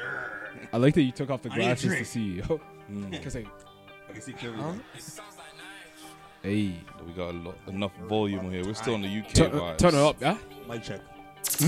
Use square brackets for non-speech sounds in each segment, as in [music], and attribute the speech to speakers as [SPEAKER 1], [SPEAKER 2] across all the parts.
[SPEAKER 1] Sir.
[SPEAKER 2] I like that you took off the
[SPEAKER 1] I need a
[SPEAKER 2] glasses to
[SPEAKER 1] drink.
[SPEAKER 2] see you. Because like,
[SPEAKER 1] I can see clearly.
[SPEAKER 2] Huh?
[SPEAKER 1] now.
[SPEAKER 2] hey,
[SPEAKER 3] We got a lot, enough volume on here. We're still in the UK.
[SPEAKER 2] turn, uh,
[SPEAKER 3] vibes.
[SPEAKER 2] turn it up, yeah.
[SPEAKER 1] Mic check.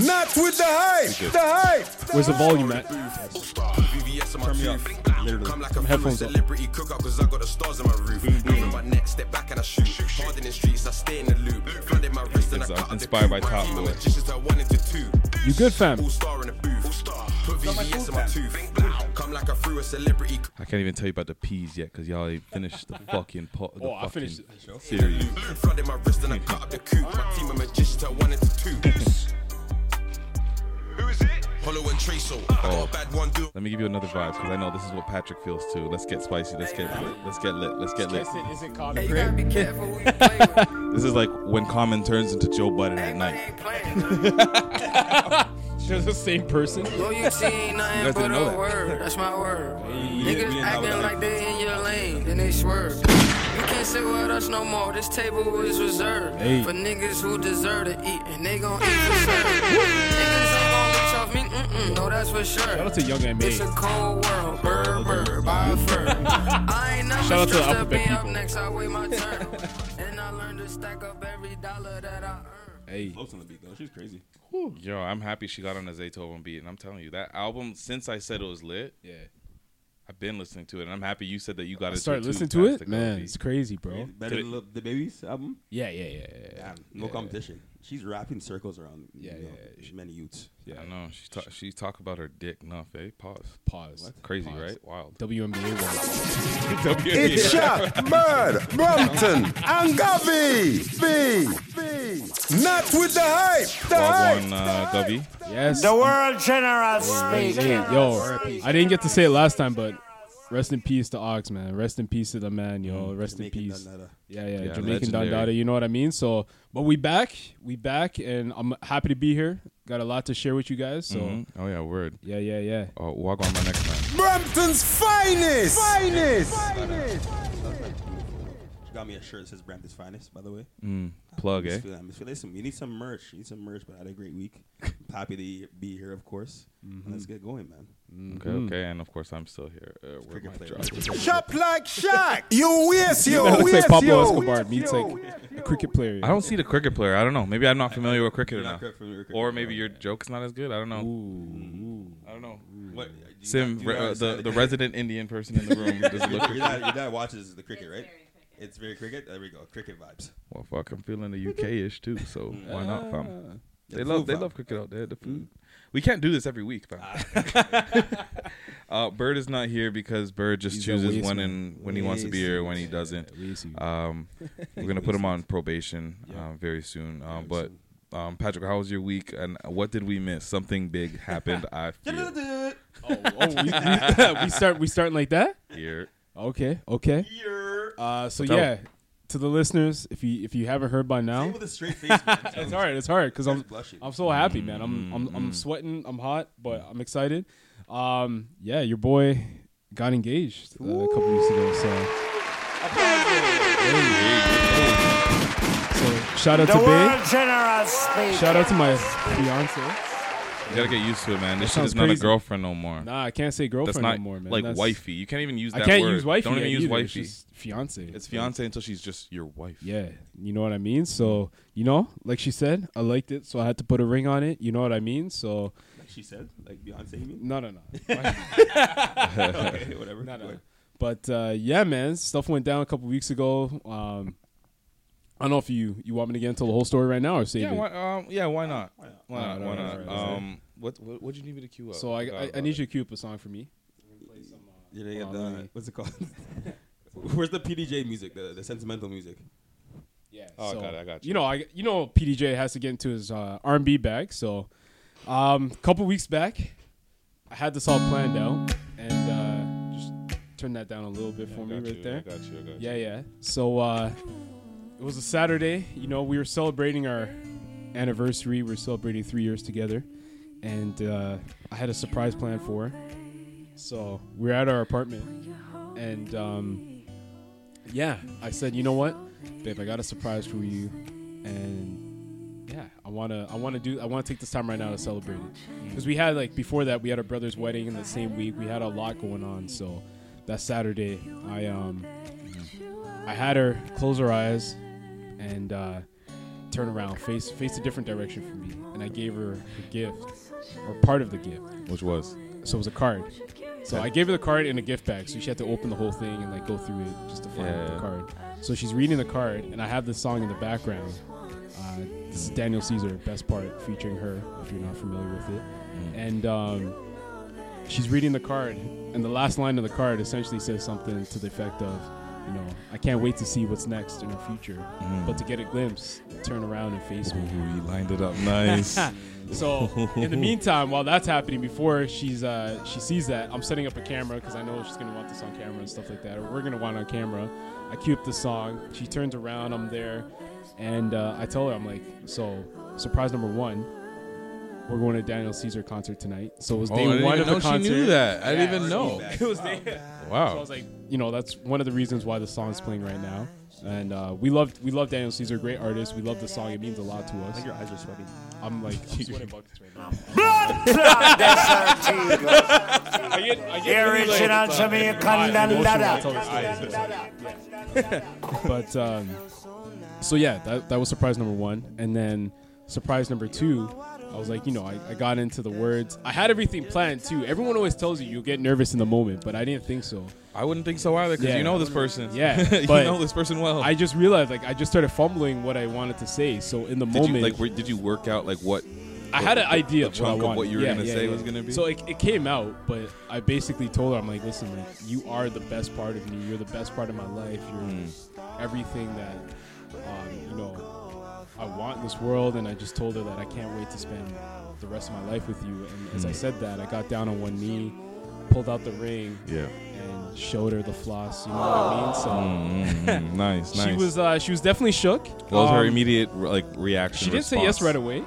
[SPEAKER 4] Not with the hype.
[SPEAKER 2] [laughs]
[SPEAKER 4] The hype.
[SPEAKER 2] Where's the volume at?
[SPEAKER 5] VVS on my
[SPEAKER 1] Turn me
[SPEAKER 5] tooth.
[SPEAKER 1] up. Literally.
[SPEAKER 5] Come like a famous
[SPEAKER 2] headphones up.
[SPEAKER 5] celebrity cookout cause I got the stars on my roof. Nothing but next step back and I shoot. Hard in the streets, I stay in the loop. Flooded my wrist and I
[SPEAKER 3] It's, uh,
[SPEAKER 5] cut up the
[SPEAKER 3] inspired by
[SPEAKER 5] coupe.
[SPEAKER 3] Top
[SPEAKER 5] Team of
[SPEAKER 3] Boy.
[SPEAKER 5] magicians, I wanted to two.
[SPEAKER 2] You good, fam?
[SPEAKER 5] All star in the booth. Put VVS on my tooth. Come like I threw a celebrity
[SPEAKER 3] I can't even tell you about the peas yet because y'all ain't finished the fucking pot. The
[SPEAKER 2] Oh, I
[SPEAKER 3] fucking
[SPEAKER 2] finished it.
[SPEAKER 3] Series.
[SPEAKER 5] loop. Flooded my wrist and I cut up the coupe. My team of magicians, I wanted to two. Who is it? Hollow and Traso. Got a bad one, do.
[SPEAKER 3] Let me give you another vibe because I know this is what Patrick feels too. Let's get spicy. Let's get lit. Let's get lit. Let's get lit.
[SPEAKER 2] Listen, is it called a
[SPEAKER 6] gotta
[SPEAKER 2] grip? [laughs]
[SPEAKER 6] be careful who you play with.
[SPEAKER 3] This is like when Common turns into Joe Budden at night.
[SPEAKER 6] ain't playing.
[SPEAKER 2] They're the same person.
[SPEAKER 6] Loyalty ain't nothing
[SPEAKER 3] guys
[SPEAKER 6] but
[SPEAKER 3] didn't know that.
[SPEAKER 6] a word. That's my word. Niggas
[SPEAKER 1] we didn't know
[SPEAKER 6] acting
[SPEAKER 1] that.
[SPEAKER 6] like they in your lane, then they swerve. You can't sit with us no more. This table is reserved
[SPEAKER 2] Hey.
[SPEAKER 6] for niggas who deserve to eat, and they gon' eat for sure. Niggas ain't gon' reach off me. Mm-mm, no, that's for sure.
[SPEAKER 2] Shout out to Young M.A.
[SPEAKER 6] It's a cold world, burr, burr, by fur. I ain't never
[SPEAKER 2] Shout out to the
[SPEAKER 6] stressed
[SPEAKER 2] Alphabet
[SPEAKER 6] being up
[SPEAKER 2] people.
[SPEAKER 6] next, I wait my turn. and I learned to stack up every dollar that I earn.
[SPEAKER 2] Hey,
[SPEAKER 1] Floats on the beat though. She's crazy.
[SPEAKER 3] Yo, I'm happy she got on a Zaytoven beat, and I'm telling you that album. Since I said it was lit,
[SPEAKER 2] yeah.
[SPEAKER 3] I've been listening to it, and I'm happy you said that you got
[SPEAKER 2] I
[SPEAKER 3] it.
[SPEAKER 2] started
[SPEAKER 3] too,
[SPEAKER 2] listening
[SPEAKER 3] too,
[SPEAKER 2] to
[SPEAKER 3] past
[SPEAKER 2] it,
[SPEAKER 3] the
[SPEAKER 2] man.
[SPEAKER 3] coffee.
[SPEAKER 2] It's crazy, bro.
[SPEAKER 1] Better than Lil- the babies album.
[SPEAKER 2] Yeah, yeah, yeah, yeah, yeah.
[SPEAKER 1] No
[SPEAKER 2] yeah.
[SPEAKER 1] competition. She's wrapping circles around
[SPEAKER 2] Yeah,
[SPEAKER 1] you know,
[SPEAKER 2] yeah,
[SPEAKER 1] many youths.
[SPEAKER 2] Yeah.
[SPEAKER 3] I know she talk, she talk about her dick enough. Eh? Pause.
[SPEAKER 2] Pause.
[SPEAKER 3] Crazy,
[SPEAKER 2] Pause.
[SPEAKER 3] right? Wild.
[SPEAKER 2] WNBA one.
[SPEAKER 4] It's Shaq, Mud, Brompton, and Gavi. B. B. Not with the hype. The
[SPEAKER 3] Wild
[SPEAKER 4] hype.
[SPEAKER 3] one, uh, Gubby.
[SPEAKER 2] Yes.
[SPEAKER 7] The world generous
[SPEAKER 2] Hey,
[SPEAKER 7] speaks.
[SPEAKER 2] hey, yo, I didn't get to say it last time, but rest in peace to Ox, man. Rest in peace to the man, yo. Rest in
[SPEAKER 1] Jamaican
[SPEAKER 2] peace.
[SPEAKER 1] Dandada.
[SPEAKER 2] Yeah, yeah,
[SPEAKER 3] Yeah,
[SPEAKER 2] Jamaican
[SPEAKER 3] legendary.
[SPEAKER 2] Dandada, you know what I mean? So, but we back, we back, and I'm happy to be here. Got a lot to share with you guys. So,
[SPEAKER 3] Mhm. Oh yeah, word.
[SPEAKER 2] yeah, yeah, yeah.
[SPEAKER 3] Oh, Wagwan my next time.
[SPEAKER 4] Brompton's finest. Finest.
[SPEAKER 1] She got me a shirt that says Brampton's finest, by the way.
[SPEAKER 3] Plug, eh?
[SPEAKER 1] Miss Phil- Miss Phil, Listen, we need some merch. We need some merch, but I had a great week. [laughs] I'm happy to be here, of course.
[SPEAKER 3] Mm-hmm.
[SPEAKER 1] Let's get going, man.
[SPEAKER 3] Okay, okay, and of course I'm still here. Uh, where
[SPEAKER 1] Cricket
[SPEAKER 3] my
[SPEAKER 1] player.
[SPEAKER 3] drop-
[SPEAKER 4] Shop like Shaq. You
[SPEAKER 1] [laughs]
[SPEAKER 4] waste, yo.
[SPEAKER 2] That looks
[SPEAKER 4] waste,
[SPEAKER 2] like Pablo
[SPEAKER 4] yo.
[SPEAKER 2] Escobar meets like a cricket player.
[SPEAKER 3] I don't see the cricket player. I don't know. Maybe I'm not familiar with cricket
[SPEAKER 1] You're not
[SPEAKER 3] enough,
[SPEAKER 1] cri- familiar with
[SPEAKER 3] or
[SPEAKER 1] cricket,
[SPEAKER 3] maybe
[SPEAKER 1] right?
[SPEAKER 3] your joke's not as good. I don't know. I don't know.
[SPEAKER 1] What, do you
[SPEAKER 3] Sim,
[SPEAKER 1] not- do you
[SPEAKER 3] re-
[SPEAKER 1] not
[SPEAKER 3] uh,
[SPEAKER 1] understand
[SPEAKER 3] the
[SPEAKER 1] [laughs]
[SPEAKER 3] the resident Indian person in the room doesn't look.
[SPEAKER 1] your, dad, your dad watches the cricket, right? It's very cricket. There we go. Cricket vibes.
[SPEAKER 3] Well, fuck, I'm feeling the UK-ish too, so why not, fam?
[SPEAKER 1] Yeah,
[SPEAKER 3] They
[SPEAKER 1] the
[SPEAKER 3] love
[SPEAKER 1] food,
[SPEAKER 3] they
[SPEAKER 1] fam.
[SPEAKER 3] love cricket out there. The food. We can't do this every week, fam. [laughs]
[SPEAKER 2] [laughs]
[SPEAKER 3] uh, Bird is not here because Bird just
[SPEAKER 2] Ah. He's a
[SPEAKER 3] chooses
[SPEAKER 2] waste
[SPEAKER 3] when
[SPEAKER 2] man.
[SPEAKER 3] and when he wants to be
[SPEAKER 1] Waste
[SPEAKER 3] here, when he
[SPEAKER 1] man.
[SPEAKER 3] doesn't.
[SPEAKER 2] We see you.
[SPEAKER 3] Um,
[SPEAKER 2] [laughs]
[SPEAKER 3] we're gonna put him on probation um, very soon. Um, but um, Patrick, how was your week? And what did we miss? Something
[SPEAKER 2] [laughs]
[SPEAKER 3] big happened. I feel
[SPEAKER 2] oh, [laughs] oh, we, we, [laughs] we start we starting like that.
[SPEAKER 3] here.
[SPEAKER 2] Okay, okay. Uh, so
[SPEAKER 3] Tell-
[SPEAKER 2] yeah, to the listeners, if you if you haven't heard by
[SPEAKER 1] Say it
[SPEAKER 2] now,
[SPEAKER 1] with a straight [laughs] face, man.
[SPEAKER 2] it's hard. It's hard because I'm
[SPEAKER 1] Guys blushing.
[SPEAKER 2] I'm so happy, man. I'm I'm
[SPEAKER 3] Mm-hmm.
[SPEAKER 2] I'm sweating. I'm hot, but I'm excited. Um, yeah, your boy got engaged uh, a couple weeks ago. So, so shout out
[SPEAKER 7] The
[SPEAKER 2] to Bay.
[SPEAKER 7] world generous speaks.
[SPEAKER 2] Shout out to my fiance.
[SPEAKER 3] You gotta get used to it, man. This shit
[SPEAKER 2] sounds
[SPEAKER 3] is not a
[SPEAKER 2] crazy.
[SPEAKER 3] girlfriend no more.
[SPEAKER 2] Nah, I can't say girlfriend
[SPEAKER 3] That's not
[SPEAKER 2] no more, man.
[SPEAKER 3] like
[SPEAKER 2] That's-
[SPEAKER 3] wifey. You can't even use
[SPEAKER 2] I
[SPEAKER 3] that
[SPEAKER 2] can't
[SPEAKER 3] word.
[SPEAKER 2] use wifey.
[SPEAKER 3] Don't even
[SPEAKER 2] yet
[SPEAKER 3] use
[SPEAKER 2] either.
[SPEAKER 3] wifey.
[SPEAKER 2] It's just fiance.
[SPEAKER 3] It's fiance until she's just your wife.
[SPEAKER 2] Yeah, you know what I mean. So you know, like she said, I liked it, so I had to put a ring on it. You know what I mean. So
[SPEAKER 1] Like she said, like Beyonce. You mean?
[SPEAKER 2] no, no, no.
[SPEAKER 1] [laughs] okay, whatever.
[SPEAKER 2] No, no, no.
[SPEAKER 1] What?
[SPEAKER 2] But uh, yeah, man, stuff went down a couple weeks ago. Um, I don't know if you you want me to get into the whole story right now or save
[SPEAKER 3] Yeah.
[SPEAKER 2] it.
[SPEAKER 3] Why, um, yeah. Why not? Why
[SPEAKER 2] All
[SPEAKER 3] not?
[SPEAKER 2] right,
[SPEAKER 3] Why
[SPEAKER 2] all right,
[SPEAKER 3] not?
[SPEAKER 2] all right, all right.
[SPEAKER 3] Um, what, what What do you need me to queue up?
[SPEAKER 2] so I,
[SPEAKER 3] forgot
[SPEAKER 2] I, I
[SPEAKER 3] about
[SPEAKER 2] need
[SPEAKER 3] it.
[SPEAKER 2] you to cue up a song for me.
[SPEAKER 1] You didn't get
[SPEAKER 2] Hold on, let
[SPEAKER 1] the,
[SPEAKER 2] me-
[SPEAKER 1] what's it [laughs] called? Where's the PDJ music? The, the sentimental music.
[SPEAKER 2] Yeah.
[SPEAKER 3] Oh, I got it, I got
[SPEAKER 2] You
[SPEAKER 3] you.
[SPEAKER 2] know, I you know PDJ has to get into his uh, R&B bag. So, um, a couple weeks back, I had this all planned out, and uh, just turn that down a little bit for
[SPEAKER 3] I
[SPEAKER 2] me
[SPEAKER 3] got
[SPEAKER 2] right
[SPEAKER 3] you,
[SPEAKER 2] there.
[SPEAKER 3] I got you. I got you.
[SPEAKER 2] Yeah, yeah. So uh, it was a Saturday. You know, we were celebrating our anniversary. We were celebrating three years together, and uh, I had a surprise plan for her. So we were at our apartment, and um, yeah, I said, you know what, babe, I got a surprise for you, and yeah, I wanna, I wanna do, I wanna take this time right now to celebrate it, because we had like before that we had our brother's wedding in the same week. We had a lot going on, so that Saturday, I um, I had her close her eyes and uh, turn around, face face a different direction from me, and I gave her a gift or part of the gift.
[SPEAKER 3] Which was
[SPEAKER 2] So it was a card. So I gave her the card and a gift bag. So she had to open the whole thing and like go through it just to find
[SPEAKER 3] Yeah.
[SPEAKER 2] the card. So she's reading the card, and I have this song in the background. Uh, this is Daniel Caesar, best part, featuring her. If you're not familiar with it, and um, she's reading the card, and the last line of the card essentially says something to the effect of, you know, I can't wait to see what's next in her future, but to get a glimpse, turn around and face me.
[SPEAKER 3] Ooh, you lined
[SPEAKER 2] [laughs]
[SPEAKER 3] it up nice.
[SPEAKER 2] So in the meantime, while that's happening, before she's uh, she sees that, I'm setting up a camera because I know she's gonna want this on camera and stuff like that, or we're gonna want it on camera. I cue up the song. She turns around. I'm there, and uh, I tell her I'm like, so surprise number one, we're going to Daniel Caesar concert tonight. So it was
[SPEAKER 3] Oh,
[SPEAKER 2] day
[SPEAKER 3] I didn't
[SPEAKER 2] one
[SPEAKER 3] even
[SPEAKER 2] of the
[SPEAKER 3] know she
[SPEAKER 2] concert.
[SPEAKER 3] knew that. I didn't even know.
[SPEAKER 2] It
[SPEAKER 3] [laughs]
[SPEAKER 2] was day. So I [laughs]
[SPEAKER 3] Wow.
[SPEAKER 2] was like, you know, that's one of the reasons why the song's playing right now. And uh, we loved we love Daniel Caesar, great artist. We love the song. It means a lot to us.
[SPEAKER 1] Like your eyes are sweating.
[SPEAKER 2] I'm like, I'm [laughs] sweating buckets right now.
[SPEAKER 7] Blood clot SRT.
[SPEAKER 2] I get, I get
[SPEAKER 7] Original Jamaican Dandada.
[SPEAKER 2] But um, so yeah, that, that was surprise number one, and then surprise number two, I was like, you know, I, I got into the words. I had everything planned too. Everyone always tells you you get nervous in the moment, but I didn't think so.
[SPEAKER 3] I wouldn't think so either because
[SPEAKER 2] Yeah.
[SPEAKER 3] you know this person.
[SPEAKER 2] Yeah,
[SPEAKER 3] [laughs] you
[SPEAKER 2] but
[SPEAKER 3] know this person
[SPEAKER 2] [laughs]
[SPEAKER 3] well.
[SPEAKER 2] I just realized, like, I just started fumbling what I wanted to say. So in the
[SPEAKER 3] did
[SPEAKER 2] moment,
[SPEAKER 3] you like? were- Did you work out like what?
[SPEAKER 2] I had an idea
[SPEAKER 3] a
[SPEAKER 2] of what, I
[SPEAKER 3] chunk of
[SPEAKER 2] wanted.
[SPEAKER 3] what you were
[SPEAKER 2] Yeah,
[SPEAKER 3] gonna
[SPEAKER 2] yeah,
[SPEAKER 3] say
[SPEAKER 2] yeah.
[SPEAKER 3] was gonna be?
[SPEAKER 2] So it, it came out, but I basically told her, I'm like, listen, like, you are the best part of me. You're the best part of my life. You're
[SPEAKER 3] Hmm.
[SPEAKER 2] everything that, um, you know, I want in this world. And I just told her that I can't wait to spend the rest of my life with you. And
[SPEAKER 3] Hmm.
[SPEAKER 2] as I said that, I got down on one knee, pulled out the ring,
[SPEAKER 3] Yeah.
[SPEAKER 2] and showed her the floss. You know what I mean? So.
[SPEAKER 3] Mm, [laughs] nice, nice.
[SPEAKER 2] She was uh, she was definitely shook.
[SPEAKER 3] What was her
[SPEAKER 2] Um,
[SPEAKER 3] immediate re- like reaction?
[SPEAKER 2] she didn't say yes right
[SPEAKER 3] response?
[SPEAKER 2] away.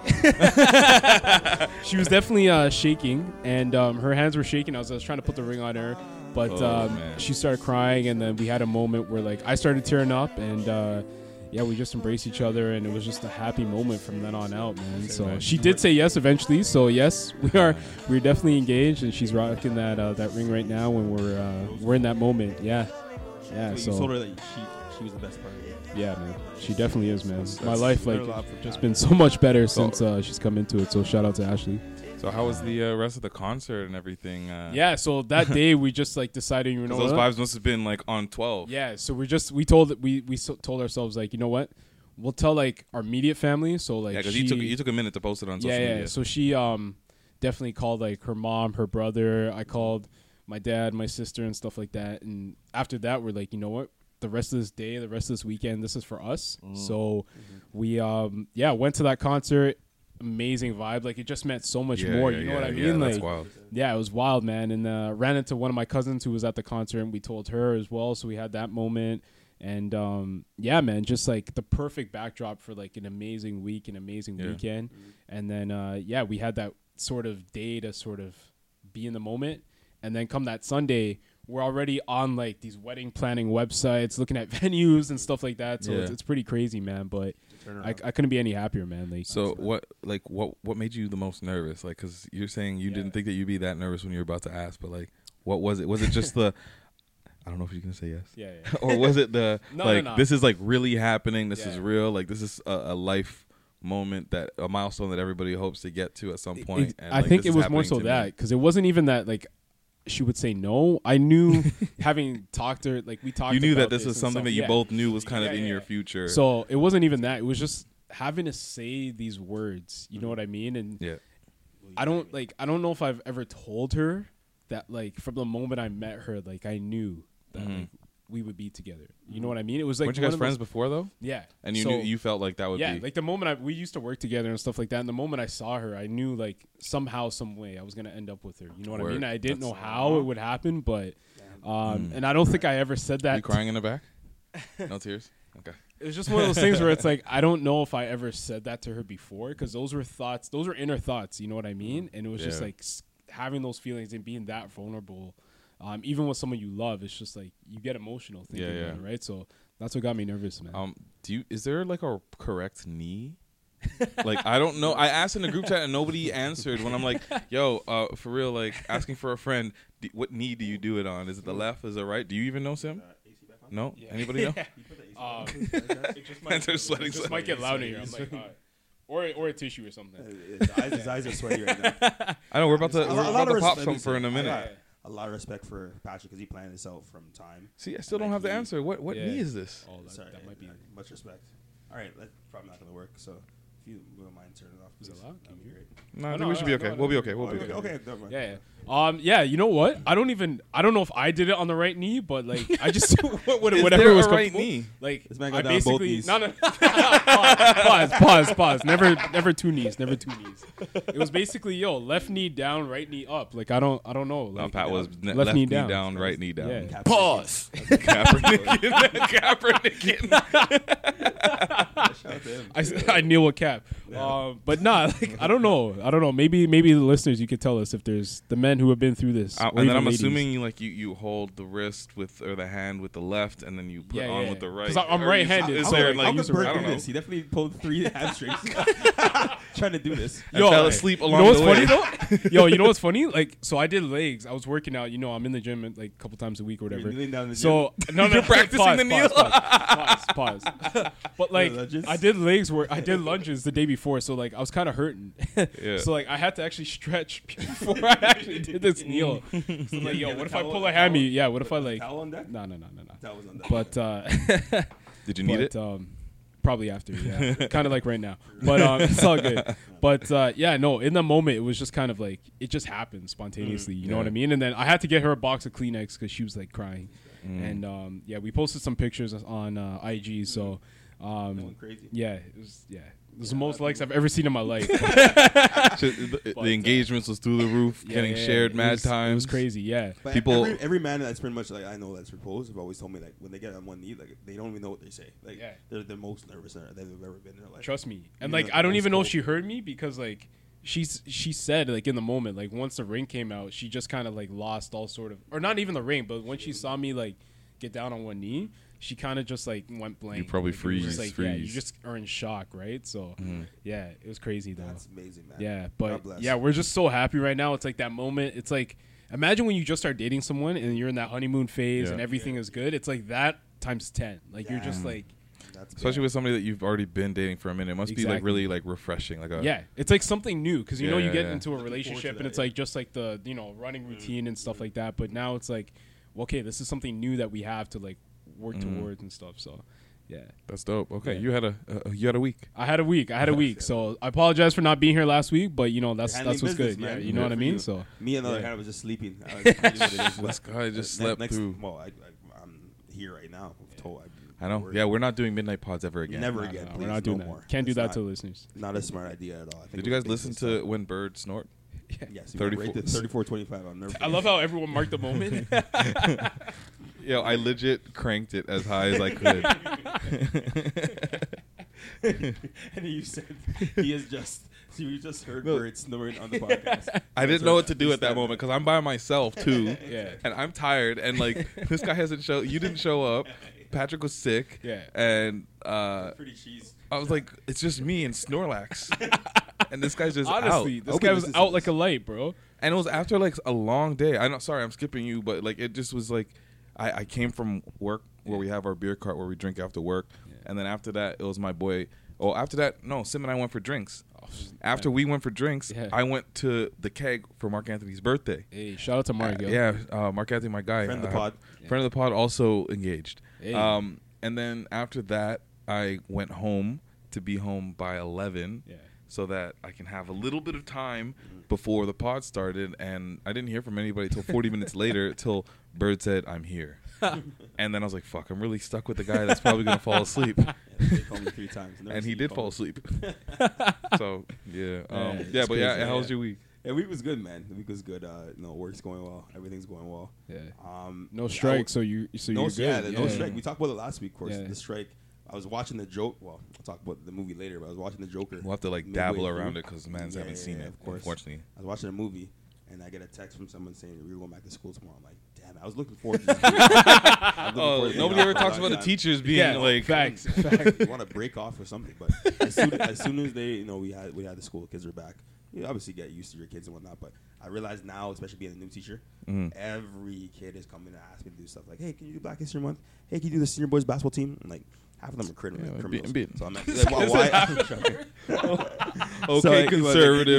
[SPEAKER 3] [laughs]
[SPEAKER 2] she was definitely uh, shaking, and um, her hands were shaking. I was, I was trying to put the ring on her, but
[SPEAKER 3] Oh,
[SPEAKER 2] um,
[SPEAKER 3] man.
[SPEAKER 2] she started crying, and then we had a moment where like I started tearing up, and uh, yeah, we just embraced each other, and it was just a happy moment from then on out, man. So
[SPEAKER 3] man.
[SPEAKER 2] she did say yes eventually. So yes, we are we're definitely engaged, and she's rocking that uh, that ring right now, and we're uh, we're in that moment. Yeah, yeah.
[SPEAKER 1] Wait,
[SPEAKER 2] So
[SPEAKER 1] you told her that she she was the best part of it.
[SPEAKER 2] yeah, man. She definitely is, man. My
[SPEAKER 1] that's-
[SPEAKER 2] life, like,
[SPEAKER 1] learn a lot from
[SPEAKER 2] just
[SPEAKER 1] that.
[SPEAKER 2] been so much better
[SPEAKER 3] So-
[SPEAKER 2] since uh, she's come into it. So shout out to Ashley.
[SPEAKER 3] So how was the uh, rest of the concert and everything? Uh,
[SPEAKER 2] Yeah. So [laughs] that day we just like decided, you
[SPEAKER 3] 'cause
[SPEAKER 2] know,
[SPEAKER 3] Those
[SPEAKER 2] what?
[SPEAKER 3] vibes must have been like on twelve.
[SPEAKER 2] yeah. So we just we told we we so- told ourselves like, you know what, we'll tell like our immediate family. So like,
[SPEAKER 3] Yeah, because
[SPEAKER 2] she,
[SPEAKER 3] you took you took a minute to post it on social
[SPEAKER 2] yeah, yeah.
[SPEAKER 3] media.
[SPEAKER 2] So she um definitely called like her mom, her brother. I called my dad, my sister, and stuff like that. And after that, we're like, you know what? The rest of this day, the rest of this weekend, this is for us.
[SPEAKER 3] Mm.
[SPEAKER 2] So
[SPEAKER 3] Mm-hmm.
[SPEAKER 2] we um yeah went to that concert. Amazing vibe. Like it just meant so much
[SPEAKER 3] Yeah,
[SPEAKER 2] more.
[SPEAKER 3] yeah,
[SPEAKER 2] you know what
[SPEAKER 3] yeah,
[SPEAKER 2] I mean?
[SPEAKER 3] yeah,
[SPEAKER 2] like
[SPEAKER 3] that's wild.
[SPEAKER 2] yeah, it was wild, man. And uh, ran into one of my cousins who was at the concert, and we told her as well. So we had that moment, and um, yeah, man, just like the perfect backdrop for like an amazing week, an amazing
[SPEAKER 3] Yeah.
[SPEAKER 2] weekend, and then uh, yeah, we had that sort of day to sort of be in the moment, and then come that Sunday, we're already on like these wedding planning websites, looking at [laughs] venues and stuff like that. So
[SPEAKER 3] Yeah.
[SPEAKER 2] it's, it's pretty crazy, man. But I, I couldn't be any happier, man. Like
[SPEAKER 3] So what like what what made you the most nervous? Like cuz you're saying you didn't think that you'd be that nervous when you were about to ask, but like what was it? Was it
[SPEAKER 2] [laughs]
[SPEAKER 3] just the I don't know if you can say yes.
[SPEAKER 2] Yeah, yeah.
[SPEAKER 3] [laughs] or was it the
[SPEAKER 2] [laughs] No, no,
[SPEAKER 3] like
[SPEAKER 2] no.
[SPEAKER 3] this is like really happening. This is
[SPEAKER 2] Yeah.
[SPEAKER 3] real. Like this is a, a life moment that a milestone that everybody hopes to get to at some point.
[SPEAKER 2] Ex-
[SPEAKER 3] and,
[SPEAKER 2] I
[SPEAKER 3] like,
[SPEAKER 2] think
[SPEAKER 3] this
[SPEAKER 2] it
[SPEAKER 3] is
[SPEAKER 2] was more
[SPEAKER 3] happening
[SPEAKER 2] so
[SPEAKER 3] to me.
[SPEAKER 2] that because it wasn't even that like she would say no. I
[SPEAKER 3] [laughs]
[SPEAKER 2] knew having talked to her, like we talked.
[SPEAKER 3] you knew that
[SPEAKER 2] about
[SPEAKER 3] this was
[SPEAKER 2] and
[SPEAKER 3] something
[SPEAKER 2] stuff,
[SPEAKER 3] that you
[SPEAKER 2] yeah.
[SPEAKER 3] both knew was kind of
[SPEAKER 2] Yeah,
[SPEAKER 3] in
[SPEAKER 2] yeah,
[SPEAKER 3] your
[SPEAKER 2] yeah.
[SPEAKER 3] future.
[SPEAKER 2] So it wasn't even that. It was just having to say these words. You know what I mean? And
[SPEAKER 3] Mm-hmm. yeah.
[SPEAKER 2] I don't like. I don't know if I've ever told her that like from the moment I met her, like I knew that like we would be together. You know what I mean? It was like
[SPEAKER 3] Mm-hmm. Weren't you guys
[SPEAKER 2] one of those-
[SPEAKER 3] friends before though?
[SPEAKER 2] Yeah.
[SPEAKER 3] And you
[SPEAKER 2] So-
[SPEAKER 3] knew you felt like that would
[SPEAKER 2] yeah,
[SPEAKER 3] be
[SPEAKER 2] like the moment I we used to work together and stuff like that. And the moment I saw her, I knew like somehow, some way, I was gonna end up with her. You know what I
[SPEAKER 3] Word.
[SPEAKER 2] mean? I didn't know how it would happen, but um, and I don't think I ever said
[SPEAKER 3] Mm. you
[SPEAKER 2] that.
[SPEAKER 3] crying in
[SPEAKER 2] [laughs]
[SPEAKER 3] the back? No tears? Okay.
[SPEAKER 2] It was just one of those things
[SPEAKER 3] [laughs]
[SPEAKER 2] where it's like I don't know if I ever said that to her before because those were thoughts, those were inner thoughts. You know what I mean? And it was just
[SPEAKER 3] Yeah.
[SPEAKER 2] like s- having those feelings and being that vulnerable, um, even with someone you love, it's just like you get emotional thinking,
[SPEAKER 3] yeah.
[SPEAKER 2] about it, right? So that's what got me nervous, man.
[SPEAKER 3] Um, do you is there like a correct knee? Like I don't know. I asked in the group chat and nobody answered. When I'm like, "Yo, uh, for real, like asking for a friend, d- what knee do you do it on? Is it the left? Is it right? Do you even know Sim?
[SPEAKER 2] Uh,
[SPEAKER 3] No. [laughs]
[SPEAKER 2] [laughs]
[SPEAKER 3] Anybody know?
[SPEAKER 2] Um,
[SPEAKER 3] [laughs] Hands are sweating.
[SPEAKER 2] this
[SPEAKER 3] so-
[SPEAKER 2] might get loud in here. I'm like, all right. or or a tissue or
[SPEAKER 1] [laughs]
[SPEAKER 2] something.
[SPEAKER 1] His eyes, his eyes are sweaty right now.
[SPEAKER 3] I know we're about to
[SPEAKER 1] Uh, [laughs] A
[SPEAKER 3] we're
[SPEAKER 1] lot- a lot
[SPEAKER 3] about to
[SPEAKER 1] of
[SPEAKER 3] pop
[SPEAKER 1] respect-
[SPEAKER 3] something for in a
[SPEAKER 1] I
[SPEAKER 3] minute.
[SPEAKER 1] got A lot of respect for Patrick because he planned this out from time.
[SPEAKER 3] See, I still don't have the answer. What what
[SPEAKER 2] Yeah.
[SPEAKER 3] knee is this?
[SPEAKER 2] Oh, that,
[SPEAKER 1] Sorry,
[SPEAKER 2] that might be.
[SPEAKER 1] uh, much respect. All right, that's probably not gonna work. So if you wouldn't mind turning it off,
[SPEAKER 2] Is it
[SPEAKER 1] please,
[SPEAKER 2] loud?
[SPEAKER 1] that'd be great. Oh,
[SPEAKER 3] No, I
[SPEAKER 2] Oh,
[SPEAKER 3] think
[SPEAKER 2] no,
[SPEAKER 3] we should be
[SPEAKER 2] no,
[SPEAKER 3] okay.
[SPEAKER 2] no,
[SPEAKER 3] we'll be
[SPEAKER 2] no.
[SPEAKER 3] okay. We'll be
[SPEAKER 1] Okay,
[SPEAKER 3] okay.
[SPEAKER 1] okay, never mind.
[SPEAKER 2] Yeah, yeah. Um. Yeah. You know what? I don't even. I don't know if I did it on the right knee, but like I
[SPEAKER 3] [laughs]
[SPEAKER 2] just [laughs] what- what-
[SPEAKER 3] Is
[SPEAKER 2] whatever
[SPEAKER 3] there
[SPEAKER 2] was
[SPEAKER 3] a right
[SPEAKER 2] comfortable.
[SPEAKER 3] knee?
[SPEAKER 2] Like
[SPEAKER 1] This man got
[SPEAKER 2] I
[SPEAKER 1] down both
[SPEAKER 2] basically
[SPEAKER 1] knees.
[SPEAKER 2] no [laughs] no. pause, pause. Pause. Never. Never two knees. Never two knees. It was basically yo left knee down, right knee up. Like I don't. I don't know.
[SPEAKER 3] No,
[SPEAKER 2] Like,
[SPEAKER 3] Pat was ne-
[SPEAKER 2] left knee down.
[SPEAKER 3] down. right knee down.
[SPEAKER 2] Yeah.
[SPEAKER 1] Pause.
[SPEAKER 3] [laughs] Kaepernick in Kaepernick in
[SPEAKER 1] [laughs]
[SPEAKER 2] I, s- [laughs] I kneel with Cap. Um, but nah, [laughs] like I don't know. I don't know. Maybe maybe the listeners you could tell us if there's the men who have been through this.
[SPEAKER 3] Uh,
[SPEAKER 2] or
[SPEAKER 3] and
[SPEAKER 2] even
[SPEAKER 3] then I'm
[SPEAKER 2] ladies.
[SPEAKER 3] assuming you like you, you hold the wrist with or the hand with the left, and then you put
[SPEAKER 2] Yeah,
[SPEAKER 3] on
[SPEAKER 2] yeah.
[SPEAKER 3] with the right.
[SPEAKER 2] 'Cause I- I'm
[SPEAKER 3] Or you-
[SPEAKER 2] right-handed,
[SPEAKER 3] Is
[SPEAKER 2] so,
[SPEAKER 3] there
[SPEAKER 2] like,
[SPEAKER 3] like
[SPEAKER 2] I'm
[SPEAKER 1] How
[SPEAKER 2] use
[SPEAKER 1] could
[SPEAKER 2] a-
[SPEAKER 1] Bert
[SPEAKER 3] I
[SPEAKER 1] do
[SPEAKER 3] don't know.
[SPEAKER 1] this? He definitely pulled
[SPEAKER 2] [laughs]
[SPEAKER 1] three hamstrings trying to do this.
[SPEAKER 3] I
[SPEAKER 2] Yo,
[SPEAKER 3] fell
[SPEAKER 2] like-
[SPEAKER 3] asleep
[SPEAKER 2] you
[SPEAKER 3] along
[SPEAKER 2] know
[SPEAKER 3] the
[SPEAKER 2] what's
[SPEAKER 3] way.
[SPEAKER 2] funny
[SPEAKER 3] [laughs]
[SPEAKER 2] though? Yo, you know what's funny? Like, so I did legs. I was working out. You know, I'm in the gym like a couple times a week or whatever.
[SPEAKER 1] kneeling down in the
[SPEAKER 2] so [laughs] no, no,
[SPEAKER 3] You're practicing
[SPEAKER 2] pause,
[SPEAKER 3] the kneel?
[SPEAKER 2] Pause, pause,
[SPEAKER 3] [laughs]
[SPEAKER 2] pause. But like,
[SPEAKER 1] lunges?
[SPEAKER 2] I did legs work. I did lunges the day before, so like I was kind of hurting. [laughs] So like I had to actually stretch [laughs] before I actually did this
[SPEAKER 3] [laughs]
[SPEAKER 2] kneel. So I'm like, yo,
[SPEAKER 1] Yeah, the
[SPEAKER 2] what if I
[SPEAKER 1] towel-
[SPEAKER 2] pull a
[SPEAKER 1] the
[SPEAKER 2] hammy?
[SPEAKER 1] towel-
[SPEAKER 2] Yeah, what if I like?
[SPEAKER 1] Towel on deck?
[SPEAKER 2] No, no, no, no, no.
[SPEAKER 1] That was on that.
[SPEAKER 2] But uh,
[SPEAKER 3] Did you [laughs] need
[SPEAKER 2] but,
[SPEAKER 3] [laughs] it?
[SPEAKER 2] Um, probably after,
[SPEAKER 3] [laughs]
[SPEAKER 2] yeah. kind of like right now. But um, it's all good. But uh, yeah, no, in the moment, it was just kind of like, it just happened spontaneously.
[SPEAKER 3] Mm.
[SPEAKER 2] you know what I mean? And then I had to get her a box of Kleenex because she was like crying.
[SPEAKER 3] Mm.
[SPEAKER 2] And um, yeah, we posted some pictures on uh, IG. So um,
[SPEAKER 1] went crazy.
[SPEAKER 2] yeah, it was, yeah. It was the most likes I've ever seen in my
[SPEAKER 3] [laughs]
[SPEAKER 2] life.
[SPEAKER 3] Shit, the, the engagements was through the roof,
[SPEAKER 2] uh, Yeah,
[SPEAKER 3] getting
[SPEAKER 2] yeah, yeah.
[SPEAKER 3] shared
[SPEAKER 2] It
[SPEAKER 3] mad
[SPEAKER 2] was-
[SPEAKER 3] times.
[SPEAKER 2] It was crazy, yeah.
[SPEAKER 1] But
[SPEAKER 3] People-
[SPEAKER 1] every, every man that's pretty much like I know that's proposed have always told me like when they get on one knee like they don't even know what they say like
[SPEAKER 2] Yeah.
[SPEAKER 1] they're the most nervous they've ever been in their life.
[SPEAKER 2] Trust me. And
[SPEAKER 1] Yeah,
[SPEAKER 2] like I don't
[SPEAKER 1] that's
[SPEAKER 2] even know if
[SPEAKER 1] cool.
[SPEAKER 2] she heard me because like she's she said like in the moment like once the ring came out she just kind of like lost all sort of or not even the ring but when she saw me like get down on one knee she kind of just like went blank.
[SPEAKER 3] probably
[SPEAKER 2] Like, it was
[SPEAKER 3] freeze,
[SPEAKER 2] just, like, yeah, you
[SPEAKER 3] freeze. Mm-hmm.
[SPEAKER 2] just are in shock, right? So yeah, it was crazy though.
[SPEAKER 1] That's amazing, man.
[SPEAKER 2] Yeah,
[SPEAKER 1] God
[SPEAKER 2] but
[SPEAKER 1] bless.
[SPEAKER 2] yeah, we're just so happy right now. It's like that moment. It's like imagine when you just start dating someone and you're in that honeymoon phase
[SPEAKER 3] Yeah.
[SPEAKER 2] and everything is good. It's like that times ten. Like you're just
[SPEAKER 1] Yeah.
[SPEAKER 2] like
[SPEAKER 1] That's big.
[SPEAKER 3] Especially with somebody that you've already been dating for a minute, it must be like
[SPEAKER 2] Exactly.
[SPEAKER 3] really like refreshing. Like a,
[SPEAKER 2] Yeah, it's like something new because you know
[SPEAKER 3] Yeah,
[SPEAKER 2] you get
[SPEAKER 3] yeah.
[SPEAKER 2] into a
[SPEAKER 1] forward
[SPEAKER 2] relationship
[SPEAKER 1] to
[SPEAKER 2] and
[SPEAKER 1] that,
[SPEAKER 2] it's
[SPEAKER 1] yeah. Mm-hmm.
[SPEAKER 2] like just like the you know running routine and stuff like that. But now it's like, well, okay, this is something new that we have to like work
[SPEAKER 3] Mm-hmm.
[SPEAKER 2] towards and stuff. So, yeah,
[SPEAKER 3] that's dope. Okay,
[SPEAKER 2] Yeah.
[SPEAKER 3] you had a uh, you had a
[SPEAKER 1] [laughs]
[SPEAKER 3] week.
[SPEAKER 2] I had a week. I had a week. So I apologize for not being here last week, but you know that's
[SPEAKER 1] Handling
[SPEAKER 2] that's what's
[SPEAKER 1] business,
[SPEAKER 2] good.
[SPEAKER 1] man.
[SPEAKER 2] Yeah, you know
[SPEAKER 1] Good
[SPEAKER 2] what I
[SPEAKER 1] for
[SPEAKER 2] mean.
[SPEAKER 1] you.
[SPEAKER 2] So
[SPEAKER 1] me and the other
[SPEAKER 2] Yeah.
[SPEAKER 1] guy was
[SPEAKER 2] [laughs]
[SPEAKER 1] just sleeping. I was- I knew what it is,
[SPEAKER 3] This
[SPEAKER 1] but-
[SPEAKER 3] guy just
[SPEAKER 1] Ne-
[SPEAKER 3] slept
[SPEAKER 1] next,
[SPEAKER 3] through.
[SPEAKER 1] Well, I, I, I'm here right now. I'm told. I've
[SPEAKER 3] I know.
[SPEAKER 1] worried.
[SPEAKER 3] Yeah, we're not doing midnight pods ever again.
[SPEAKER 1] never
[SPEAKER 2] No,
[SPEAKER 1] again.
[SPEAKER 2] no,
[SPEAKER 1] please,
[SPEAKER 2] we're not doing
[SPEAKER 1] no
[SPEAKER 2] that.
[SPEAKER 1] More.
[SPEAKER 2] Can't do
[SPEAKER 1] It's
[SPEAKER 2] that
[SPEAKER 1] not,
[SPEAKER 2] to
[SPEAKER 1] [laughs]
[SPEAKER 2] listeners.
[SPEAKER 1] Not a smart idea at all. I think it
[SPEAKER 3] Did you
[SPEAKER 1] was
[SPEAKER 3] guys
[SPEAKER 1] big
[SPEAKER 3] listen
[SPEAKER 1] mistake.
[SPEAKER 3] to when birds snort?
[SPEAKER 1] Yes, we went right
[SPEAKER 3] 34 [laughs]
[SPEAKER 1] to 3425. I'll never.
[SPEAKER 2] I love how everyone marked the
[SPEAKER 1] [laughs]
[SPEAKER 2] moment.
[SPEAKER 3] Yo, I legit cranked it as high as
[SPEAKER 2] [laughs]
[SPEAKER 3] I could.
[SPEAKER 1] [laughs] and you said he is just. So you just heard [laughs] birds snoring on the podcast.
[SPEAKER 3] I didn't know what to do at that moment because I'm by myself too,
[SPEAKER 2] [laughs] Yeah.
[SPEAKER 3] and I'm tired. And like this guy hasn't show, you didn't show up. Patrick was sick,
[SPEAKER 2] Yeah.
[SPEAKER 3] and uh,
[SPEAKER 1] Pretty cheese.
[SPEAKER 3] I was like, it's just me and
[SPEAKER 2] [laughs]
[SPEAKER 3] Snorlax, and this guy's just
[SPEAKER 2] Honestly,
[SPEAKER 3] out.
[SPEAKER 2] this
[SPEAKER 1] hope
[SPEAKER 2] guy
[SPEAKER 1] he
[SPEAKER 2] was
[SPEAKER 1] listens to
[SPEAKER 2] out
[SPEAKER 1] this.
[SPEAKER 2] like a light, bro.
[SPEAKER 3] And it was after like a long day. I know, sorry, I'm skipping you, but like it just was like, I, I came from work where we have our beer cart where we drink after work, and then after that it was my boy. Oh, after that, no, Sim and I went for drinks. After we went for drinks,
[SPEAKER 2] Yeah.
[SPEAKER 3] I went to the keg for Mark Anthony's birthday.
[SPEAKER 2] Hey, shout out to Mario.
[SPEAKER 3] Yeah, uh, Mark Anthony, my guy,
[SPEAKER 1] Friend of the
[SPEAKER 3] uh,
[SPEAKER 1] pod.
[SPEAKER 3] friend of the pod, also engaged.
[SPEAKER 2] Hey.
[SPEAKER 3] Um, and then after that, I went home to be home by eleven,
[SPEAKER 2] Yeah.
[SPEAKER 3] so that I can have a little bit of time before the pod started. And I didn't hear from anybody till [laughs] forty minutes later, till Bird said, "I'm [laughs] here," and then I was like, "Fuck, I'm really stuck with the guy that's probably gonna fall [laughs] asleep."
[SPEAKER 1] Yeah, they called me three times. Never
[SPEAKER 3] [laughs] And he
[SPEAKER 1] seen
[SPEAKER 3] did
[SPEAKER 1] phone.
[SPEAKER 3] fall asleep. so yeah, um, yeah,
[SPEAKER 2] it's
[SPEAKER 3] but yeah,
[SPEAKER 2] crazy,
[SPEAKER 3] how was
[SPEAKER 2] yeah.
[SPEAKER 3] your week?
[SPEAKER 1] Yeah, week was good, man. The week was good. Uh, you know, work's going well. Everything's going well.
[SPEAKER 2] Yeah.
[SPEAKER 1] Um,
[SPEAKER 2] No
[SPEAKER 1] I
[SPEAKER 2] strike,
[SPEAKER 1] w-
[SPEAKER 2] so you so
[SPEAKER 1] no,
[SPEAKER 2] you're
[SPEAKER 1] s- yeah,
[SPEAKER 2] good.
[SPEAKER 1] the- no strike. We talked about it last week, of course.
[SPEAKER 2] Yeah.
[SPEAKER 1] The strike. I was watching the joke. Well, I'll talk about the movie later, but I was watching the Joker.
[SPEAKER 3] We'll have to like
[SPEAKER 1] midway through.
[SPEAKER 3] dabble around it because man's
[SPEAKER 1] Yeah,
[SPEAKER 3] haven't
[SPEAKER 1] yeah,
[SPEAKER 3] seen
[SPEAKER 1] yeah,
[SPEAKER 3] it,
[SPEAKER 1] Of course.
[SPEAKER 3] unfortunately.
[SPEAKER 1] I was watching a movie, and I get a text from someone saying we're going back to school tomorrow. I'm like, damn, it, [laughs] I was looking forward
[SPEAKER 3] [laughs]
[SPEAKER 1] to. I'm looking
[SPEAKER 3] Oh,
[SPEAKER 1] forward to
[SPEAKER 3] nobody
[SPEAKER 1] getting
[SPEAKER 3] ever
[SPEAKER 1] off for
[SPEAKER 3] talks
[SPEAKER 1] a long
[SPEAKER 3] about the
[SPEAKER 1] time.
[SPEAKER 3] teachers being
[SPEAKER 2] Yeah,
[SPEAKER 3] like.
[SPEAKER 2] facts.
[SPEAKER 1] [laughs]
[SPEAKER 3] [laughs]
[SPEAKER 2] facts.
[SPEAKER 1] you want to break off or something. But as soon as, soon as they, you know, we had we had the school, kids were back. You obviously get used to your kids and whatnot. But I realize now, especially being a new teacher,
[SPEAKER 3] Mm-hmm.
[SPEAKER 1] every kid is coming to ask me to do stuff like, "Hey, can you do Black History Month? Hey, can you do the senior boys basketball team?" And like half of them are criminals.
[SPEAKER 3] Yeah,
[SPEAKER 1] criminals.
[SPEAKER 3] beat- beat.
[SPEAKER 1] So
[SPEAKER 3] [laughs]
[SPEAKER 1] I'm actually like, why? why?
[SPEAKER 3] Okay,
[SPEAKER 1] So, like, you know,
[SPEAKER 3] conservative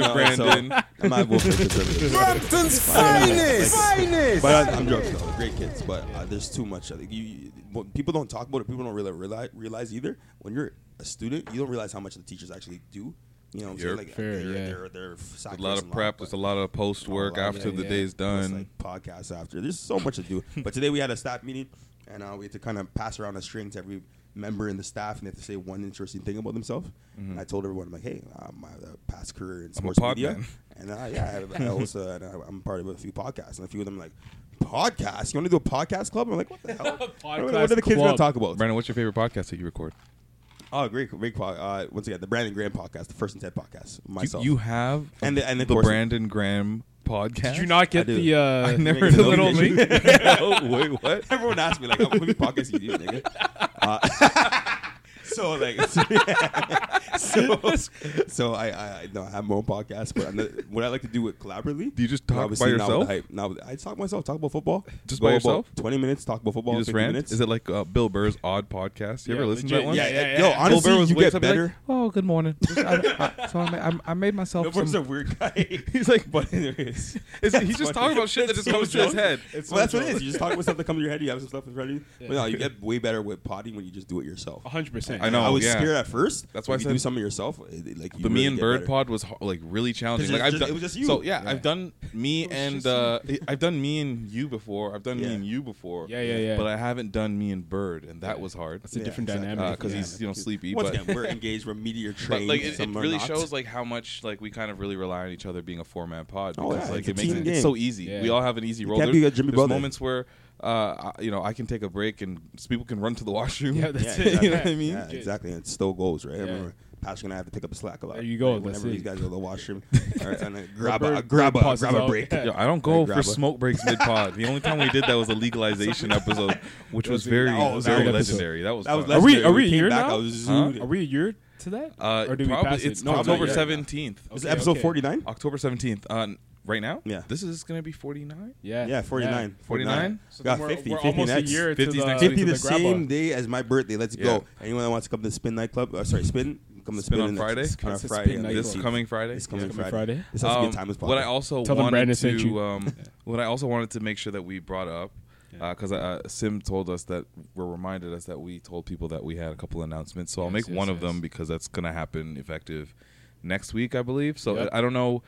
[SPEAKER 1] like, you know,
[SPEAKER 3] Brandon.
[SPEAKER 1] so I'm not
[SPEAKER 3] [laughs]
[SPEAKER 1] voting for conservative. [laughs]
[SPEAKER 4] Brampton's finest. finest.
[SPEAKER 1] But I, I'm joking. though. Great kids, but uh, there's too much. Like, you, you, what people don't talk about it. People don't really realize, realize either. When you're a student, you don't realize how much the teachers actually do. You know, what I'm
[SPEAKER 3] You're
[SPEAKER 1] saying like
[SPEAKER 2] fair,
[SPEAKER 1] they're,
[SPEAKER 2] yeah.
[SPEAKER 1] they're, they're
[SPEAKER 3] A lot of prep. There's a lot of post Oh,
[SPEAKER 1] oh,
[SPEAKER 3] work after the day's done.
[SPEAKER 1] Like podcasts after. There's so much to
[SPEAKER 3] [laughs]
[SPEAKER 1] do. but today we had a staff meeting, and uh, we had to kind of pass around a string to every member in the staff, and they have to say one interesting thing about themselves.
[SPEAKER 3] Mm-hmm.
[SPEAKER 1] And I told everyone, I'm like, hey, uh, my uh, past career in sports
[SPEAKER 3] pod
[SPEAKER 1] media,
[SPEAKER 3] man.
[SPEAKER 1] and uh, yeah, I, have, I also and I, I'm part of a few podcasts, and a few of them like. Podcast? You want to do a podcast club? I'm like, what the hell? what are the kids
[SPEAKER 2] club.
[SPEAKER 1] gonna talk about?
[SPEAKER 3] Brandon, what's your favorite podcast that you record?
[SPEAKER 1] Oh, great, great pod. Uh, once again, the Brandon Graham podcast, the First and Ted podcast.
[SPEAKER 3] You,
[SPEAKER 1] Myself,
[SPEAKER 3] you have
[SPEAKER 1] And the- and the
[SPEAKER 3] the
[SPEAKER 1] course-
[SPEAKER 3] Brandon Graham podcast.
[SPEAKER 2] Did you not get
[SPEAKER 1] I do.
[SPEAKER 2] the? Uh,
[SPEAKER 3] I never
[SPEAKER 1] Makes
[SPEAKER 3] the
[SPEAKER 1] no
[SPEAKER 3] little
[SPEAKER 1] connection. [laughs]
[SPEAKER 3] [laughs] link. No, wait, what?
[SPEAKER 1] Everyone asked me like, "Oh, "What many pockets you do, nigga?" Uh, [laughs] so like, [laughs] so, so, I, I, I no, I have my own podcast, but I'm not- what I like to do it collaboratively.
[SPEAKER 3] Do you just talk
[SPEAKER 1] obviously
[SPEAKER 3] by
[SPEAKER 1] not with
[SPEAKER 3] yourself?
[SPEAKER 1] the hype. Now I just talk by myself. Talk about football.
[SPEAKER 3] Just
[SPEAKER 1] Go
[SPEAKER 3] by
[SPEAKER 1] about
[SPEAKER 3] yourself?
[SPEAKER 1] Twenty minutes. Talk about football.
[SPEAKER 3] You just
[SPEAKER 1] 50
[SPEAKER 3] rant?
[SPEAKER 1] minutes.
[SPEAKER 3] Is it like uh, Bill Burr's odd podcast? You ever
[SPEAKER 2] Yeah,
[SPEAKER 3] listen to
[SPEAKER 2] legit.
[SPEAKER 3] that one?
[SPEAKER 2] Yeah,
[SPEAKER 1] yeah, yeah,
[SPEAKER 2] yeah,
[SPEAKER 1] Yo,
[SPEAKER 2] yeah.
[SPEAKER 1] honestly,
[SPEAKER 3] Bill Burr
[SPEAKER 1] you
[SPEAKER 3] wakes
[SPEAKER 1] get
[SPEAKER 3] up, he's
[SPEAKER 1] better.
[SPEAKER 3] Like, oh, good morning. Just- I, I- so I made, I- I made myself.
[SPEAKER 1] Bill Burr's
[SPEAKER 3] some-
[SPEAKER 1] a weird guy.
[SPEAKER 3] [laughs] he's like,
[SPEAKER 1] but anyways,
[SPEAKER 3] [laughs] is, he's just talking [laughs] about shit that just comes to
[SPEAKER 1] [laughs]
[SPEAKER 3] his head.
[SPEAKER 2] It's
[SPEAKER 1] well, that's
[SPEAKER 2] so
[SPEAKER 1] what it
[SPEAKER 2] dope.
[SPEAKER 1] is. You just talk about stuff that comes to your head. You have some stuff in front of
[SPEAKER 3] [laughs]
[SPEAKER 1] you. But no, you get way better with potting when you just do it yourself.
[SPEAKER 2] 100. percent
[SPEAKER 3] I know.
[SPEAKER 1] I was
[SPEAKER 3] yeah.
[SPEAKER 1] scared at first.
[SPEAKER 3] That's why
[SPEAKER 1] If
[SPEAKER 3] I
[SPEAKER 1] you
[SPEAKER 3] said-
[SPEAKER 1] do some of yourself. it- it- like you
[SPEAKER 3] The
[SPEAKER 1] really
[SPEAKER 3] me and
[SPEAKER 1] get
[SPEAKER 3] Bird
[SPEAKER 1] better.
[SPEAKER 3] pod was ho- like really challenging.
[SPEAKER 1] Because
[SPEAKER 3] Like
[SPEAKER 1] it was
[SPEAKER 3] I've
[SPEAKER 1] just-
[SPEAKER 3] done,
[SPEAKER 1] it was just you.
[SPEAKER 3] So yeah, I've
[SPEAKER 2] Yeah.
[SPEAKER 1] [laughs]
[SPEAKER 3] done me and uh, I've done me and you before. I've done me
[SPEAKER 1] Yeah.
[SPEAKER 3] and you before.
[SPEAKER 2] Yeah, yeah, yeah.
[SPEAKER 3] But I haven't done me and Bird, and that was hard.
[SPEAKER 2] It's a different
[SPEAKER 1] exactly.
[SPEAKER 2] dynamic.
[SPEAKER 3] because
[SPEAKER 2] yeah.
[SPEAKER 3] uh, he's you know sleepy.
[SPEAKER 1] Once
[SPEAKER 3] but
[SPEAKER 1] again, we're engaged. We're meteor
[SPEAKER 3] But
[SPEAKER 1] trained.
[SPEAKER 3] like it, it
[SPEAKER 1] some are
[SPEAKER 3] really
[SPEAKER 1] not. [laughs]
[SPEAKER 3] shows like how much like we kind of really rely on each other being a four man pod
[SPEAKER 1] Oh,
[SPEAKER 3] because
[SPEAKER 1] yeah,
[SPEAKER 3] like
[SPEAKER 1] it's a
[SPEAKER 3] it makes
[SPEAKER 1] team
[SPEAKER 3] it, it's so
[SPEAKER 1] game.
[SPEAKER 3] easy.
[SPEAKER 2] Yeah.
[SPEAKER 3] We all have an easy role.
[SPEAKER 1] can't
[SPEAKER 3] There's,
[SPEAKER 1] be a Jimmy
[SPEAKER 3] there's
[SPEAKER 1] Butler.
[SPEAKER 3] moments where uh, I- you know I can take a break and people can run to the washroom.
[SPEAKER 2] [laughs] Yeah, that's
[SPEAKER 1] Yeah,
[SPEAKER 2] it.
[SPEAKER 1] exactly.
[SPEAKER 2] You know what I mean?
[SPEAKER 1] Yeah, exactly. And it still goes, right? I
[SPEAKER 2] Yeah.
[SPEAKER 1] remember Patrick and I have to pick up the slack a lot.
[SPEAKER 2] There you go,
[SPEAKER 1] Like,
[SPEAKER 2] that's
[SPEAKER 1] whenever these
[SPEAKER 2] it.
[SPEAKER 1] guys go to
[SPEAKER 2] [laughs]
[SPEAKER 1] the washroom, or and then grab
[SPEAKER 2] Bird-
[SPEAKER 1] a grab
[SPEAKER 2] Bird
[SPEAKER 1] a
[SPEAKER 2] pauses
[SPEAKER 1] grab a
[SPEAKER 2] out. [laughs]
[SPEAKER 1] break.
[SPEAKER 2] Yeah.
[SPEAKER 3] Yo, I don't go
[SPEAKER 1] Like,
[SPEAKER 3] for
[SPEAKER 1] grab a-
[SPEAKER 3] smoke breaks mid pod. The only time we did
[SPEAKER 1] [laughs]
[SPEAKER 3] that was a legalization episode, which was
[SPEAKER 1] That's a-
[SPEAKER 3] very,
[SPEAKER 1] oh, that was
[SPEAKER 3] very
[SPEAKER 2] an episode.
[SPEAKER 3] legendary. That was
[SPEAKER 1] That was
[SPEAKER 3] fun.
[SPEAKER 2] Are we-
[SPEAKER 1] legendary.
[SPEAKER 2] are we a
[SPEAKER 1] came
[SPEAKER 2] year
[SPEAKER 1] back,
[SPEAKER 2] now?
[SPEAKER 1] I was
[SPEAKER 3] Huh?
[SPEAKER 1] zooted.
[SPEAKER 2] Are we a year to that?
[SPEAKER 3] Uh,
[SPEAKER 2] or did we
[SPEAKER 3] probably-
[SPEAKER 2] pass it?
[SPEAKER 3] It's
[SPEAKER 2] No,
[SPEAKER 3] October
[SPEAKER 2] not yet.
[SPEAKER 3] seventeenth.
[SPEAKER 1] Is it
[SPEAKER 2] Okay,
[SPEAKER 1] episode
[SPEAKER 2] okay.
[SPEAKER 1] forty nine?
[SPEAKER 3] October seventeenth. Uh, n- right now.
[SPEAKER 1] Yeah.
[SPEAKER 3] This is gonna be forty nine.
[SPEAKER 2] Yeah.
[SPEAKER 1] Yeah, 49.
[SPEAKER 3] 49?
[SPEAKER 2] So
[SPEAKER 1] got
[SPEAKER 2] then we're,
[SPEAKER 1] 50.
[SPEAKER 2] we're
[SPEAKER 1] 50
[SPEAKER 2] almost
[SPEAKER 1] next.
[SPEAKER 2] a year
[SPEAKER 3] 50's
[SPEAKER 2] to the,
[SPEAKER 3] next week.
[SPEAKER 2] to
[SPEAKER 1] 50 the,
[SPEAKER 2] grab
[SPEAKER 1] same
[SPEAKER 2] up.
[SPEAKER 1] day as my birthday. Let's
[SPEAKER 3] Yeah.
[SPEAKER 1] go. Anyone that wants to come to Spin Nightclub, uh, sorry, Spin, come to
[SPEAKER 3] Spin
[SPEAKER 1] Spin,
[SPEAKER 3] on
[SPEAKER 1] in- On
[SPEAKER 3] Friday?
[SPEAKER 2] It's a
[SPEAKER 1] Friday.
[SPEAKER 2] Spin
[SPEAKER 1] on the
[SPEAKER 2] Nightclub.
[SPEAKER 3] This
[SPEAKER 1] 18th.
[SPEAKER 3] coming Friday.
[SPEAKER 1] It's coming
[SPEAKER 2] It's coming
[SPEAKER 1] Friday.
[SPEAKER 2] Friday.
[SPEAKER 1] This has to be a
[SPEAKER 3] Um,
[SPEAKER 1] time as
[SPEAKER 3] What I
[SPEAKER 1] possible.
[SPEAKER 3] also
[SPEAKER 2] Tell them
[SPEAKER 3] wanted
[SPEAKER 2] Brandon sent
[SPEAKER 3] to,
[SPEAKER 2] you.
[SPEAKER 3] um, what I also wanted to make sure that we brought up, because uh, Sim told us that we're reminded us that we told people that we had a couple announcements. So I'll make
[SPEAKER 2] yes,
[SPEAKER 3] one of
[SPEAKER 2] yes.
[SPEAKER 3] them because that's gonna happen effective next week, I believe. So
[SPEAKER 2] Yep.
[SPEAKER 3] I I don't know.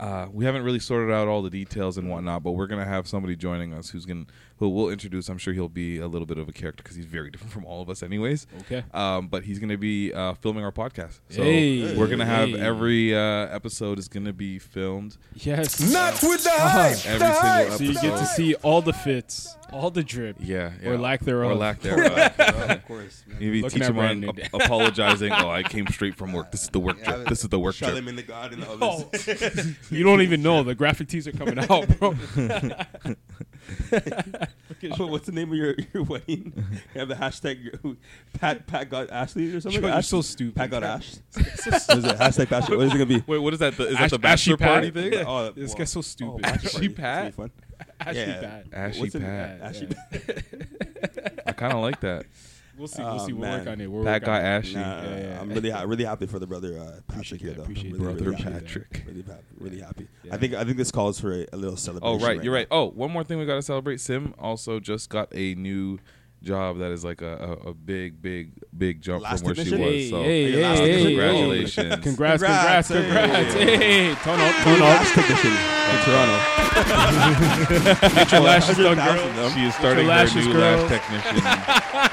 [SPEAKER 3] Uh, we haven't really sorted out all the details and whatnot, but we're gonna have somebody joining us who's gonna who we'll introduce. I'm sure he'll be a little bit of a character because he's very [laughs] different from all of us, anyways.
[SPEAKER 2] Okay.
[SPEAKER 3] Um, but he's gonna be uh, filming our podcast, so
[SPEAKER 2] Hey.
[SPEAKER 3] we're gonna have
[SPEAKER 2] Hey.
[SPEAKER 3] every uh, episode is gonna be filmed.
[SPEAKER 2] Yes. Uh-huh.
[SPEAKER 4] Not with the hype.
[SPEAKER 3] Every
[SPEAKER 4] the
[SPEAKER 3] single
[SPEAKER 4] hype.
[SPEAKER 2] So you get to see all the fits, all the drip.
[SPEAKER 3] Yeah, yeah.
[SPEAKER 2] Or lack thereof.
[SPEAKER 3] Or lack thereof.
[SPEAKER 1] of course.
[SPEAKER 3] Maybe
[SPEAKER 2] Looking
[SPEAKER 3] teach
[SPEAKER 2] at
[SPEAKER 3] him on
[SPEAKER 2] Brandon.
[SPEAKER 3] ap- apologizing. Oh, I came straight from work. This is the work trip. This is the work
[SPEAKER 1] Shall
[SPEAKER 3] trip.
[SPEAKER 1] him in the God and the
[SPEAKER 3] [laughs]
[SPEAKER 1] others.
[SPEAKER 2] Oh. [laughs] you don't even know. The graphic tees are coming out,
[SPEAKER 1] [laughs]
[SPEAKER 2] bro.
[SPEAKER 1] Oh, what's the name of your, your wedding? [laughs] You have the hashtag Pat Pat got Ashley or something.
[SPEAKER 2] You're
[SPEAKER 1] Ash-
[SPEAKER 2] so stupid.
[SPEAKER 1] Pat
[SPEAKER 2] [laughs]
[SPEAKER 1] got Ash. what [laughs] is it? Hashtag Pat. What is it gonna be?
[SPEAKER 3] Wait, what is that? The, is
[SPEAKER 2] Ash-
[SPEAKER 3] that the bachelor
[SPEAKER 2] Ashy Pat?
[SPEAKER 3] party thing?
[SPEAKER 2] Yeah.
[SPEAKER 1] [laughs] Oh,
[SPEAKER 2] This
[SPEAKER 1] well,
[SPEAKER 2] guy's so
[SPEAKER 1] oh,
[SPEAKER 2] stupid.
[SPEAKER 1] bachelor party.
[SPEAKER 3] Pat?
[SPEAKER 1] It's gonna be fun.
[SPEAKER 2] Ashy
[SPEAKER 1] yeah.
[SPEAKER 2] Pat.
[SPEAKER 3] Ashy
[SPEAKER 1] What's in-
[SPEAKER 3] Pat.
[SPEAKER 1] Ashy
[SPEAKER 2] Yeah.
[SPEAKER 1] Pat.
[SPEAKER 3] I kind of like that.
[SPEAKER 2] [laughs] We'll see. We'll
[SPEAKER 1] Oh,
[SPEAKER 2] see. We'll work
[SPEAKER 1] man.
[SPEAKER 2] on it. We'll
[SPEAKER 3] Pat
[SPEAKER 2] work
[SPEAKER 3] got
[SPEAKER 2] on it.
[SPEAKER 3] Ashy.
[SPEAKER 1] Nah,
[SPEAKER 2] Yeah, yeah,
[SPEAKER 1] I'm
[SPEAKER 2] yeah.
[SPEAKER 1] really ha- really happy for the brother uh, Patrick here
[SPEAKER 2] that,
[SPEAKER 1] though.
[SPEAKER 2] appreciate
[SPEAKER 1] I'm really,
[SPEAKER 2] that.
[SPEAKER 1] really
[SPEAKER 3] Brother
[SPEAKER 1] happy.
[SPEAKER 3] Patrick.
[SPEAKER 1] Really, happy- really happy. I think I think this calls for a, a little
[SPEAKER 3] Oh,
[SPEAKER 1] celebration.
[SPEAKER 3] right. You're
[SPEAKER 1] now.
[SPEAKER 3] right. Oh, one more thing we got to celebrate. Sim also just got a new job that is like a, a, a big, big, big jump
[SPEAKER 1] Last
[SPEAKER 3] from where she
[SPEAKER 1] admission?
[SPEAKER 3] was.
[SPEAKER 2] Hey,
[SPEAKER 3] So
[SPEAKER 2] hey, hey,
[SPEAKER 1] last
[SPEAKER 2] hey,
[SPEAKER 3] congratulations.
[SPEAKER 2] hey. Congrats, congrats,
[SPEAKER 1] Congrats,
[SPEAKER 2] congrats.
[SPEAKER 1] hey.
[SPEAKER 2] Hey, turn up, turn
[SPEAKER 1] Last
[SPEAKER 2] up.
[SPEAKER 1] technician in Toronto.
[SPEAKER 2] Get your lashes done, girl.
[SPEAKER 1] 100,000 of them.
[SPEAKER 3] She is starting her
[SPEAKER 2] Um, lashes,
[SPEAKER 3] new
[SPEAKER 2] girl.
[SPEAKER 3] lash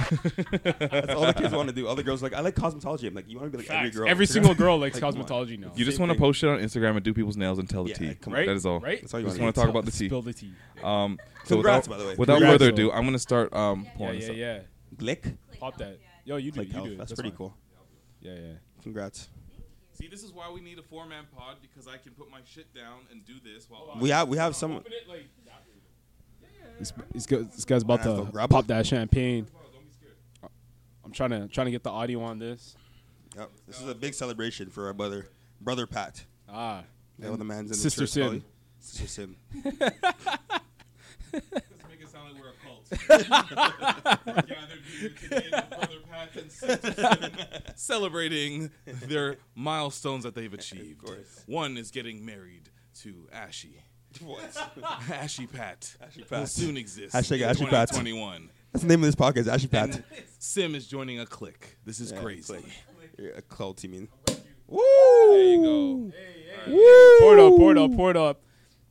[SPEAKER 2] [laughs]
[SPEAKER 3] technician.
[SPEAKER 1] That's all the kids want to do. All the girls are like I like cosmetology. I'm like you want to be like every girl.
[SPEAKER 2] Every single
[SPEAKER 1] [laughs]
[SPEAKER 2] girl likes
[SPEAKER 1] Like, come on.
[SPEAKER 2] cosmetology now.
[SPEAKER 3] You just
[SPEAKER 1] Same
[SPEAKER 3] want
[SPEAKER 1] thing.
[SPEAKER 3] to post shit on Instagram and do people's nails and tell the
[SPEAKER 1] Yeah,
[SPEAKER 3] tea.
[SPEAKER 1] come on.
[SPEAKER 2] right?
[SPEAKER 3] That is all.
[SPEAKER 2] Right?
[SPEAKER 1] That's all you
[SPEAKER 3] Just
[SPEAKER 1] wanna
[SPEAKER 3] want to talk about the tea.
[SPEAKER 2] Spill the tea.
[SPEAKER 3] Um, so
[SPEAKER 1] Congrats,
[SPEAKER 3] without,
[SPEAKER 1] by the way.
[SPEAKER 3] Without
[SPEAKER 2] Congrats,
[SPEAKER 3] further
[SPEAKER 2] though.
[SPEAKER 3] ado, I'm gonna start um,
[SPEAKER 2] Yeah,
[SPEAKER 3] pouring
[SPEAKER 2] yeah,
[SPEAKER 3] this up.
[SPEAKER 2] yeah.
[SPEAKER 1] Glick.
[SPEAKER 2] Pop that. Yo, you do.
[SPEAKER 1] Like
[SPEAKER 2] You
[SPEAKER 1] health.
[SPEAKER 2] do.
[SPEAKER 1] That's pretty
[SPEAKER 2] fine.
[SPEAKER 1] cool.
[SPEAKER 2] Yeah, yeah.
[SPEAKER 1] Congrats.
[SPEAKER 3] See, this is why we need a four man pod because I can put my shit down and do this while.
[SPEAKER 1] We have we have some.
[SPEAKER 2] This, this, guy- this guy's about
[SPEAKER 1] Wanna have
[SPEAKER 2] to
[SPEAKER 1] to grab
[SPEAKER 2] pop
[SPEAKER 1] it?
[SPEAKER 2] that champagne. I'm trying to trying to get the audio on this.
[SPEAKER 1] Yep. This is a big celebration for our brother, brother Pat.
[SPEAKER 2] Ah,
[SPEAKER 1] The other man's in the
[SPEAKER 2] Sister
[SPEAKER 1] church,
[SPEAKER 2] Sim.
[SPEAKER 1] probably. Sister Sim.
[SPEAKER 3] Let's make it sound like we're a cult. we're [laughs] gathered here today with Brother Pat and Sister Sim, celebrating their milestones that they've achieved. One is getting married to Ashy. Ashy Pat will soon exist.
[SPEAKER 1] Hashtag
[SPEAKER 3] in
[SPEAKER 1] Ashy Pat.
[SPEAKER 3] 2021.
[SPEAKER 1] That's the name of this podcast, Ashy Pat.
[SPEAKER 3] And Sim is joining a clique. This is crazy.
[SPEAKER 1] Yeah, [laughs] A cult, you mean?
[SPEAKER 3] There you go.
[SPEAKER 2] pour it up, pour it up, pour it up.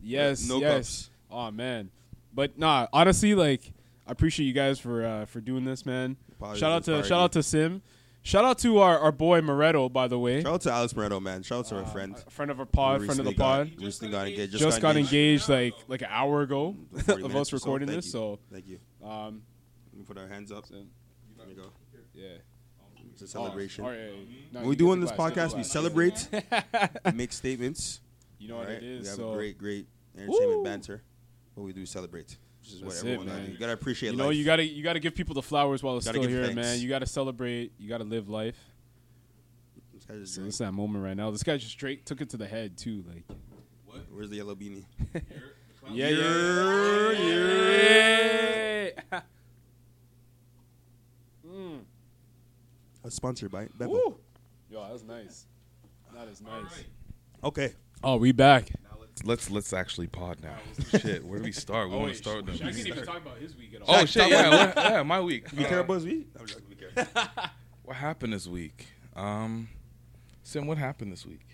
[SPEAKER 2] Yes,
[SPEAKER 1] No
[SPEAKER 2] yes.
[SPEAKER 1] cups.
[SPEAKER 2] Oh man, but nah. Honestly, like I appreciate you guys for uh, for doing this, man.
[SPEAKER 1] Apologies
[SPEAKER 2] shout out to
[SPEAKER 1] for
[SPEAKER 2] shout out to Sim. Shout out to our, our boy Moretto, by the way,
[SPEAKER 1] Shout out to Alex Moreno, man. Shout out to our friend.
[SPEAKER 2] a friend of our pod, friend of the
[SPEAKER 1] Recently got-
[SPEAKER 2] pod.
[SPEAKER 1] Recently got engaged.
[SPEAKER 2] Just, got engaged like like an hour
[SPEAKER 1] [laughs]
[SPEAKER 2] ago
[SPEAKER 1] 40
[SPEAKER 2] [laughs] of
[SPEAKER 1] minutes
[SPEAKER 2] us
[SPEAKER 1] or so.
[SPEAKER 2] recording
[SPEAKER 1] Thank
[SPEAKER 2] this.
[SPEAKER 1] you.
[SPEAKER 2] So
[SPEAKER 1] Thank you.
[SPEAKER 2] um,
[SPEAKER 1] Let me put our hands up. There we go.
[SPEAKER 2] yeah.
[SPEAKER 1] It's a celebration.
[SPEAKER 2] All right. No,
[SPEAKER 1] When
[SPEAKER 2] you
[SPEAKER 1] we
[SPEAKER 2] get
[SPEAKER 1] do on
[SPEAKER 2] the
[SPEAKER 1] this
[SPEAKER 2] glass, get
[SPEAKER 1] podcast,
[SPEAKER 2] the
[SPEAKER 1] we
[SPEAKER 2] glass.
[SPEAKER 1] celebrate, we make statements.
[SPEAKER 2] [laughs] You know what
[SPEAKER 1] right?
[SPEAKER 2] it is.
[SPEAKER 1] We have
[SPEAKER 2] so
[SPEAKER 1] a great, great entertainment
[SPEAKER 2] Woo.
[SPEAKER 1] banter, but we do celebrate, which is what
[SPEAKER 2] That's it,
[SPEAKER 1] everyone gotta
[SPEAKER 2] man.
[SPEAKER 1] do. You gotta appreciate
[SPEAKER 2] you know,
[SPEAKER 1] life.
[SPEAKER 2] you gotta you gotta give people the flowers while it's
[SPEAKER 1] Gotta
[SPEAKER 2] still
[SPEAKER 1] give
[SPEAKER 2] here,
[SPEAKER 1] thanks.
[SPEAKER 2] man. You gotta celebrate. You gotta live life.
[SPEAKER 1] This guy just
[SPEAKER 2] So
[SPEAKER 1] drank.
[SPEAKER 2] it's that moment right now. This guy just straight took it to the head too. Like,
[SPEAKER 1] Where's the yellow beanie?
[SPEAKER 2] yeah, yeah, yeah. [laughs]
[SPEAKER 1] That's sponsored by Beppo.
[SPEAKER 2] Woo. Yo, that was nice. That is nice.
[SPEAKER 1] Okay.
[SPEAKER 2] Oh, we back.
[SPEAKER 3] Let's let's actually pod now. Shit, where do we start? We want to start with them.
[SPEAKER 2] even talk about his week at
[SPEAKER 3] Oh shit, yeah, what- yeah, my week.
[SPEAKER 1] You
[SPEAKER 3] Uh,
[SPEAKER 1] care about us? We? I'm joking, we care.
[SPEAKER 3] What happened this week? Um, Sim, what happened this week?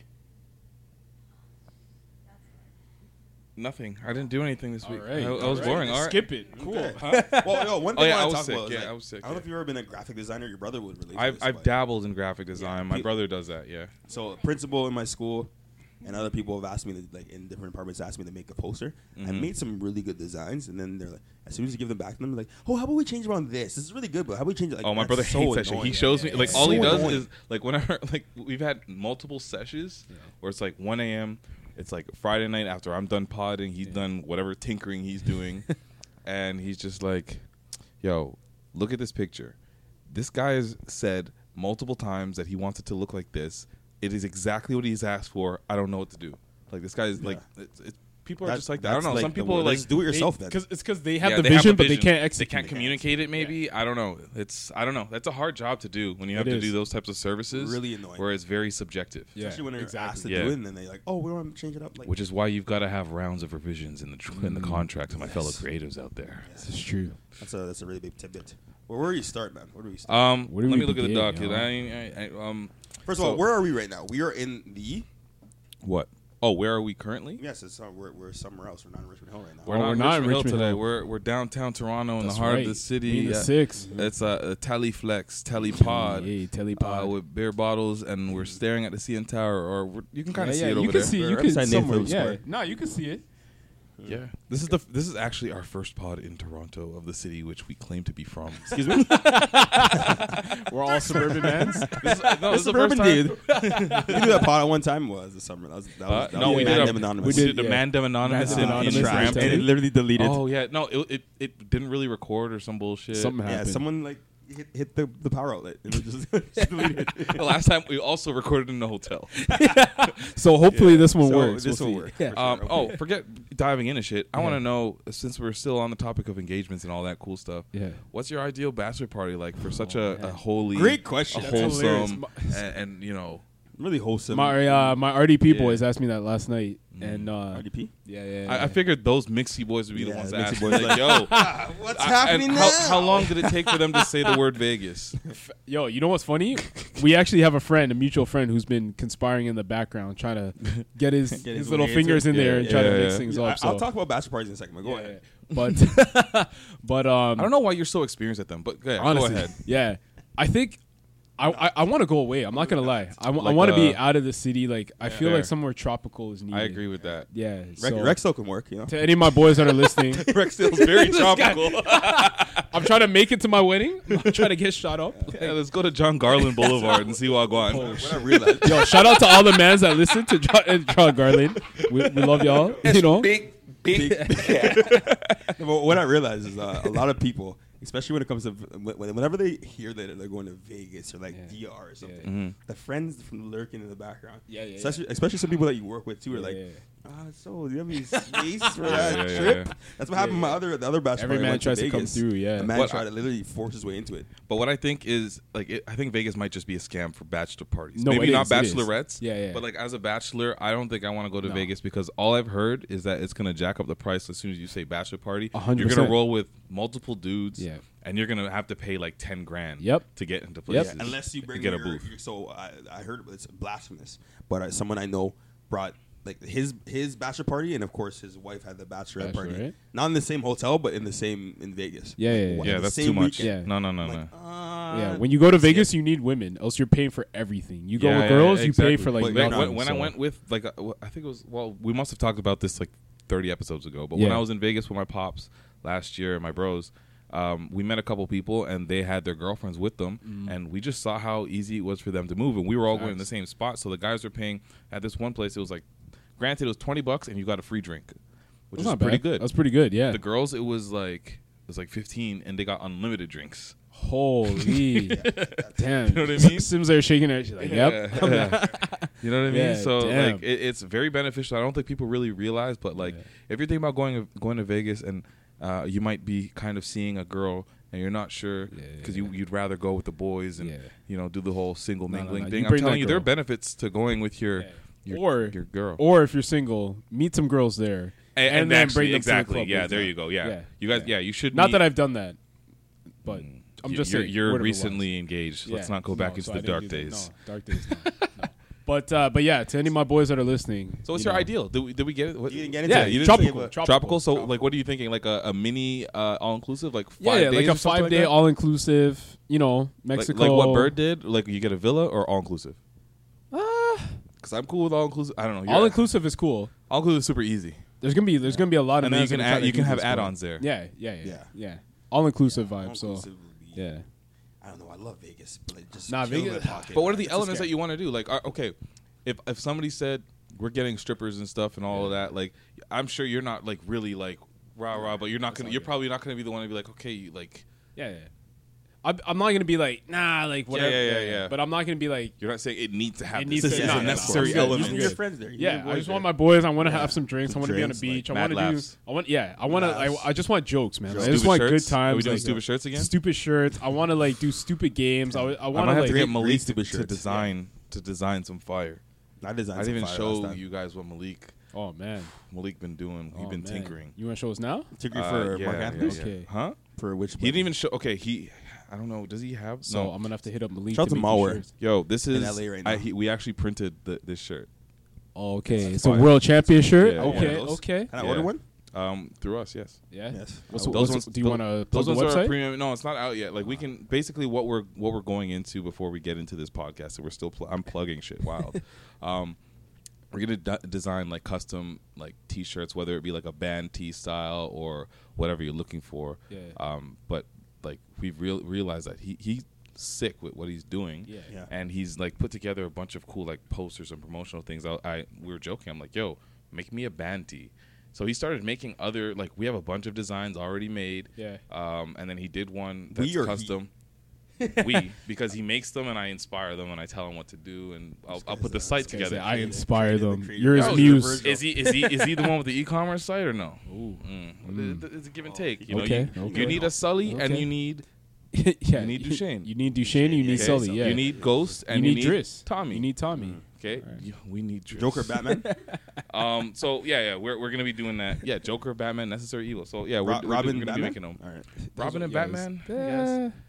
[SPEAKER 3] Nothing. I didn't do anything this
[SPEAKER 2] All
[SPEAKER 3] week.
[SPEAKER 2] right.
[SPEAKER 3] I, I was
[SPEAKER 2] All right.
[SPEAKER 3] boring. All right.
[SPEAKER 2] Skip it. Cool.
[SPEAKER 1] well, yo, one
[SPEAKER 3] [laughs] Oh,
[SPEAKER 1] thing
[SPEAKER 3] yeah,
[SPEAKER 1] I
[SPEAKER 3] I
[SPEAKER 1] want to
[SPEAKER 3] was
[SPEAKER 1] talk
[SPEAKER 3] sick.
[SPEAKER 1] about. is,
[SPEAKER 3] Yeah,
[SPEAKER 1] like,
[SPEAKER 3] I was sick,
[SPEAKER 1] I don't know
[SPEAKER 3] yeah.
[SPEAKER 1] if you've ever been a graphic designer. Your brother would relate. to
[SPEAKER 3] I've
[SPEAKER 1] this,
[SPEAKER 3] I've
[SPEAKER 1] but-
[SPEAKER 3] dabbled in graphic design. My
[SPEAKER 1] Pe-
[SPEAKER 3] brother does that. Yeah.
[SPEAKER 1] So a principal in my school and other people have asked me to, like in different departments asked me to make a poster. I
[SPEAKER 3] Mm-hmm.
[SPEAKER 1] made some really good designs, and then they're like, as soon as you give them back to them, they're like, oh, how about we change around this? This is really good, but how about we change it? Like,
[SPEAKER 3] Oh, my
[SPEAKER 1] that's
[SPEAKER 3] brother
[SPEAKER 1] so
[SPEAKER 3] hates that shit.
[SPEAKER 1] annoying.
[SPEAKER 3] He shows me like all he
[SPEAKER 1] So
[SPEAKER 3] does
[SPEAKER 1] annoying.
[SPEAKER 3] is like whenever [laughs] like we've had multiple sessions where it's like 1 a.m. It's like Friday night after I'm done podding. He's done whatever tinkering
[SPEAKER 1] [laughs]
[SPEAKER 3] he's doing, and he's just like, "Yo, look at this picture. This guy has said multiple times that he wants it to look like this. It is exactly what he's asked for. I don't know what to do. Like this guy is like, it's, it's, people are
[SPEAKER 1] That-
[SPEAKER 3] just like that. I don't
[SPEAKER 1] that's
[SPEAKER 3] know. Some
[SPEAKER 1] the
[SPEAKER 3] people are
[SPEAKER 1] word.
[SPEAKER 3] like
[SPEAKER 1] Just [laughs] do it yourself then.
[SPEAKER 2] Because it's because they have
[SPEAKER 3] yeah,
[SPEAKER 2] the
[SPEAKER 3] they
[SPEAKER 2] vision,
[SPEAKER 3] have a
[SPEAKER 2] but they can't
[SPEAKER 3] They
[SPEAKER 2] execute.
[SPEAKER 3] can't communicate it. Maybe I don't know. It's I don't know. That's a hard job to do when you have
[SPEAKER 2] It
[SPEAKER 3] to
[SPEAKER 2] is.
[SPEAKER 3] do those types of services.
[SPEAKER 1] Really annoying.
[SPEAKER 3] Where it's very subjective.
[SPEAKER 2] Yeah.
[SPEAKER 1] Especially when they're
[SPEAKER 2] Exactly.
[SPEAKER 1] asked to
[SPEAKER 3] Yeah.
[SPEAKER 1] do it, and then they're like, oh, we want to change it up. Like,
[SPEAKER 3] Which is why you've got to have rounds of revisions in the tr- in the
[SPEAKER 2] Mm.
[SPEAKER 3] contract to my fellow creatives out there.
[SPEAKER 2] It's true.
[SPEAKER 1] that's a that's a really big tidbit. Well, where do you start, man? Where do we start?
[SPEAKER 3] Um,
[SPEAKER 2] Where
[SPEAKER 3] let
[SPEAKER 2] do we
[SPEAKER 3] me look at the
[SPEAKER 2] begin,
[SPEAKER 3] docket.
[SPEAKER 2] yo?
[SPEAKER 3] I, I, I, um,
[SPEAKER 1] First of all,
[SPEAKER 3] so-
[SPEAKER 1] where are we right now? We are in the
[SPEAKER 3] what? Oh, where are we currently?
[SPEAKER 1] yes, it's not, we're, we're somewhere else. We're not in Richmond Hill right now.
[SPEAKER 3] We're
[SPEAKER 2] Oh,
[SPEAKER 3] not,
[SPEAKER 2] we're
[SPEAKER 3] in
[SPEAKER 2] not in
[SPEAKER 3] Richmond Hill
[SPEAKER 2] Richmond
[SPEAKER 3] today.
[SPEAKER 2] Hill.
[SPEAKER 3] We're we're downtown Toronto in
[SPEAKER 2] That's
[SPEAKER 3] the heart
[SPEAKER 2] right.
[SPEAKER 3] of the city.
[SPEAKER 2] We in the
[SPEAKER 3] Yeah.
[SPEAKER 2] six.
[SPEAKER 3] It's a, a Teleflex, Telepod,
[SPEAKER 2] Hey,
[SPEAKER 3] uh,
[SPEAKER 2] telepod.
[SPEAKER 3] with beer bottles, and we're staring at the CN Tower, or we're, you can kind of
[SPEAKER 2] yeah,
[SPEAKER 3] see
[SPEAKER 2] yeah,
[SPEAKER 3] it over
[SPEAKER 2] you
[SPEAKER 3] there.
[SPEAKER 2] can see.
[SPEAKER 1] We're
[SPEAKER 2] You can
[SPEAKER 1] upside down
[SPEAKER 2] somewhere.
[SPEAKER 1] Phillips
[SPEAKER 2] Yeah.
[SPEAKER 1] Square.
[SPEAKER 2] No, you can see it.
[SPEAKER 3] Yeah, this is the this is actually our first pod in Toronto of the city which we claim to be
[SPEAKER 2] [laughs]
[SPEAKER 3] from.
[SPEAKER 1] [laughs] Excuse me.
[SPEAKER 2] We're all suburban mans.
[SPEAKER 3] [laughs] this is, no, this is the first
[SPEAKER 1] Suburban
[SPEAKER 3] time-
[SPEAKER 1] dude. [laughs] we did that pod at one time. Was the summer? That was that was,
[SPEAKER 3] Uh,
[SPEAKER 1] that
[SPEAKER 2] Oh,
[SPEAKER 3] no,
[SPEAKER 1] was
[SPEAKER 3] we
[SPEAKER 1] Mad
[SPEAKER 3] did.
[SPEAKER 1] Dem
[SPEAKER 3] A,
[SPEAKER 1] Anonymous.
[SPEAKER 3] we did the
[SPEAKER 2] yeah.
[SPEAKER 3] Mandem Anonymous,
[SPEAKER 2] Mandem
[SPEAKER 3] in-
[SPEAKER 2] Anonymous
[SPEAKER 3] in
[SPEAKER 2] in
[SPEAKER 3] Brampton.
[SPEAKER 2] Brampton.
[SPEAKER 1] and it literally deleted.
[SPEAKER 3] Oh yeah, no, it, it it didn't really record or some bullshit.
[SPEAKER 2] Something
[SPEAKER 1] Yeah,
[SPEAKER 2] happened.
[SPEAKER 1] someone like hit, hit the, the power outlet and it just, [laughs]
[SPEAKER 2] [laughs]
[SPEAKER 1] just deleted. it.
[SPEAKER 3] the [laughs] last time we also recorded in the hotel.
[SPEAKER 2] So hopefully this one
[SPEAKER 1] So
[SPEAKER 2] works.
[SPEAKER 1] This
[SPEAKER 2] We'll
[SPEAKER 1] will
[SPEAKER 2] see.
[SPEAKER 1] work. for
[SPEAKER 3] Um,
[SPEAKER 1] sure.
[SPEAKER 3] Oh, forget diving into shit. I want to know since we're still on the topic of engagements and all that cool stuff.
[SPEAKER 2] Yeah.
[SPEAKER 3] What's your ideal bachelor party like for such a, a holy,
[SPEAKER 1] Oh, Great question.
[SPEAKER 3] a
[SPEAKER 1] That's
[SPEAKER 2] hilarious.
[SPEAKER 3] wholesome, and, and you know,
[SPEAKER 1] really wholesome.
[SPEAKER 2] My uh, my RDP
[SPEAKER 3] Yeah. Mm-hmm.
[SPEAKER 2] boys asked me that last night, and uh,
[SPEAKER 1] RDP.
[SPEAKER 2] yeah, yeah, yeah.
[SPEAKER 3] I, I figured those mixy boys would be the
[SPEAKER 1] Yeah,
[SPEAKER 3] ones
[SPEAKER 1] mixy
[SPEAKER 3] asking,
[SPEAKER 1] boys like-
[SPEAKER 3] like,
[SPEAKER 1] [laughs]
[SPEAKER 3] yo,
[SPEAKER 1] What's
[SPEAKER 3] I- and How, how long did it take for them to say the
[SPEAKER 1] [laughs]
[SPEAKER 3] word Vegas?
[SPEAKER 2] Yo, you know what's funny? we actually have a friend, a mutual friend, who's been conspiring in the background, trying to [laughs] get his his,
[SPEAKER 1] his
[SPEAKER 2] little
[SPEAKER 1] way
[SPEAKER 2] fingers in
[SPEAKER 1] into it.
[SPEAKER 2] there
[SPEAKER 3] Yeah,
[SPEAKER 2] and try to
[SPEAKER 3] yeah,
[SPEAKER 2] mix
[SPEAKER 3] yeah.
[SPEAKER 2] things
[SPEAKER 1] Yeah,
[SPEAKER 2] up.
[SPEAKER 1] I-
[SPEAKER 2] So.
[SPEAKER 1] I'll talk about bachelor parties in a second. But go
[SPEAKER 2] Yeah,
[SPEAKER 1] ahead.
[SPEAKER 2] yeah. [laughs] but [laughs] but um,
[SPEAKER 3] I don't know why you're so experienced at them, but go ahead.
[SPEAKER 2] Honestly,
[SPEAKER 3] go ahead.
[SPEAKER 2] yeah, I think. I, I, I want to go away. I'm not gonna lie. I
[SPEAKER 3] Like,
[SPEAKER 2] want to be
[SPEAKER 3] uh,
[SPEAKER 2] out of the city. Like I feel
[SPEAKER 3] Fair.
[SPEAKER 2] like somewhere tropical is needed.
[SPEAKER 3] I agree
[SPEAKER 1] [laughs]
[SPEAKER 3] with that.
[SPEAKER 2] Yeah.
[SPEAKER 1] Rex,
[SPEAKER 2] so
[SPEAKER 1] Rex still can work. You know, [laughs]
[SPEAKER 2] to any of my boys that are listening,
[SPEAKER 3] Rex feels very
[SPEAKER 2] guy-
[SPEAKER 3] tropical.
[SPEAKER 2] [laughs] I'm trying to make it to my wedding. [laughs] I'm trying to get shot up.
[SPEAKER 3] Yeah, let's go to John Garland Boulevard and see
[SPEAKER 1] When
[SPEAKER 3] Wagwan.
[SPEAKER 1] I realized,
[SPEAKER 2] Yo, shout out to all the mans that listen to John, [laughs] uh, John Garland. We, we love y'all. You know,
[SPEAKER 8] big, big.
[SPEAKER 3] [laughs]
[SPEAKER 1] [laughs] Well, what I realize is uh, a lot of people, especially when it comes to when- whenever they hear that they're going to Vegas or like
[SPEAKER 2] Yeah.
[SPEAKER 1] DR or something,
[SPEAKER 2] yeah.
[SPEAKER 3] Mm-hmm.
[SPEAKER 1] the friends from lurking in the background.
[SPEAKER 2] Yeah, yeah,
[SPEAKER 1] Especially, especially some people that you work with too are like.
[SPEAKER 2] Yeah.
[SPEAKER 1] Ah, so do
[SPEAKER 2] [laughs]
[SPEAKER 1] you have any space for that
[SPEAKER 3] yeah, yeah,
[SPEAKER 1] trip?
[SPEAKER 3] yeah.
[SPEAKER 1] That's what happened. to My other the other bachelor
[SPEAKER 2] Every
[SPEAKER 1] party
[SPEAKER 2] man
[SPEAKER 1] went
[SPEAKER 2] tries to come
[SPEAKER 1] Vegas.
[SPEAKER 2] through, yeah.
[SPEAKER 1] a man
[SPEAKER 3] What
[SPEAKER 1] tried
[SPEAKER 3] I-
[SPEAKER 1] to literally force his way into it.
[SPEAKER 3] But what I think is like it, I think Vegas might just be a scam for bachelor parties.
[SPEAKER 2] No,
[SPEAKER 3] Maybe
[SPEAKER 2] it
[SPEAKER 3] not
[SPEAKER 2] is, it is.
[SPEAKER 3] bachelorettes.
[SPEAKER 2] Yeah, yeah.
[SPEAKER 3] But like as a bachelor, I don't think I want to go to Vegas because all I've heard is that it's gonna jack up the price as soon as you say bachelor party.
[SPEAKER 2] A hundred
[SPEAKER 3] You're gonna
[SPEAKER 2] percent.
[SPEAKER 3] roll with multiple dudes.
[SPEAKER 2] Yeah.
[SPEAKER 3] And you're gonna have to pay like ten grand.
[SPEAKER 2] Yep.
[SPEAKER 3] To get into
[SPEAKER 2] Yep.
[SPEAKER 3] places.
[SPEAKER 1] Unless you
[SPEAKER 3] and
[SPEAKER 1] bring
[SPEAKER 3] get
[SPEAKER 1] your,
[SPEAKER 3] a booth.
[SPEAKER 1] your- so I, I heard it's blasphemous, but uh, someone I know brought like his his bachelor party, and of course his wife had the bachelorette party.
[SPEAKER 2] Bachelorette?
[SPEAKER 1] Not in the same hotel, but in the same in Vegas.
[SPEAKER 2] Yeah, yeah,
[SPEAKER 1] Like,
[SPEAKER 2] yeah.
[SPEAKER 1] what,
[SPEAKER 3] Yeah,
[SPEAKER 1] the
[SPEAKER 3] that's
[SPEAKER 1] same
[SPEAKER 3] too much.
[SPEAKER 1] weekend? "Uh,
[SPEAKER 2] Yeah.
[SPEAKER 3] No, no, no, no.
[SPEAKER 2] yeah. When you go to Vegas, you need women, else you're paying for everything. You go with girls, you pay for like.
[SPEAKER 3] But
[SPEAKER 1] But
[SPEAKER 2] nothing,
[SPEAKER 3] when, when I
[SPEAKER 2] so-
[SPEAKER 3] went with like uh, wh- I think it was well we must have talked about this like 30 episodes ago but when
[SPEAKER 2] Yeah.
[SPEAKER 3] I was in Vegas with my pops last year and my bros um, we met a couple people and they had their girlfriends with them
[SPEAKER 2] Mm.
[SPEAKER 3] and we just saw how easy it was for them to move and we were all going to the same spot so the guys were paying at this one place it was like granted it was 20 bucks and you got a free drink which
[SPEAKER 2] That's
[SPEAKER 3] is
[SPEAKER 2] not
[SPEAKER 3] pretty
[SPEAKER 2] bad.
[SPEAKER 3] good
[SPEAKER 2] That's pretty good. Yeah.
[SPEAKER 3] the girls it was like it was like 15 and they got unlimited drinks [laughs]
[SPEAKER 2] Holy damn! You
[SPEAKER 3] know what I mean?
[SPEAKER 2] Sims are shaking her. She's like, "Yep."
[SPEAKER 3] [laughs] You know what I mean?
[SPEAKER 2] Yeah,
[SPEAKER 3] so
[SPEAKER 2] damn.
[SPEAKER 3] like it, it's very beneficial. I don't think people really realize, but like if you're thinking about going going to Vegas and uh, you might be kind of seeing a girl and you're not sure because you you'd rather go with the boys and
[SPEAKER 2] Yeah.
[SPEAKER 3] you know do the whole single
[SPEAKER 2] no,
[SPEAKER 3] mingling
[SPEAKER 2] no. You
[SPEAKER 3] thing. I'm
[SPEAKER 2] bring
[SPEAKER 3] telling
[SPEAKER 2] that
[SPEAKER 3] you, there are
[SPEAKER 2] girl.
[SPEAKER 3] benefits to going with your your,
[SPEAKER 2] or
[SPEAKER 3] your girl.
[SPEAKER 2] or if you're single, meet some girls there,
[SPEAKER 3] A- and,
[SPEAKER 2] then
[SPEAKER 3] actually-
[SPEAKER 2] bring them
[SPEAKER 3] exactly,
[SPEAKER 2] To the club
[SPEAKER 3] yeah.
[SPEAKER 2] with
[SPEAKER 3] There
[SPEAKER 2] them.
[SPEAKER 3] you go. Yeah,
[SPEAKER 2] Yeah.
[SPEAKER 3] you guys. Yeah, you should.
[SPEAKER 2] Not
[SPEAKER 3] meet-
[SPEAKER 2] that I've done that, but I'm
[SPEAKER 3] you-
[SPEAKER 2] just
[SPEAKER 3] you're,
[SPEAKER 2] saying,
[SPEAKER 3] you're
[SPEAKER 2] whatever it was.
[SPEAKER 3] recently engaged. Let's
[SPEAKER 2] Yeah.
[SPEAKER 3] not go back
[SPEAKER 2] No,
[SPEAKER 3] into
[SPEAKER 2] so I
[SPEAKER 3] the
[SPEAKER 2] didn't
[SPEAKER 3] dark
[SPEAKER 2] do that.
[SPEAKER 3] days.
[SPEAKER 2] No, dark days. No, no. [laughs] But uh, but yeah, to any of my boys that are listening.
[SPEAKER 3] So what's
[SPEAKER 2] you
[SPEAKER 3] your
[SPEAKER 2] know,
[SPEAKER 3] ideal? Did we, did we get it? What-
[SPEAKER 1] You didn't get into
[SPEAKER 2] Yeah,
[SPEAKER 1] it. You didn't
[SPEAKER 2] tropical,
[SPEAKER 1] give a-
[SPEAKER 2] tropical.
[SPEAKER 3] tropical. So, like, what are you thinking? Like a, a mini uh, all inclusive, like five
[SPEAKER 2] Yeah, yeah,
[SPEAKER 3] days
[SPEAKER 2] like
[SPEAKER 3] or
[SPEAKER 2] a
[SPEAKER 3] something
[SPEAKER 2] five
[SPEAKER 3] like
[SPEAKER 2] day
[SPEAKER 3] that?
[SPEAKER 2] all inclusive. You know,
[SPEAKER 3] like,
[SPEAKER 2] Mexico.
[SPEAKER 3] like what Bird did. Like you get a villa or all inclusive.
[SPEAKER 2] Uh,
[SPEAKER 3] Because I'm cool with all inclusive. I don't know.
[SPEAKER 2] All inclusive is cool.
[SPEAKER 3] All inclusive is super easy.
[SPEAKER 2] There's gonna be there's gonna be a lot of
[SPEAKER 3] And then you
[SPEAKER 2] mans
[SPEAKER 3] can
[SPEAKER 2] that are trying
[SPEAKER 3] add,
[SPEAKER 2] to
[SPEAKER 3] you
[SPEAKER 2] do
[SPEAKER 3] can have
[SPEAKER 2] this, man.
[SPEAKER 3] add-ons there.
[SPEAKER 2] Yeah, yeah, yeah, yeah.
[SPEAKER 1] Yeah.
[SPEAKER 2] All inclusive vibe. So
[SPEAKER 1] All-inclusive would be-
[SPEAKER 2] yeah,
[SPEAKER 1] I don't know. I love Vegas, but it just
[SPEAKER 2] Nah,
[SPEAKER 1] kills
[SPEAKER 2] Vegas-
[SPEAKER 1] my pocket,
[SPEAKER 3] But what are
[SPEAKER 1] man.
[SPEAKER 3] the
[SPEAKER 1] It's a
[SPEAKER 3] elements
[SPEAKER 1] scam.
[SPEAKER 3] that you want to do? Like, are, okay, if if somebody said we're getting strippers and stuff and all of that, like I'm sure you're not like really like rah rah, but you're not gonna you're probably not gonna be the one to be like okay, you, like
[SPEAKER 2] yeah, yeah. I'm, I'm not gonna be like nah, like whatever.
[SPEAKER 3] yeah, yeah, yeah.
[SPEAKER 2] But I'm not gonna be like
[SPEAKER 3] you're not saying it needs to
[SPEAKER 2] It
[SPEAKER 3] happen.
[SPEAKER 2] needs
[SPEAKER 3] This
[SPEAKER 2] to-
[SPEAKER 3] is
[SPEAKER 2] no,
[SPEAKER 3] a
[SPEAKER 2] no, no,
[SPEAKER 3] necessary
[SPEAKER 2] I'm good.
[SPEAKER 1] You need
[SPEAKER 3] element.
[SPEAKER 1] your
[SPEAKER 2] Yeah.
[SPEAKER 1] friends there. You need
[SPEAKER 2] Yeah,
[SPEAKER 1] your
[SPEAKER 2] I
[SPEAKER 1] boys
[SPEAKER 2] just
[SPEAKER 1] there.
[SPEAKER 2] want my boys. I want to have some drinks. I
[SPEAKER 1] Some
[SPEAKER 2] want to be on a
[SPEAKER 1] drinks, like
[SPEAKER 2] beach. I
[SPEAKER 3] mad
[SPEAKER 2] want to do.
[SPEAKER 3] laughs.
[SPEAKER 2] I want. Yeah, I want to.
[SPEAKER 1] Laughs.
[SPEAKER 2] I, I just want jokes, man. Like, I
[SPEAKER 3] Stupid
[SPEAKER 2] just want
[SPEAKER 3] shirts?
[SPEAKER 2] good times.
[SPEAKER 3] Are we doing
[SPEAKER 2] like,
[SPEAKER 3] stupid shirts again?
[SPEAKER 2] Stupid shirts. I want to like do stupid games. I, I
[SPEAKER 3] I
[SPEAKER 2] want
[SPEAKER 3] might have
[SPEAKER 2] like.
[SPEAKER 3] to get
[SPEAKER 1] Great-
[SPEAKER 3] Malik
[SPEAKER 1] great
[SPEAKER 3] to,
[SPEAKER 1] stupid
[SPEAKER 3] to
[SPEAKER 1] shirts.
[SPEAKER 3] design to design some fire.
[SPEAKER 1] I designed.
[SPEAKER 3] I didn't
[SPEAKER 1] some
[SPEAKER 3] even
[SPEAKER 1] fire last
[SPEAKER 3] show
[SPEAKER 1] time.
[SPEAKER 3] you guys what Malik
[SPEAKER 2] oh man,
[SPEAKER 3] Malik been doing. We've
[SPEAKER 2] Oh,
[SPEAKER 3] been
[SPEAKER 2] man.
[SPEAKER 3] tinkering.
[SPEAKER 2] You want to show us now?
[SPEAKER 1] Ticket
[SPEAKER 3] Uh,
[SPEAKER 1] for
[SPEAKER 3] yeah,
[SPEAKER 1] Mark
[SPEAKER 3] yeah,
[SPEAKER 1] Anthony.
[SPEAKER 3] yeah.
[SPEAKER 2] Okay.
[SPEAKER 3] Huh?
[SPEAKER 1] For which
[SPEAKER 3] He didn't even show. Okay, he. I don't know. Does he have?
[SPEAKER 2] So
[SPEAKER 3] no.
[SPEAKER 2] I'm gonna have to hit up Malik.
[SPEAKER 1] Shout out
[SPEAKER 2] to
[SPEAKER 1] to
[SPEAKER 2] make these
[SPEAKER 1] Mauer.
[SPEAKER 2] shirts.
[SPEAKER 3] Yo, this is.
[SPEAKER 1] LA right
[SPEAKER 3] I,
[SPEAKER 1] now.
[SPEAKER 3] he, we actually printed the, this shirt.
[SPEAKER 2] Okay, it's a
[SPEAKER 3] fire.
[SPEAKER 2] world champion shirt.
[SPEAKER 3] Yeah,
[SPEAKER 2] okay,
[SPEAKER 3] yeah.
[SPEAKER 2] okay.
[SPEAKER 1] Can I order
[SPEAKER 3] Yeah.
[SPEAKER 1] one?
[SPEAKER 3] Um, through us, yes.
[SPEAKER 2] Yeah.
[SPEAKER 1] Yes.
[SPEAKER 2] What's,
[SPEAKER 1] I will.
[SPEAKER 2] what's, do you want to plug
[SPEAKER 3] those
[SPEAKER 2] the
[SPEAKER 3] Uh, ones are
[SPEAKER 2] website?
[SPEAKER 3] premium. No, it's not out yet. Like we can basically what we're what we're going into before we get into this podcast. And we're still. Pl- I'm plugging shit
[SPEAKER 2] [laughs]
[SPEAKER 3] wild. um, we're gonna d- design like custom like t-shirts, whether it be like a band tee style or whatever you're looking for.
[SPEAKER 2] Yeah.
[SPEAKER 3] Um, but like we've real realized that he he's sick with what he's doing.
[SPEAKER 2] Yeah.
[SPEAKER 1] Yeah.
[SPEAKER 3] and he's like put together a bunch of cool like posters and promotional things. I, I we were joking. I'm like, yo, make me a band tee. So he started making other like we have a bunch of designs already made.
[SPEAKER 2] Yeah.
[SPEAKER 3] Um, and then he did one that's
[SPEAKER 1] or he?
[SPEAKER 3] [laughs] custom. we because he makes them and I inspire them and I tell him what to do and I'll, I'll put the site
[SPEAKER 2] Okay, so
[SPEAKER 3] together.
[SPEAKER 2] I inspire
[SPEAKER 1] creative,
[SPEAKER 2] them.
[SPEAKER 1] creative.
[SPEAKER 2] You're his
[SPEAKER 1] Oh,
[SPEAKER 2] muse.
[SPEAKER 1] universe.
[SPEAKER 3] is he is he is he the one with the e-commerce site or no? Mm. It- It's a give and take. You know,
[SPEAKER 2] Okay,
[SPEAKER 3] you,
[SPEAKER 2] okay.
[SPEAKER 3] you need a Sully and
[SPEAKER 2] Okay.
[SPEAKER 3] you need
[SPEAKER 2] [laughs] yeah,
[SPEAKER 3] You need
[SPEAKER 2] [laughs]
[SPEAKER 3] Duchesne.
[SPEAKER 2] You need Duchesne. You need
[SPEAKER 3] yeah,
[SPEAKER 2] Sully. Yeah.
[SPEAKER 3] you need Ghost
[SPEAKER 2] You
[SPEAKER 3] and
[SPEAKER 2] need Driss.
[SPEAKER 3] Tommy.
[SPEAKER 2] You need [laughs] Tommy.
[SPEAKER 3] okay. Yeah, we need Driss.
[SPEAKER 1] Joker, Batman,
[SPEAKER 3] [laughs] Um. So yeah, yeah, we're, we're gonna be doing that. Yeah, Joker, Batman, Necessary Evil. So yeah, we're,
[SPEAKER 1] Ro-
[SPEAKER 3] we're
[SPEAKER 1] Robin,
[SPEAKER 3] gonna be
[SPEAKER 1] Batman.
[SPEAKER 3] making them.
[SPEAKER 1] All right.
[SPEAKER 3] Robin and
[SPEAKER 2] Yeah,
[SPEAKER 3] Batman. I
[SPEAKER 2] it's-
[SPEAKER 3] guess.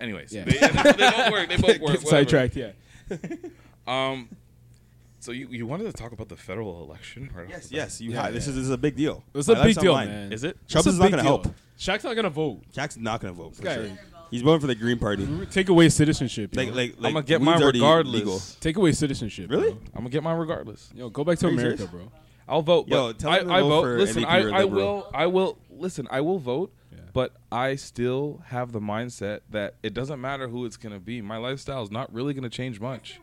[SPEAKER 3] Anyways,
[SPEAKER 2] Yeah.
[SPEAKER 3] [laughs] they, they both work. They both work.
[SPEAKER 2] Get
[SPEAKER 3] whatever.
[SPEAKER 2] sidetracked. Yeah.
[SPEAKER 3] Um. So you, you wanted to talk about the federal election? Right off
[SPEAKER 1] Yes,
[SPEAKER 3] the bat.
[SPEAKER 1] yes. You
[SPEAKER 2] Yeah,
[SPEAKER 1] ha- This, is, this is a big deal.
[SPEAKER 2] It's
[SPEAKER 1] My
[SPEAKER 2] a big
[SPEAKER 1] life's on
[SPEAKER 2] deal,
[SPEAKER 1] line.
[SPEAKER 2] man.
[SPEAKER 3] Is it?
[SPEAKER 1] Trump
[SPEAKER 2] It's a
[SPEAKER 1] is not
[SPEAKER 2] big
[SPEAKER 1] going
[SPEAKER 2] deal.
[SPEAKER 1] to help.
[SPEAKER 2] Shaq's not gonna vote.
[SPEAKER 1] Jack's not going to vote for
[SPEAKER 2] guy- Mm-hmm.
[SPEAKER 1] sure. He's voting for the Green Party.
[SPEAKER 2] Take away citizenship.
[SPEAKER 1] Like,
[SPEAKER 2] Like,
[SPEAKER 1] like, like
[SPEAKER 3] I'm gonna get
[SPEAKER 1] weed's
[SPEAKER 3] mine
[SPEAKER 1] already
[SPEAKER 3] regardless.
[SPEAKER 1] legal.
[SPEAKER 2] take away citizenship.
[SPEAKER 1] Really?
[SPEAKER 2] bro.
[SPEAKER 3] I'm gonna get mine regardless.
[SPEAKER 2] Yo, go back to
[SPEAKER 1] you
[SPEAKER 2] America,
[SPEAKER 1] serious?
[SPEAKER 2] bro.
[SPEAKER 3] I'll vote.
[SPEAKER 1] Yo,
[SPEAKER 3] but
[SPEAKER 1] tell
[SPEAKER 3] I,
[SPEAKER 1] them to
[SPEAKER 3] I
[SPEAKER 1] vote
[SPEAKER 3] vote.
[SPEAKER 1] for
[SPEAKER 3] Listen,
[SPEAKER 1] NDP
[SPEAKER 3] I,
[SPEAKER 1] or
[SPEAKER 3] I
[SPEAKER 1] Liberal.
[SPEAKER 3] will. I will. Listen, I will vote. But I still have the mindset that it doesn't matter who it's gonna be. My lifestyle is not really gonna change much.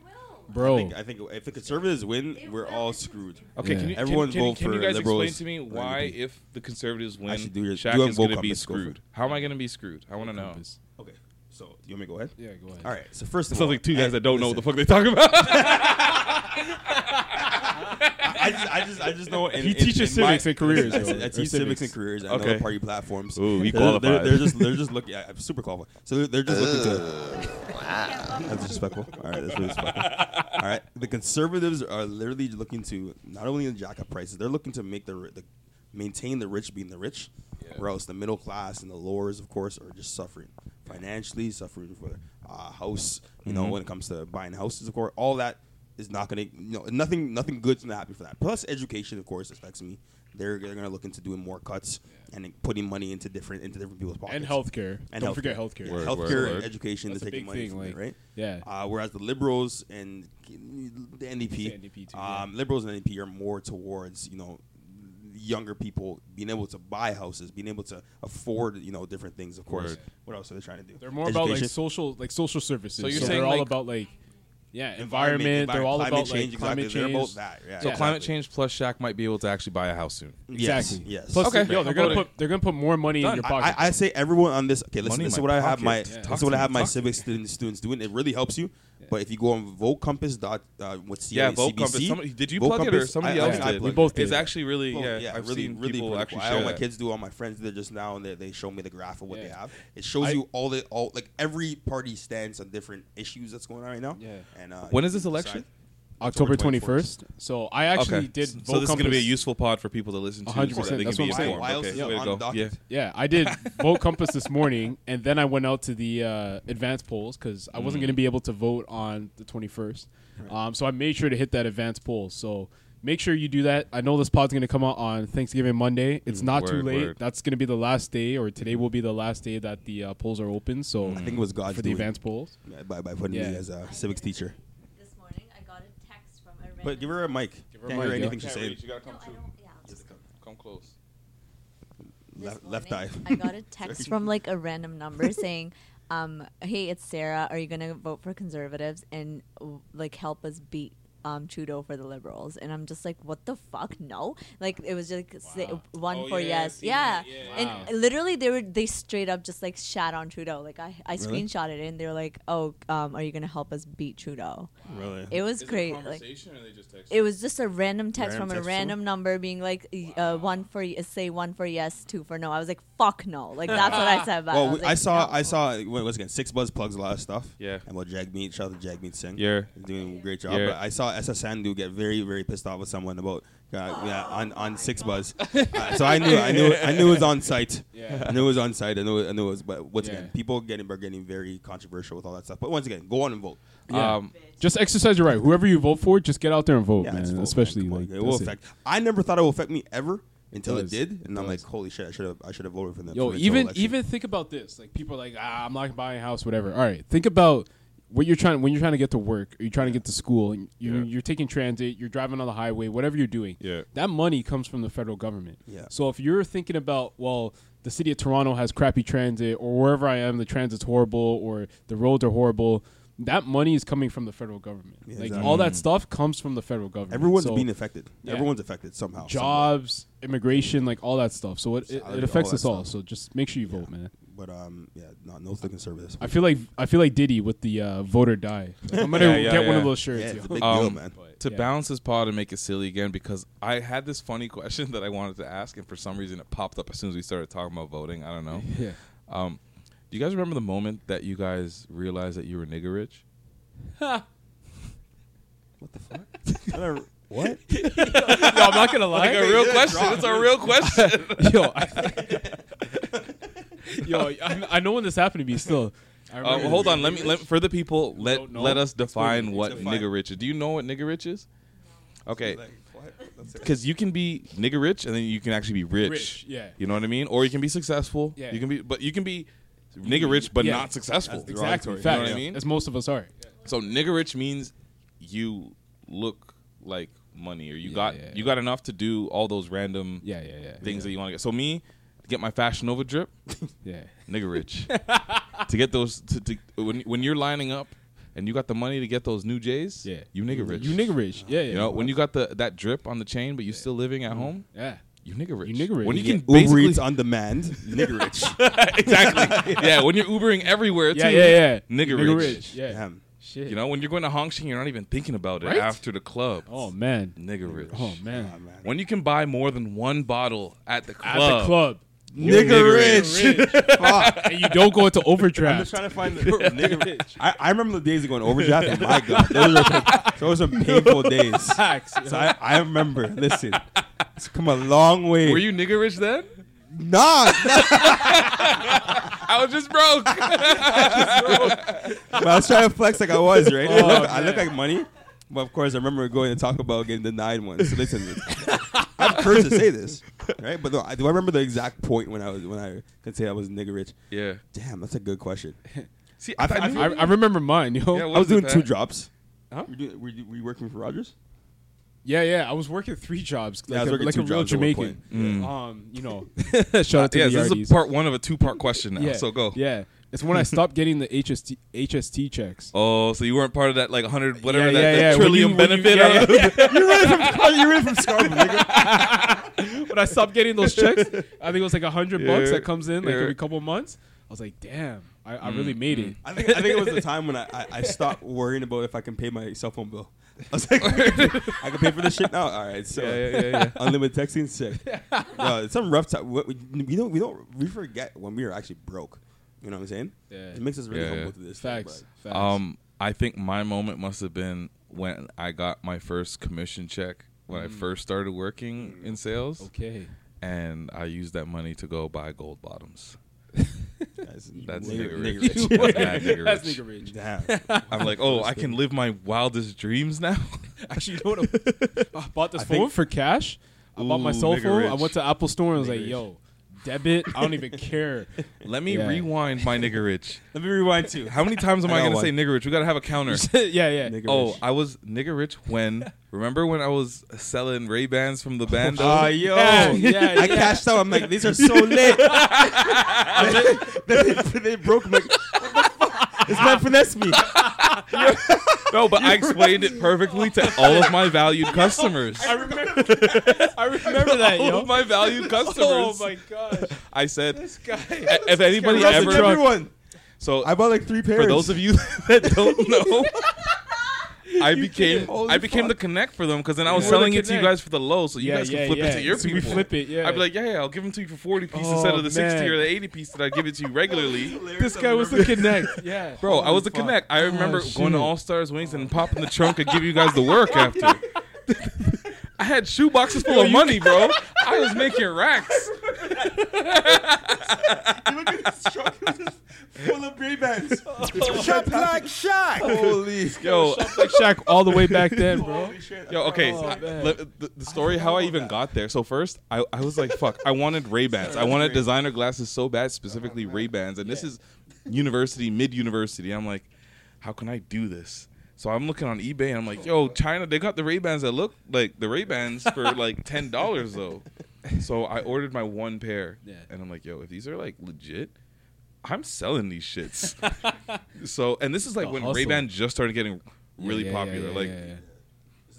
[SPEAKER 2] bro.
[SPEAKER 1] think, I think if the conservatives win, we're all screwed.
[SPEAKER 3] Okay, can you
[SPEAKER 1] Everyone
[SPEAKER 3] can, can,
[SPEAKER 1] vote
[SPEAKER 3] can you
[SPEAKER 1] for
[SPEAKER 3] guys
[SPEAKER 1] liberals
[SPEAKER 3] explain to me
[SPEAKER 1] or
[SPEAKER 3] why,
[SPEAKER 1] NDP.
[SPEAKER 3] if the conservatives win,
[SPEAKER 1] should do your-
[SPEAKER 3] Shaq
[SPEAKER 1] do a
[SPEAKER 3] is going to
[SPEAKER 1] vote
[SPEAKER 3] be
[SPEAKER 1] compass, go for
[SPEAKER 3] screwed?
[SPEAKER 1] it.
[SPEAKER 3] How am I going to be screwed? I want to know.
[SPEAKER 2] Compass.
[SPEAKER 1] Okay, so do you want me to go ahead?
[SPEAKER 2] Yeah, go ahead.
[SPEAKER 1] All right. So first of all,
[SPEAKER 3] Sounds like two guys
[SPEAKER 1] I-
[SPEAKER 3] that don't know what the
[SPEAKER 1] listen,
[SPEAKER 3] fuck they talking about.
[SPEAKER 1] I just, I just, I just know.
[SPEAKER 3] [laughs]
[SPEAKER 1] In,
[SPEAKER 2] He
[SPEAKER 1] in-
[SPEAKER 2] teaches
[SPEAKER 1] in
[SPEAKER 2] civics and careers,
[SPEAKER 1] [laughs] I,
[SPEAKER 2] yo,
[SPEAKER 1] I
[SPEAKER 2] or
[SPEAKER 1] teach
[SPEAKER 2] civics.
[SPEAKER 1] civics and careers. I know
[SPEAKER 3] Okay.
[SPEAKER 1] the party platforms.
[SPEAKER 3] Ooh, he
[SPEAKER 1] They're- they're-
[SPEAKER 3] qualified.
[SPEAKER 1] They're, just, they're just looking. I'm super qualified. So they're, they're just looking
[SPEAKER 3] [laughs]
[SPEAKER 1] to. That's disrespectful. All right, that's really disrespectful. All right, the conservatives are literally looking to not only jack up prices, they're looking to make the, ri- the maintain the rich being the rich, or else the middle class and the lowers, of course, are just suffering financially, suffering for uh, house. You
[SPEAKER 2] Mm-hmm.
[SPEAKER 1] know, when it comes to buying houses, of course, all that is not going to you know nothing nothing good's going to happen for that. Plus, education, of course, affects me. They're, they're going to look into doing more cuts and then putting money into different into different people's pockets
[SPEAKER 2] and healthcare.
[SPEAKER 1] and
[SPEAKER 2] Don't
[SPEAKER 1] healthcare.
[SPEAKER 2] forget healthcare.
[SPEAKER 1] Yeah,
[SPEAKER 3] Word,
[SPEAKER 1] healthcare
[SPEAKER 3] word, word.
[SPEAKER 1] and education
[SPEAKER 2] That's a
[SPEAKER 1] they're
[SPEAKER 2] big
[SPEAKER 1] taking money
[SPEAKER 2] thing,
[SPEAKER 1] from
[SPEAKER 2] like,
[SPEAKER 1] it, right?
[SPEAKER 2] yeah.
[SPEAKER 1] Uh, whereas the liberals and the NDP,
[SPEAKER 2] I'd say NDP too, yeah.
[SPEAKER 1] um, liberals and NDP are more towards you know younger people being able to buy houses, being able to afford you know different things. Of course,
[SPEAKER 3] Word.
[SPEAKER 1] what else are they trying to do?
[SPEAKER 2] They're more about
[SPEAKER 1] Education.
[SPEAKER 2] like social, like social services. So
[SPEAKER 3] So you're
[SPEAKER 2] you're
[SPEAKER 3] saying,
[SPEAKER 2] they're all
[SPEAKER 3] like,
[SPEAKER 2] about like, yeah, environment. They're all
[SPEAKER 1] climate
[SPEAKER 2] about
[SPEAKER 1] change,
[SPEAKER 2] like climate
[SPEAKER 1] exactly.
[SPEAKER 2] change.
[SPEAKER 1] They're about that. Yeah,
[SPEAKER 3] so
[SPEAKER 2] Yeah.
[SPEAKER 3] [laughs] climate change plus Shaq might be able to actually buy a house soon.
[SPEAKER 1] Yes,
[SPEAKER 2] Exactly.
[SPEAKER 1] Yes.
[SPEAKER 2] Plus,
[SPEAKER 3] Okay.
[SPEAKER 2] yo, they're gonna
[SPEAKER 3] Voting.
[SPEAKER 2] put they're gonna put more money in your
[SPEAKER 1] I-
[SPEAKER 2] pocket.
[SPEAKER 1] I, I say everyone on this. Okay, listen.
[SPEAKER 3] Money in
[SPEAKER 1] This is
[SPEAKER 3] my
[SPEAKER 1] what I have my.
[SPEAKER 3] pocket. Yeah.
[SPEAKER 1] This
[SPEAKER 3] Talk
[SPEAKER 1] is what
[SPEAKER 3] to
[SPEAKER 1] I have
[SPEAKER 3] me,
[SPEAKER 1] my
[SPEAKER 3] talk to
[SPEAKER 1] civic students, students doing. It really helps you. But if you go on votecompass dot uh, with C-
[SPEAKER 3] Yeah, vote
[SPEAKER 1] CBC,
[SPEAKER 3] compass. Somebody, did you
[SPEAKER 1] Vote
[SPEAKER 3] plug it or
[SPEAKER 1] Compass,
[SPEAKER 3] somebody
[SPEAKER 1] I- I
[SPEAKER 3] else
[SPEAKER 1] mean, I
[SPEAKER 3] did?
[SPEAKER 1] plugged
[SPEAKER 2] We both
[SPEAKER 1] it.
[SPEAKER 2] did.
[SPEAKER 3] It's actually really,
[SPEAKER 1] Well,
[SPEAKER 3] Oh, yeah, I've
[SPEAKER 1] really,
[SPEAKER 3] seen
[SPEAKER 1] really
[SPEAKER 3] people
[SPEAKER 1] pretty
[SPEAKER 3] actually
[SPEAKER 1] cool. I,
[SPEAKER 3] share
[SPEAKER 1] all my
[SPEAKER 3] that.
[SPEAKER 1] kids do, all my friends did just now, and they, they show me the graph of what they
[SPEAKER 2] Yeah.
[SPEAKER 1] have. It shows
[SPEAKER 2] I-
[SPEAKER 1] you all the all like every party stands on different issues that's going on right now.
[SPEAKER 2] Yeah.
[SPEAKER 1] And uh,
[SPEAKER 3] When is
[SPEAKER 1] you
[SPEAKER 3] this
[SPEAKER 1] decide.
[SPEAKER 3] election?
[SPEAKER 2] October twenty
[SPEAKER 1] 21st.
[SPEAKER 2] first. So I actually
[SPEAKER 3] okay.
[SPEAKER 2] did.
[SPEAKER 3] so
[SPEAKER 2] vote
[SPEAKER 3] this is going to be a
[SPEAKER 2] compass.
[SPEAKER 3] useful pod for people to listen to. So
[SPEAKER 2] 100%,
[SPEAKER 3] that they
[SPEAKER 2] that's
[SPEAKER 3] can be
[SPEAKER 2] what I'm saying.
[SPEAKER 3] informed.
[SPEAKER 1] Why else
[SPEAKER 3] Okay,
[SPEAKER 1] is it
[SPEAKER 3] way to
[SPEAKER 1] on
[SPEAKER 3] go.
[SPEAKER 1] the docket?
[SPEAKER 3] Yeah.
[SPEAKER 2] Yeah, I did vote compass this morning, and then I went out to the uh, advanced polls because I
[SPEAKER 1] Mm.
[SPEAKER 2] wasn't going to be able to vote on the 21st. Um, so I made sure to hit that advanced poll. So make sure you do that. I know this pod's going to come out on Thanksgiving Monday.
[SPEAKER 1] Mm,
[SPEAKER 2] It's not too
[SPEAKER 3] Word,
[SPEAKER 2] late.
[SPEAKER 3] word.
[SPEAKER 2] That's going to be the last day, or today will be the last day that the uh, polls are open. So
[SPEAKER 1] Mm. I think it was God's
[SPEAKER 2] for the
[SPEAKER 1] doing.
[SPEAKER 2] advanced polls.
[SPEAKER 1] by, by putting me
[SPEAKER 2] Yeah.
[SPEAKER 1] as a civics teacher.
[SPEAKER 8] This morning, I got a text from a random.
[SPEAKER 1] But give her a mic.
[SPEAKER 2] her a
[SPEAKER 1] Can't
[SPEAKER 2] mic,
[SPEAKER 1] hear
[SPEAKER 2] yo.
[SPEAKER 1] anything she's saying.
[SPEAKER 3] gotta
[SPEAKER 8] No, I don't. Yeah. I'll just go.
[SPEAKER 3] come close.
[SPEAKER 8] This
[SPEAKER 1] Left- left
[SPEAKER 8] morning,
[SPEAKER 1] eye.
[SPEAKER 8] I got a text from like a random number [laughs] saying, um, "Hey, it's Sarah. Are you gonna vote for conservatives and w- like help us beat?" Um, Trudeau for the Liberals, and I'm just like, what the fuck? No, like it was just like, say, one
[SPEAKER 3] Oh,
[SPEAKER 8] for
[SPEAKER 3] yeah, I've
[SPEAKER 8] yes,
[SPEAKER 3] seen
[SPEAKER 8] yeah.
[SPEAKER 3] that.
[SPEAKER 8] And literally, they were they straight up just like shat on Trudeau. Like I, I
[SPEAKER 1] Really?
[SPEAKER 8] screenshotted it, and they were like, oh, um, are you gonna help us beat Trudeau?
[SPEAKER 1] [laughs] Really?
[SPEAKER 8] It was great. like,
[SPEAKER 3] or they just text?
[SPEAKER 8] it was just a random text
[SPEAKER 1] Random
[SPEAKER 8] from
[SPEAKER 1] text
[SPEAKER 8] a
[SPEAKER 1] from
[SPEAKER 8] random number being like y- uh, one for y- say one for yes two for no i was like fuck no like that's what i said back.
[SPEAKER 1] Well, we,
[SPEAKER 8] I, was
[SPEAKER 1] I
[SPEAKER 8] Uh, like,
[SPEAKER 1] saw,
[SPEAKER 8] no.
[SPEAKER 1] I saw. Wait, once again, Six Buzz plugs a lot of stuff.
[SPEAKER 3] Yeah.
[SPEAKER 1] And well, Jagmeet, shout out to Jagmeet Singh.
[SPEAKER 3] Yeah.
[SPEAKER 1] he's doing a great job.
[SPEAKER 3] Yeah.
[SPEAKER 1] But I saw SS Sandu get very, very pissed off with someone about uh, yeah, on on Six
[SPEAKER 2] [laughs]
[SPEAKER 1] Buzz. Uh, so I knew, I knew, I knew it was on site.
[SPEAKER 2] Yeah.
[SPEAKER 1] I knew it was on site. I knew, I knew it was. But once
[SPEAKER 2] Yeah.
[SPEAKER 1] again, people getting are getting very controversial with all that stuff. But once again, go on and vote.
[SPEAKER 2] Yeah.
[SPEAKER 3] Um,
[SPEAKER 2] just exercise your right. Whoever you vote for, just get out there and vote,
[SPEAKER 1] Yeah,
[SPEAKER 2] man.
[SPEAKER 1] it's vote, man.
[SPEAKER 2] Especially
[SPEAKER 1] Come on,
[SPEAKER 2] like
[SPEAKER 1] it will
[SPEAKER 2] that's it.
[SPEAKER 1] affect. I never thought it would affect me ever until it,
[SPEAKER 2] does.
[SPEAKER 1] did, and
[SPEAKER 2] It
[SPEAKER 1] I'm like,
[SPEAKER 2] does.
[SPEAKER 1] holy shit, I should have, I should have voted for them.
[SPEAKER 2] Yo,
[SPEAKER 1] for this
[SPEAKER 2] even
[SPEAKER 1] election.
[SPEAKER 2] even think about this. Like people are like, ah, I'm not buying a house, whatever. All right, think about what you're trying when you're trying to get to work or you're trying to get to school. And you're,
[SPEAKER 3] Yeah.
[SPEAKER 2] you're taking transit, you're driving on the highway, whatever you're doing.
[SPEAKER 3] Yeah.
[SPEAKER 2] that money comes from the federal government.
[SPEAKER 1] Yeah.
[SPEAKER 2] So if you're thinking about, well, the city of Toronto has crappy transit, or wherever I am, the transit's horrible, or the roads are horrible. That money is coming from the federal government. like
[SPEAKER 1] exactly. Mm.
[SPEAKER 2] all that stuff comes from the federal government.
[SPEAKER 1] everyone's
[SPEAKER 2] So-
[SPEAKER 1] being affected.
[SPEAKER 2] Yeah.
[SPEAKER 1] Everyone's affected somehow. somewhere.
[SPEAKER 2] jobs, immigration, like all that stuff. So it, it,
[SPEAKER 1] Salary,
[SPEAKER 2] it affects
[SPEAKER 1] all
[SPEAKER 2] us
[SPEAKER 1] that
[SPEAKER 2] all.
[SPEAKER 1] stuff.
[SPEAKER 2] So just make sure you vote, man.
[SPEAKER 1] But um, yeah, not no to the conservatives.
[SPEAKER 2] I feel like I feel like Diddy with the uh, vote or
[SPEAKER 3] [laughs]
[SPEAKER 2] die. Like, I'm gonna
[SPEAKER 3] Yeah, yeah,
[SPEAKER 2] get one
[SPEAKER 3] yeah.
[SPEAKER 2] of those
[SPEAKER 1] yeah,
[SPEAKER 2] shirts.
[SPEAKER 1] it's a
[SPEAKER 2] yo.
[SPEAKER 1] big
[SPEAKER 3] Um,
[SPEAKER 1] deal, man.
[SPEAKER 3] to
[SPEAKER 2] yeah.
[SPEAKER 3] balance this pod and make it silly again because I had this funny [laughs] question that I wanted to ask and for some reason it popped up as soon as we started talking about voting. I
[SPEAKER 2] [laughs]
[SPEAKER 3] don't know.
[SPEAKER 2] yeah.
[SPEAKER 3] Um, do you guys remember the moment that you guys realized that you were nigger rich?
[SPEAKER 1] What the fuck? [laughs] I don't- what?
[SPEAKER 2] No, I'm not gonna lie.
[SPEAKER 3] a [laughs] real question. It's a real [laughs] question.
[SPEAKER 2] yo, I,
[SPEAKER 1] [laughs]
[SPEAKER 2] yo, I, I know when this happened to me. Still, I
[SPEAKER 3] um,
[SPEAKER 2] remember-
[SPEAKER 3] hold on. Let me let, for the people. Let
[SPEAKER 2] don't know.
[SPEAKER 3] let us define what
[SPEAKER 1] Define.
[SPEAKER 3] nigger rich is. Do you know what nigger rich is?
[SPEAKER 1] [laughs]
[SPEAKER 3] Okay,
[SPEAKER 1] Like, what? That's [laughs] it.
[SPEAKER 3] because you can be nigger rich and then you can actually be rich.
[SPEAKER 2] Rich, yeah.
[SPEAKER 3] You know what I mean? Or you can be successful.
[SPEAKER 2] Yeah.
[SPEAKER 3] You can be, but you can be nigger rich but
[SPEAKER 2] Yeah.
[SPEAKER 3] not successful.
[SPEAKER 1] That's
[SPEAKER 2] Exactly.
[SPEAKER 1] derogatory.
[SPEAKER 2] Facts.
[SPEAKER 3] You know what I mean?
[SPEAKER 2] As most of us are.
[SPEAKER 3] So nigger rich means you look like money, or you got
[SPEAKER 2] yeah,
[SPEAKER 3] you got enough to do all those random
[SPEAKER 2] Yeah, yeah, yeah.
[SPEAKER 3] things that you want to get. So me, get my Fashion
[SPEAKER 2] [laughs]
[SPEAKER 3] Nova drip,
[SPEAKER 2] Yeah.
[SPEAKER 3] nigga rich. to get those, to, to, when when you're lining up and you got the money to get those new J's,
[SPEAKER 2] Yeah.
[SPEAKER 3] you nigga rich.
[SPEAKER 2] You nigga rich. Yeah, Mm. yeah.
[SPEAKER 3] You know, when you got the that drip on the chain, but you still living at home,
[SPEAKER 2] yeah.
[SPEAKER 3] you nigga rich.
[SPEAKER 2] You nigga rich.
[SPEAKER 3] When you
[SPEAKER 2] Yeah.
[SPEAKER 3] can
[SPEAKER 1] Uber
[SPEAKER 3] basically
[SPEAKER 2] [laughs]
[SPEAKER 1] Eats on demand, [laughs] nigga rich.
[SPEAKER 3] exactly, yeah. When you're Ubering everywhere,
[SPEAKER 2] Yeah,
[SPEAKER 3] too,
[SPEAKER 2] yeah, yeah.
[SPEAKER 3] nigga, rich.
[SPEAKER 2] Yeah.
[SPEAKER 1] Damn.
[SPEAKER 2] Shit.
[SPEAKER 3] You know, when you're going to Hong Shing, you're not even thinking about it
[SPEAKER 2] Right?
[SPEAKER 3] after the club.
[SPEAKER 2] Oh man.
[SPEAKER 3] nigga rich.
[SPEAKER 2] Oh
[SPEAKER 1] Nah,
[SPEAKER 2] man.
[SPEAKER 1] man.
[SPEAKER 3] When you can buy more than one bottle at the
[SPEAKER 2] At
[SPEAKER 3] club,
[SPEAKER 2] the club.
[SPEAKER 3] you nigga rich.
[SPEAKER 1] Fuck.
[SPEAKER 2] and you don't go
[SPEAKER 1] [laughs]
[SPEAKER 2] into
[SPEAKER 1] I'm
[SPEAKER 2] overdraft.
[SPEAKER 1] just trying to [laughs] find the nigga rich. I, I remember the days of going overdraft. And my God, those are those are painful days. So
[SPEAKER 2] Facts.
[SPEAKER 1] I, I remember. Listen, it's come a long way.
[SPEAKER 3] Were you nigga rich then?
[SPEAKER 1] nah? nah.
[SPEAKER 3] I was just broke. [laughs]
[SPEAKER 1] But I was trying to flex like I was, right? I,
[SPEAKER 2] Oh,
[SPEAKER 1] look, [laughs] I
[SPEAKER 2] man.
[SPEAKER 1] look like money, but of course I remember going to Taco Bell getting denied one. So listen, I have courage to say this, right? But no, I, do I remember the exact point when I was when I could say I was nigga rich?
[SPEAKER 3] yeah.
[SPEAKER 1] Damn, that's a good question.
[SPEAKER 3] See,
[SPEAKER 1] I-
[SPEAKER 3] I, thought
[SPEAKER 1] I-
[SPEAKER 3] you-
[SPEAKER 2] I, I remember mine, [laughs] yo.
[SPEAKER 3] Yeah,
[SPEAKER 1] I
[SPEAKER 3] what
[SPEAKER 1] was
[SPEAKER 3] is it,
[SPEAKER 1] doing two
[SPEAKER 3] man?
[SPEAKER 1] drops.
[SPEAKER 3] Huh?
[SPEAKER 1] Were, you, were, you, were you working for Rogers?
[SPEAKER 2] Yeah, yeah. I was working three jobs, like
[SPEAKER 1] Yeah, I was
[SPEAKER 2] a,
[SPEAKER 1] working
[SPEAKER 2] like
[SPEAKER 1] two
[SPEAKER 2] a real
[SPEAKER 1] jobs at one
[SPEAKER 2] Jamaican. Um, you know, shout out to
[SPEAKER 3] Yeah,
[SPEAKER 2] the
[SPEAKER 3] this
[SPEAKER 2] Yardies.
[SPEAKER 3] is a part one of a two-part question now.
[SPEAKER 2] yeah,
[SPEAKER 3] So go.
[SPEAKER 2] Yeah, it's when I stopped getting the HST HST checks.
[SPEAKER 3] Oh, so you weren't part of that like hundred whatever
[SPEAKER 2] Yeah,
[SPEAKER 3] that,
[SPEAKER 2] yeah,
[SPEAKER 3] that
[SPEAKER 2] yeah. When
[SPEAKER 3] trillium
[SPEAKER 2] you- when you-
[SPEAKER 3] benefit.
[SPEAKER 2] yeah,
[SPEAKER 3] of-
[SPEAKER 2] yeah,
[SPEAKER 1] you ran from you ran from Scarborough,
[SPEAKER 2] [laughs]
[SPEAKER 1] nigga.
[SPEAKER 2] when I stopped getting those checks, I think it was like a hundred bucks
[SPEAKER 3] Yeah,
[SPEAKER 2] that comes in like
[SPEAKER 3] yeah.
[SPEAKER 2] every couple months. I was like, damn, I, I really made it.
[SPEAKER 1] I think, I
[SPEAKER 2] [laughs]
[SPEAKER 1] think it was the time when I, I, I stopped worrying about if I can pay my cell phone bill. [laughs] I was like, I can pay for this shit now. All right, so
[SPEAKER 3] Yeah, yeah, yeah, yeah.
[SPEAKER 1] unlimited
[SPEAKER 2] [laughs]
[SPEAKER 1] texting, sick. no, it's some rough time. We, we don't, we don't, we forget when we are actually broke. You know what I'm saying?
[SPEAKER 2] Yeah.
[SPEAKER 1] It makes us really
[SPEAKER 3] Yeah,
[SPEAKER 1] humble
[SPEAKER 3] yeah.
[SPEAKER 1] to this. thing,
[SPEAKER 2] Facts. Facts.
[SPEAKER 3] Um, I think my moment must have been when I got my first commission check when I first started working in sales,
[SPEAKER 2] okay.
[SPEAKER 3] and I used that money to go buy gold bottoms.
[SPEAKER 1] but guys,
[SPEAKER 3] [laughs] That's
[SPEAKER 1] nigga- nigga
[SPEAKER 3] nigga rich.
[SPEAKER 1] rich.
[SPEAKER 3] That's mad nigga
[SPEAKER 2] That's
[SPEAKER 3] rich.
[SPEAKER 2] nigga [laughs] rich.
[SPEAKER 1] [laughs] Damn.
[SPEAKER 3] I'm like, oh, I can live my wildest dreams now. [laughs]
[SPEAKER 2] Actually, you know what? [laughs] I, I bought this
[SPEAKER 1] I
[SPEAKER 2] phone
[SPEAKER 1] think-
[SPEAKER 2] for cash. I bought my
[SPEAKER 3] Ooh,
[SPEAKER 2] cell
[SPEAKER 3] nigga
[SPEAKER 2] phone. I
[SPEAKER 3] rich.
[SPEAKER 2] went to Apple Store and was like,
[SPEAKER 1] rich.
[SPEAKER 2] yo, debit. I don't
[SPEAKER 3] [laughs]
[SPEAKER 2] even care.
[SPEAKER 3] Let me
[SPEAKER 2] Yeah.
[SPEAKER 3] rewind my nigga rich.
[SPEAKER 1] Let me rewind to
[SPEAKER 3] How many times am
[SPEAKER 1] I
[SPEAKER 3] I,
[SPEAKER 1] got
[SPEAKER 3] gonna
[SPEAKER 1] one.
[SPEAKER 3] say nigga rich? We gotta have
[SPEAKER 2] [laughs]
[SPEAKER 3] a counter.
[SPEAKER 2] yeah, yeah.
[SPEAKER 1] Nigga
[SPEAKER 3] oh,
[SPEAKER 1] rich.
[SPEAKER 3] I was nigga rich when remember when I was selling Ray Bans from the band?
[SPEAKER 1] Ah, yo.
[SPEAKER 2] Yeah, yeah,
[SPEAKER 1] I
[SPEAKER 2] yeah.
[SPEAKER 1] cashed out. I'm like, these are so lit.
[SPEAKER 2] [laughs]
[SPEAKER 1] they, they broke my. What the fuck? This man finessed me.
[SPEAKER 3] no, but I explained it perfectly to all of my valued customers.
[SPEAKER 2] I remember. I remember that, [laughs]
[SPEAKER 3] all
[SPEAKER 2] yo.
[SPEAKER 3] of my valued customers.
[SPEAKER 2] Oh my gosh,
[SPEAKER 3] I said,
[SPEAKER 2] this
[SPEAKER 3] [laughs]
[SPEAKER 2] guy.
[SPEAKER 3] if anybody
[SPEAKER 1] Trusted
[SPEAKER 3] ever,
[SPEAKER 1] everyone.
[SPEAKER 3] so
[SPEAKER 1] I bought like three pairs.
[SPEAKER 3] for those of you [laughs] that
[SPEAKER 2] [laughs]
[SPEAKER 3] don't know, I became
[SPEAKER 1] holy
[SPEAKER 3] I became
[SPEAKER 1] fuck.
[SPEAKER 3] the connect for them because then I was
[SPEAKER 2] You were the
[SPEAKER 3] selling it to you
[SPEAKER 2] connect.
[SPEAKER 3] guys for the low, so you
[SPEAKER 2] Yeah,
[SPEAKER 3] guys can
[SPEAKER 2] yeah,
[SPEAKER 3] flip
[SPEAKER 2] yeah.
[SPEAKER 3] it to your
[SPEAKER 2] So we
[SPEAKER 3] people.
[SPEAKER 2] flip it, yeah.
[SPEAKER 3] I'd be like, yeah, yeah, I'll give them to you for forty piece
[SPEAKER 2] Oh,
[SPEAKER 3] instead of the sixty
[SPEAKER 2] man.
[SPEAKER 3] or the eighty piece that I give it to you regularly.
[SPEAKER 2] this guy was the [laughs] connect. Yeah,
[SPEAKER 3] Bro, I was the connect. I remember going to
[SPEAKER 2] shit.
[SPEAKER 3] All Stars Wings and popping the trunk and give you guys the work after. [laughs] I had shoe boxes full of money, bro.
[SPEAKER 2] [laughs]
[SPEAKER 3] I was making racks.
[SPEAKER 1] look at this truck, it's just full of Ray Bans.
[SPEAKER 4] Shop like Shaq.
[SPEAKER 1] Holy
[SPEAKER 3] Yo,
[SPEAKER 2] like Shaq all the way back then, bro.
[SPEAKER 1] shit.
[SPEAKER 3] Yo, okay. so I-
[SPEAKER 2] Oh, man.
[SPEAKER 3] le- the, the story how I even got there. So first, I, I was like, fuck, I wanted Ray Bans. I wanted designer glasses so bad, specifically Ray Bans. And this is university, mid university. I'm like, how can I do this? So I'm looking on eBay and I'm like,
[SPEAKER 2] Oh.
[SPEAKER 3] yo, China, they got the Ray Bans that look like the Ray Bans
[SPEAKER 2] [laughs]
[SPEAKER 3] for like ten dollars though. So I ordered my one pair, and I'm like, yo, if these are like legit, I'm selling
[SPEAKER 2] [laughs]
[SPEAKER 3] these shits. so and this is like
[SPEAKER 2] The
[SPEAKER 3] when
[SPEAKER 2] hustle.
[SPEAKER 3] Ray Ban just started getting [laughs] really
[SPEAKER 2] Yeah, yeah,
[SPEAKER 3] popular,
[SPEAKER 2] yeah,
[SPEAKER 3] like.
[SPEAKER 2] yeah, yeah.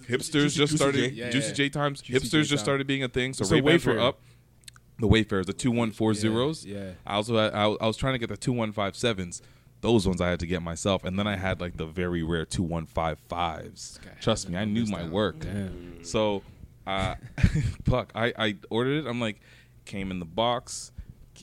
[SPEAKER 3] Hipsters
[SPEAKER 1] Juicy-
[SPEAKER 3] just
[SPEAKER 1] Juicy
[SPEAKER 3] started.
[SPEAKER 1] J.
[SPEAKER 2] Yeah,
[SPEAKER 3] Juicy
[SPEAKER 2] yeah.
[SPEAKER 3] J times.
[SPEAKER 2] Juicy J
[SPEAKER 3] Hipsters
[SPEAKER 2] time.
[SPEAKER 3] just started being a thing. So,
[SPEAKER 2] So
[SPEAKER 3] Ray Bans were
[SPEAKER 2] Wayfair.
[SPEAKER 3] up. The Wayfarers, the two one four zeros.
[SPEAKER 2] Yeah, yeah.
[SPEAKER 3] I also had, I, I was trying to get the two one five sevens. Those ones I had to get myself, and then I had like the very rare two one five fives.
[SPEAKER 2] guy had
[SPEAKER 3] Trust me, I knew my work.
[SPEAKER 2] Damn.
[SPEAKER 3] So, uh, [laughs] fuck, I, I ordered it. I'm like, came in the box,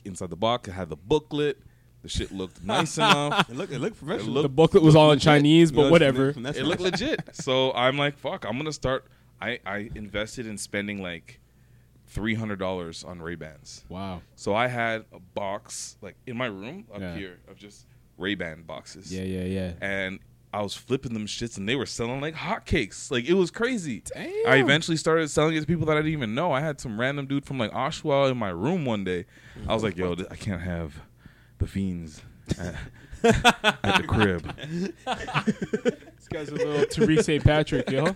[SPEAKER 3] inside the box. It had the booklet. The shit
[SPEAKER 2] [laughs]
[SPEAKER 3] looked nice enough.
[SPEAKER 1] It looked, it looked professional.
[SPEAKER 2] The booklet was all in Chinese,
[SPEAKER 1] You
[SPEAKER 2] but
[SPEAKER 1] know,
[SPEAKER 2] whatever.
[SPEAKER 1] from that
[SPEAKER 3] it looked legit. So I'm like, fuck, I'm gonna start. I I invested in spending like three hundred dollars on Ray Bans.
[SPEAKER 2] Wow.
[SPEAKER 3] So I had a box like in my room up
[SPEAKER 2] Yeah.
[SPEAKER 3] here of just Ray Ban boxes.
[SPEAKER 2] Yeah, yeah, yeah.
[SPEAKER 3] And I was flipping them shits, and they were selling like hotcakes. Like it was crazy.
[SPEAKER 2] Damn.
[SPEAKER 3] I eventually started selling it to people that I didn't even know. I had some random dude from like Oshawa in my room one day. I was like, yo, th- I can't have the fiends. At, at the
[SPEAKER 2] [laughs]
[SPEAKER 3] crib,
[SPEAKER 2] This guy's a little Therese Patrick, yo.
[SPEAKER 3] [laughs] you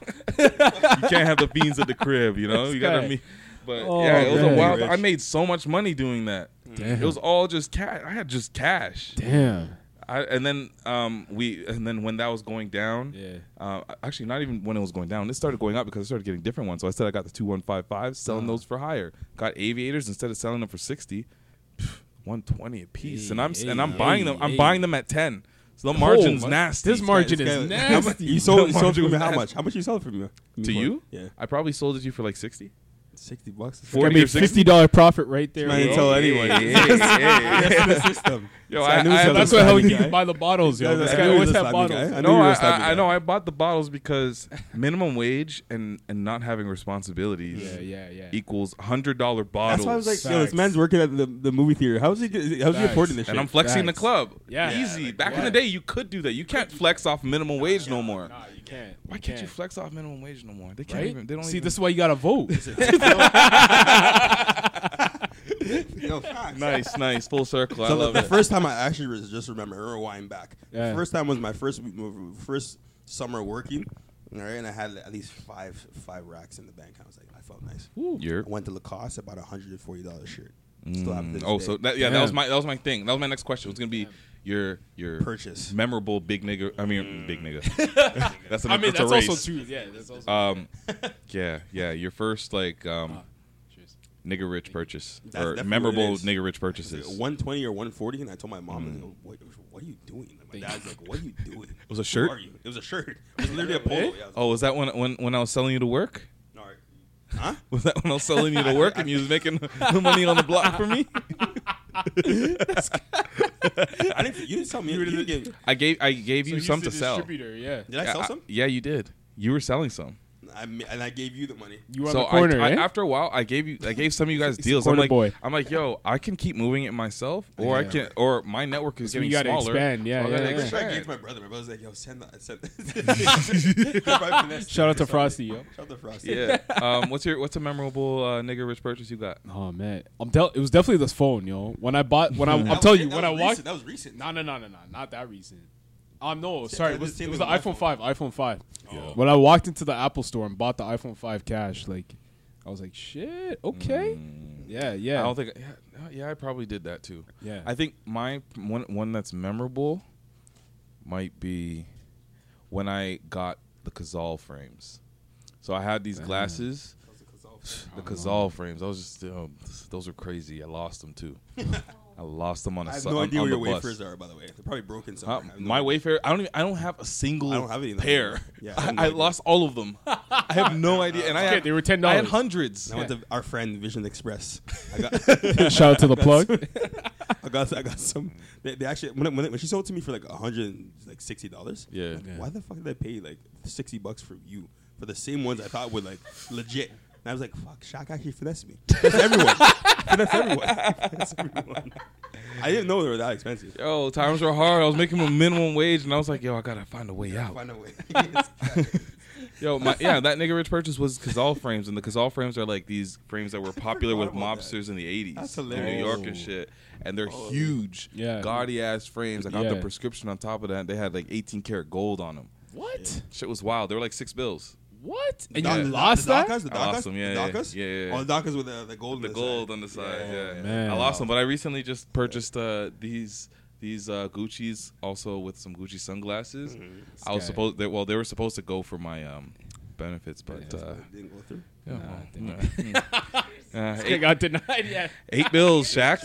[SPEAKER 3] can't have the fiends at the crib, you know.
[SPEAKER 2] This
[SPEAKER 3] You gotta
[SPEAKER 2] guy.
[SPEAKER 3] meet. But
[SPEAKER 2] Oh,
[SPEAKER 3] yeah, it was
[SPEAKER 2] man.
[SPEAKER 3] a wild.
[SPEAKER 1] Rich.
[SPEAKER 3] I made so much money doing that.
[SPEAKER 2] Damn.
[SPEAKER 3] It was all just cash. I had just cash.
[SPEAKER 2] Damn.
[SPEAKER 3] I, and then um, we and then when that was going down,
[SPEAKER 2] Yeah.
[SPEAKER 3] Uh, actually, not even when it was going down. This started going up because I started getting different ones. So I said I got the two one five five, selling those for higher. Got aviators instead of selling them for sixty, one twenty a piece. and I'm s and I'm
[SPEAKER 2] hey,
[SPEAKER 3] buying them. I'm
[SPEAKER 2] hey.
[SPEAKER 3] buying them at ten. So the margin's
[SPEAKER 2] Oh,
[SPEAKER 3] nasty.
[SPEAKER 2] This margin is
[SPEAKER 1] How mu-
[SPEAKER 2] nasty.
[SPEAKER 1] You
[SPEAKER 2] [laughs]
[SPEAKER 1] sold, you
[SPEAKER 3] That
[SPEAKER 1] sold
[SPEAKER 3] margin
[SPEAKER 1] for me
[SPEAKER 3] was
[SPEAKER 1] how
[SPEAKER 3] nasty.
[SPEAKER 1] much? How much you sold for me?
[SPEAKER 3] to you.
[SPEAKER 1] Yeah,
[SPEAKER 3] I probably sold it to you for like sixty.
[SPEAKER 1] sixty bucks.
[SPEAKER 2] I
[SPEAKER 3] 40
[SPEAKER 2] made fifty dollar profit right there.
[SPEAKER 1] I didn't
[SPEAKER 2] bro. [laughs]
[SPEAKER 1] tell anyone. [laughs]
[SPEAKER 3] [laughs]
[SPEAKER 1] That's the system.
[SPEAKER 3] Yo,
[SPEAKER 1] So
[SPEAKER 3] I-
[SPEAKER 1] knew
[SPEAKER 3] I-
[SPEAKER 1] something
[SPEAKER 2] That's
[SPEAKER 1] was
[SPEAKER 2] what
[SPEAKER 1] a
[SPEAKER 2] helped
[SPEAKER 1] slimy
[SPEAKER 2] you
[SPEAKER 1] guy.
[SPEAKER 2] buy the bottles, yo.
[SPEAKER 1] Yeah,
[SPEAKER 2] This
[SPEAKER 1] I
[SPEAKER 2] guy
[SPEAKER 1] knew he
[SPEAKER 2] always
[SPEAKER 1] was a
[SPEAKER 2] had
[SPEAKER 1] slimy
[SPEAKER 2] bottles.
[SPEAKER 1] guy.
[SPEAKER 2] yo.
[SPEAKER 1] I knew
[SPEAKER 3] No,
[SPEAKER 1] you were
[SPEAKER 3] I,
[SPEAKER 1] a slimy
[SPEAKER 3] I, I
[SPEAKER 1] guy.
[SPEAKER 3] know I bought the bottles because minimum wage and and not having responsibilities
[SPEAKER 2] Yeah, yeah, yeah.
[SPEAKER 3] equals hundred dollar bottles.
[SPEAKER 1] That's why I was like, yo,
[SPEAKER 2] Facts.
[SPEAKER 1] this man's working at the, the movie theater. How's he? get- How's he
[SPEAKER 2] Facts.
[SPEAKER 1] affording this?
[SPEAKER 3] and
[SPEAKER 1] shit?
[SPEAKER 3] I'm flexing
[SPEAKER 2] Facts.
[SPEAKER 3] the club.
[SPEAKER 2] Yeah.
[SPEAKER 3] easy.
[SPEAKER 2] Yeah, like,
[SPEAKER 3] Back in
[SPEAKER 2] why?
[SPEAKER 3] the day, you could do that. You can't flex off minimum wage no more.
[SPEAKER 2] Nah, you can't.
[SPEAKER 3] Why can't you flex off minimum wage no more? They can't
[SPEAKER 2] Right?
[SPEAKER 3] even. They don't
[SPEAKER 2] See,
[SPEAKER 3] even.
[SPEAKER 2] this is why you gotta vote.
[SPEAKER 1] Yo, facts.
[SPEAKER 3] [laughs] nice, nice, full circle. I
[SPEAKER 1] So the,
[SPEAKER 3] love
[SPEAKER 1] the [laughs]
[SPEAKER 3] it.
[SPEAKER 1] first time I actually was just remember her rewind back.
[SPEAKER 2] Yeah.
[SPEAKER 1] The first time was my first w- first summer working, all right, and I had at least five five racks in the bank. I was like, I felt nice.
[SPEAKER 3] You're-
[SPEAKER 1] I went to Lacoste, I bought a hundred and forty dollar shirt. Still have it to this
[SPEAKER 3] oh,
[SPEAKER 1] day.
[SPEAKER 3] so that, yeah, that
[SPEAKER 2] Damn.
[SPEAKER 3] was my that was my thing. That was my next question. It's gonna be your your
[SPEAKER 1] Purchase.
[SPEAKER 3] memorable big nigga. I mean,
[SPEAKER 1] Mm.
[SPEAKER 3] big
[SPEAKER 1] [laughs]
[SPEAKER 3] nigga. that's
[SPEAKER 2] [laughs]
[SPEAKER 3] an,
[SPEAKER 2] I mean,
[SPEAKER 3] that's,
[SPEAKER 2] that's
[SPEAKER 3] a race.
[SPEAKER 2] also true. Yeah, that's also.
[SPEAKER 1] [laughs]
[SPEAKER 3] Um, yeah, yeah. Your first like um,
[SPEAKER 2] cheers.
[SPEAKER 3] nigga rich purchase
[SPEAKER 1] That's
[SPEAKER 3] or
[SPEAKER 1] Uh, definitely what it
[SPEAKER 3] memorable
[SPEAKER 1] is.
[SPEAKER 3] nigga rich
[SPEAKER 1] It's like
[SPEAKER 3] purchases. Mm. It
[SPEAKER 1] 120 or 140, and I told my mom, like, what, what are you doing? Like, my dad's like, what are you doing? It
[SPEAKER 3] was a shirt.
[SPEAKER 1] Who are you? It was a shirt. It was literally a
[SPEAKER 3] [laughs]
[SPEAKER 1] polo. Yeah, it was-
[SPEAKER 3] Oh, was that when when when I was selling you to work? [laughs]
[SPEAKER 1] all right. Huh?
[SPEAKER 3] Was that when I was selling you to work and you
[SPEAKER 1] [laughs]
[SPEAKER 3] was making the money on the block for me?
[SPEAKER 1] I didn't, you didn't tell me. You didn't give,
[SPEAKER 3] I gave I gave you some to sell.
[SPEAKER 2] Distributor, yeah.
[SPEAKER 1] did I
[SPEAKER 3] Yeah,
[SPEAKER 1] sell
[SPEAKER 3] I-
[SPEAKER 1] some?
[SPEAKER 3] yeah, you did. You were selling some.
[SPEAKER 1] I, ma- and I gave you the money.
[SPEAKER 2] You were
[SPEAKER 3] so
[SPEAKER 2] on the corner,
[SPEAKER 3] I,
[SPEAKER 2] eh?
[SPEAKER 3] I, after a while, I gave you I gave some of you guys
[SPEAKER 2] He's a
[SPEAKER 3] deals. I'm
[SPEAKER 2] corner
[SPEAKER 3] like
[SPEAKER 2] boy.
[SPEAKER 3] I'm like, yo, I can keep moving it myself, or I
[SPEAKER 2] Yeah.
[SPEAKER 3] can, or my network is
[SPEAKER 2] So
[SPEAKER 3] getting
[SPEAKER 2] you gotta
[SPEAKER 3] smaller.
[SPEAKER 2] expand, yeah,
[SPEAKER 3] so
[SPEAKER 2] yeah,
[SPEAKER 3] I gotta
[SPEAKER 2] yeah.
[SPEAKER 1] I
[SPEAKER 3] expand.
[SPEAKER 1] tried to get to my brother. My brother's like, yo, send that. [laughs] Send that.
[SPEAKER 2] Shout out to Frosty, yo.
[SPEAKER 1] Shout out to Frosty.
[SPEAKER 3] Yeah. um, what's your what's a memorable uh, nigga rich purchase you got?
[SPEAKER 2] Oh man, I'm tell. It was definitely this phone, yo. When I bought,
[SPEAKER 3] [laughs]
[SPEAKER 2] when I,
[SPEAKER 1] That
[SPEAKER 2] I'm
[SPEAKER 1] was-
[SPEAKER 2] telling you,
[SPEAKER 1] that
[SPEAKER 2] when I
[SPEAKER 1] was recent.
[SPEAKER 2] walked,
[SPEAKER 1] That was recent.
[SPEAKER 2] No, no, no, no, no, not that recent. Um, no, sorry,
[SPEAKER 1] that was
[SPEAKER 2] this,
[SPEAKER 1] same
[SPEAKER 2] it was the
[SPEAKER 1] with
[SPEAKER 2] iPhone
[SPEAKER 1] iPhone.
[SPEAKER 2] five. iPhone five. When I walked into the Apple store and bought the iPhone five cash, like I was like, shit, okay, yeah, yeah.
[SPEAKER 3] Mm. I don't think. Yeah, yeah, I probably did that too.
[SPEAKER 2] Yeah.
[SPEAKER 3] I think my one one that's memorable might be when I got the Kazal frames. So I had these glasses, the Kazal frames. I was just um, those are crazy. I lost them
[SPEAKER 1] [laughs]
[SPEAKER 3] too. I lost them on a
[SPEAKER 1] I have
[SPEAKER 3] su-
[SPEAKER 1] no
[SPEAKER 3] on-
[SPEAKER 1] idea
[SPEAKER 3] on
[SPEAKER 1] where your
[SPEAKER 3] the bus.
[SPEAKER 1] wafers are, by the way. They're probably broken
[SPEAKER 3] Uh,
[SPEAKER 1] somewhere. I have no
[SPEAKER 3] my
[SPEAKER 1] idea.
[SPEAKER 3] Wayfair, I don't. Even, I don't have a single
[SPEAKER 1] I don't have any of them.
[SPEAKER 3] pair.
[SPEAKER 1] Yeah, I have no
[SPEAKER 3] I, I
[SPEAKER 1] idea.
[SPEAKER 3] lost all of
[SPEAKER 1] [laughs]
[SPEAKER 3] them. I have no idea. And I
[SPEAKER 2] Okay,
[SPEAKER 3] had,
[SPEAKER 2] they were $10.
[SPEAKER 3] I had hundreds.
[SPEAKER 1] I went to our friend Vision Express. I [laughs] got,
[SPEAKER 2] [laughs] Shout out to
[SPEAKER 3] [laughs]
[SPEAKER 2] the plug.
[SPEAKER 1] I got, I got some. They, they actually when, it- when, it- when she sold it to me for like a hundred and like sixty dollars.
[SPEAKER 3] Yeah. Yeah.
[SPEAKER 1] Why the fuck did I pay like sixty bucks for you for the same ones I thought were like legit? And I was like, fuck, Shaq actually finessed me. That's
[SPEAKER 3] [laughs]
[SPEAKER 1] everyone. That's everyone. That's everyone. I didn't know they were that expensive.
[SPEAKER 3] Yo, times were hard. I was making a minimum wage, and I was like, yo, I gotta find a way out.
[SPEAKER 1] Find a way.
[SPEAKER 3] [laughs] Yo, my, yeah, that nigga rich purchase was Kazal frames, and the Kazal frames are like these frames that
[SPEAKER 1] [laughs]
[SPEAKER 3] were popular with
[SPEAKER 1] forgot about
[SPEAKER 3] mobsters in the '80s,
[SPEAKER 1] That's
[SPEAKER 3] in New
[SPEAKER 1] hilarious. Oh,
[SPEAKER 3] York and shit. And they're huge,
[SPEAKER 2] Yeah.
[SPEAKER 3] gaudy ass frames. I got the
[SPEAKER 2] Yeah.
[SPEAKER 3] prescription on top of that. They had like 18 karat gold on them.
[SPEAKER 2] what?
[SPEAKER 3] Shit was wild. They were like six bills.
[SPEAKER 2] What? And
[SPEAKER 1] [laughs] Doc-
[SPEAKER 2] you
[SPEAKER 1] the-
[SPEAKER 2] lost
[SPEAKER 1] the
[SPEAKER 2] that?
[SPEAKER 1] Docas? The
[SPEAKER 3] I
[SPEAKER 1] Docas?
[SPEAKER 3] lost them, yeah,
[SPEAKER 1] the
[SPEAKER 3] yeah,
[SPEAKER 1] Docas?
[SPEAKER 3] yeah, yeah, yeah.
[SPEAKER 1] Oh, the Docas with the, the gold.
[SPEAKER 3] The
[SPEAKER 1] on
[SPEAKER 3] gold
[SPEAKER 1] side.
[SPEAKER 3] on the side. Yeah, yeah.
[SPEAKER 2] man.
[SPEAKER 3] I lost them, but I recently just purchased uh, these these uh, Gucci's also with some Gucci sunglasses.
[SPEAKER 1] Mm-hmm.
[SPEAKER 3] I was
[SPEAKER 2] guy.
[SPEAKER 3] supposed they, well, they were supposed to go for my um, benefits, but uh,
[SPEAKER 1] It didn't go through.
[SPEAKER 3] yeah, well, [laughs] uh,
[SPEAKER 2] It
[SPEAKER 3] eight,
[SPEAKER 2] [laughs] got denied.
[SPEAKER 3] [laughs]
[SPEAKER 2] Yeah,
[SPEAKER 3] eight
[SPEAKER 1] [laughs]
[SPEAKER 3] bills, Shaq.